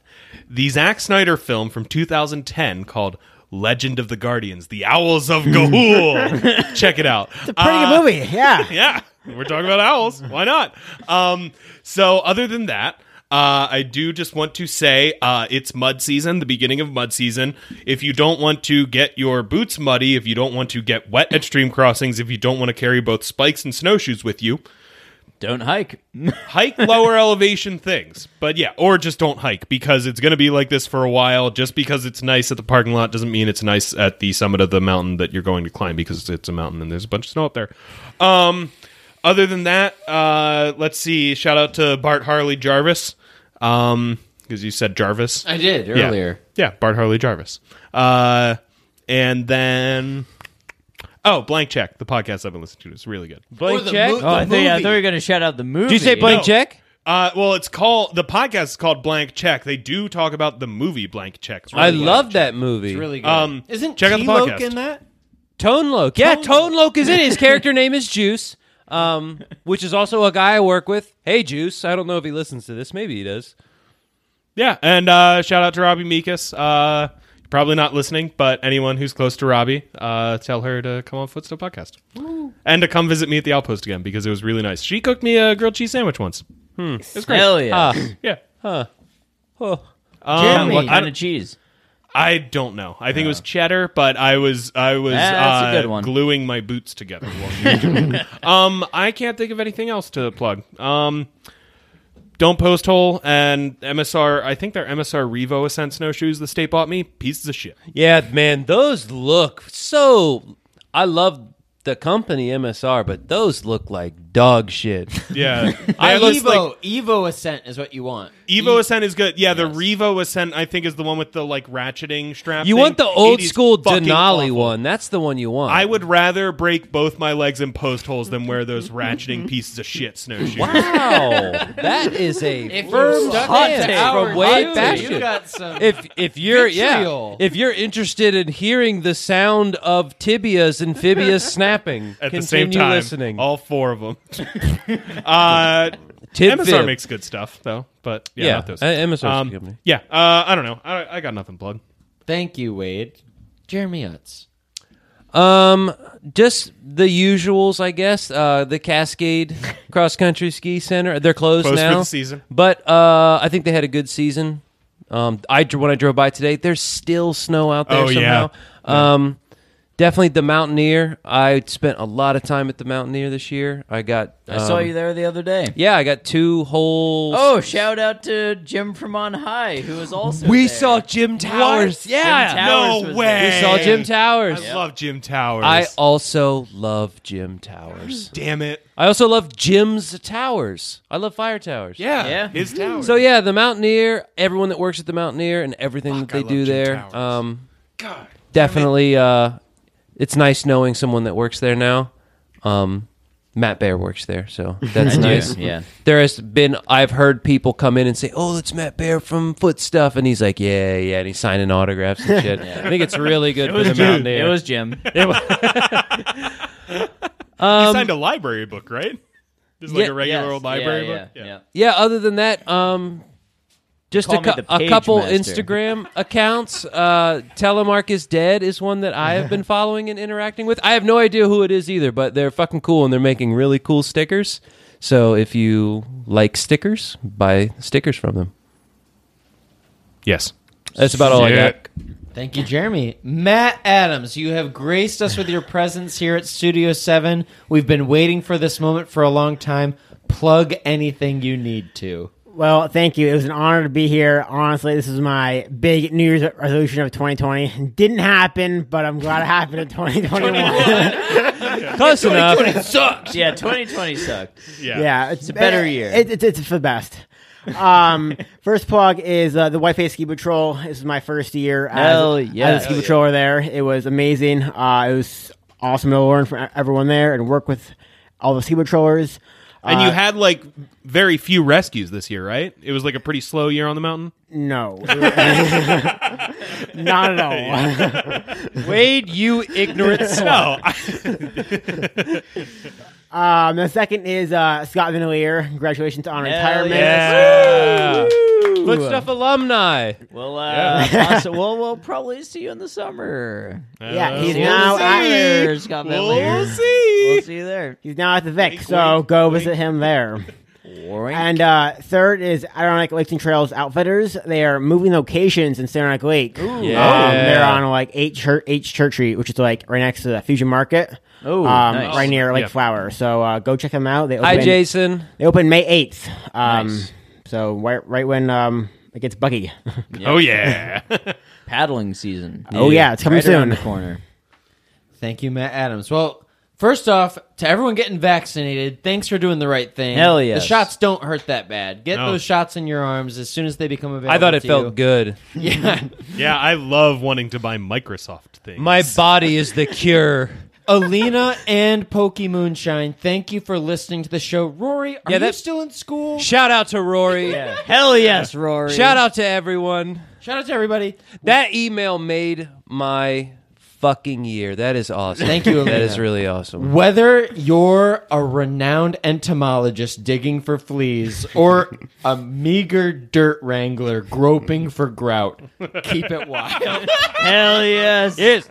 The Zack Snyder film from 2010 called Legend of the Guardians, The Owls of Gahul. Check it out. It's a
Pretty good movie, yeah.
yeah, we're talking about owls. Why not? Um, so, other than that, uh, I do just want to say uh, it's mud season, the beginning of mud season. If you don't want to get your boots muddy, if you don't want to get wet at stream crossings, if you don't want to carry both spikes and snowshoes with you,
Don't hike.
hike lower elevation things. But yeah, or just don't hike because it's going to be like this for a while. Just because it's nice at the parking lot doesn't mean it's nice at the summit of the mountain that you're going to climb because it's a mountain and there's a bunch of snow up there. Um, other than that, uh, let's see. Shout out to Bart Harley Jarvis because you said Jarvis
I did
Yeah.
earlier.
Yeah, Bart Harley Jarvis. Uh, and then Oh, Blank Check, the podcast I've been listening to. It's really good.
Blank
Or the
check.
mo-
Oh, I, think, I
movie.
thought you were going to shout out the movie.
Do you say blank
No.
check?
Uh, well, it's called the podcast is called Blank Check. They do talk about the movie Blank Check. It's really
I
good.
love that movie.
Really good.
Um,
Isn't
check out the
T-Loke
podcast.
in that?
Tone Loke. Yeah, Tone Loke is in. it. His character name is Juice, um, which is also a guy I work with. Hey, Juice. I don't know if he listens to this. Maybe he does.
Yeah, and uh, shout out to Robbie Mikas. Uh, you're probably not listening, but anyone who's close to Robbie, uh, tell her to come on Footstep Podcast and to come visit me at the Outpost again because it was really nice. She cooked me a grilled cheese sandwich once.
Hell yeah.
Ah,
Yeah, Um,
oh.
Tell me
Jeremy.
what kind of cheese?
I don't know. I think it was cheddar, but I was I was
That's a
uh,
good one.
gluing my boots together. while doing it. um, I can't think of anything else to plug. Um, don't post hole and MSR. I think they're MSR Revo Ascent snowshoes. The state bought me pieces of shit.
Yeah, man, those look so. I love the company MSR, but those look like dog shit.
Yeah,
I look
Evo,
like
Evo Ascent is what you want.
E-
Evo Ascent is good. Yeah, the Revo Ascent I think is the one with the like ratcheting strap.
you
thing.
want the old
It is
school
fucking
Denali
awful.
one. That's the one you want.
I would rather break both my legs in post holes than wear those ratcheting pieces of shit snowshoes.
Wow, that is a firm
stuck
stance
to our
from way
two,
back.
You got some.
If if you're
Vitriol.
yeah, if you're interested in hearing the sound of tibias and fibias snapping,
At
continue
the same time,
listening.
all four of them. uh,
Tib
MSR
fib.
makes good stuff though, but yeah,
Yeah,
not those.
uh, MSR 's
Um,
good company.
yeah, uh, I don't know. I, I got nothing plugged.
Thank you, Wade. Jeremy Utz.
Um, just the usuals, I guess. Uh, the Cascade Cross Country Ski Center. They're closed
Closed for
now.
the season.
But uh, I think they had a good season. Um, I dr- when I drove by today, there's still snow out there
Oh, yeah.
somehow. Um, definitely the Mountaineer. I spent a lot of time at the Mountaineer this year. I got.
I saw
um,
you there the other day.
Yeah, I got two whole.
Oh, shout out to Jim from on high, who was also
we
there.
saw Jim Towers. Yeah,
Jim Towers
no
was
way.
there.
we saw Jim Towers.
I love Jim Towers.
I also love Jim Towers.
damn it.
I also love Jim's towers. I love fire towers.
Yeah,
Yeah.
Mm-hmm.
his towers.
So yeah, the Mountaineer, everyone that works at the Mountaineer, and everything
Fuck,
that they
I
do
love Jim
there.
Towers.
Um,
God.
definitely, uh, it's nice knowing someone that works there now. Um, Matt Bear works there, so that's nice.
Yeah.
There has been I've heard people come in and say, "Oh, it's Matt Bear from Foot Stuff," and he's like, "Yeah, yeah," and he's signing autographs and shit. I think it's really good
It
for
was
the
Jim.
Mountaineer.
It was Jim.
he signed a library book, right? Just like
Um, yeah,
a regular
Yes.
old library
yeah,
book.
Yeah, yeah.
yeah other than that um just a,
Call me
cou-
the
a
page
couple
master.
instagram accounts uh telemark is dead is one that i have been following and interacting with i have no idea who it is either but they're fucking cool and they're making really cool stickers so if you like stickers buy stickers from them
Yes.
that's about all i got
Sick.
Thank you, Jeremy. Matt Adams, you have graced us with your presence here at Studio 7. We've been waiting for this moment for a long time. Plug anything you need to.
Well, thank you. It was an honor to be here. Honestly, this is my big New Year's resolution of 2020. Didn't happen, but I'm glad it happened in 2021.
close enough
sucked. Yeah, 2020 sucked.
Yeah.
yeah, it's,
a better year.
It, it, it's for the best. Um, first plug is uh, the White Face Ski Patrol. This is my first year
Hell
as,
yeah.
as a ski
Hell
patroller there. It was amazing. Uh, it was awesome to learn from e, everyone there and work with all the ski patrollers.
And
Uh,
you had like very few rescues this year, right? It was like a pretty slow year on the mountain.
No, not at all.
wade you ignorant
No, Oh, I,
Um, the second is uh, Scott Vanillier. Congratulations on retirement.
yeah Foot stuff alumni
Well, uh, possi- we'll, we'll probably see you in the summer.
Yeah, he's
We'll
now
see
at,
you there, Scott
we'll
Bentley.
see.
We'll see you there.
he's now at the Vic, so go visit him there.
Warren.
And uh, third is Adirondack Lakes and Trails Outfitters. They are moving locations in Saranac Lake.
Yeah.
Um, they're on like eight church, eight church Street, which is like right next to the Fusion Market.
Oh,
um,
nice.
right near Lake
Yeah.
Flower. So uh, go check them out. They open,
hi jason
They open May eighth. Um,
Nice.
So right, right when um, it gets buggy.
Oh yeah.
Paddling season.
Oh, yeah, it's coming
right around
soon.
the corner.
Thank you, Matt Adams. Well, first off, to everyone getting vaccinated, thanks for doing the right thing.
Hell
yeah! The
yes.
shots don't hurt that bad. Get
No.
those shots in your arms as soon as they become available.
i thought it
to
felt
you.
good
Yeah.
yeah, I love wanting to buy Microsoft things.
my body is the cure
Alina and Pokey Moonshine, thank you for listening to the show. Rory, are
Yeah,
you
that-
still in school?
Shout out to Rory.
Hell yes, Rory.
Shout out to everyone.
Shout out to everybody.
That email made my fucking year. That is awesome.
Thank you,
That
Alina.
is really awesome.
Whether you're a renowned entomologist digging for fleas or a meager dirt wrangler groping for grout, keep it wild.
Hell yes.
Yes.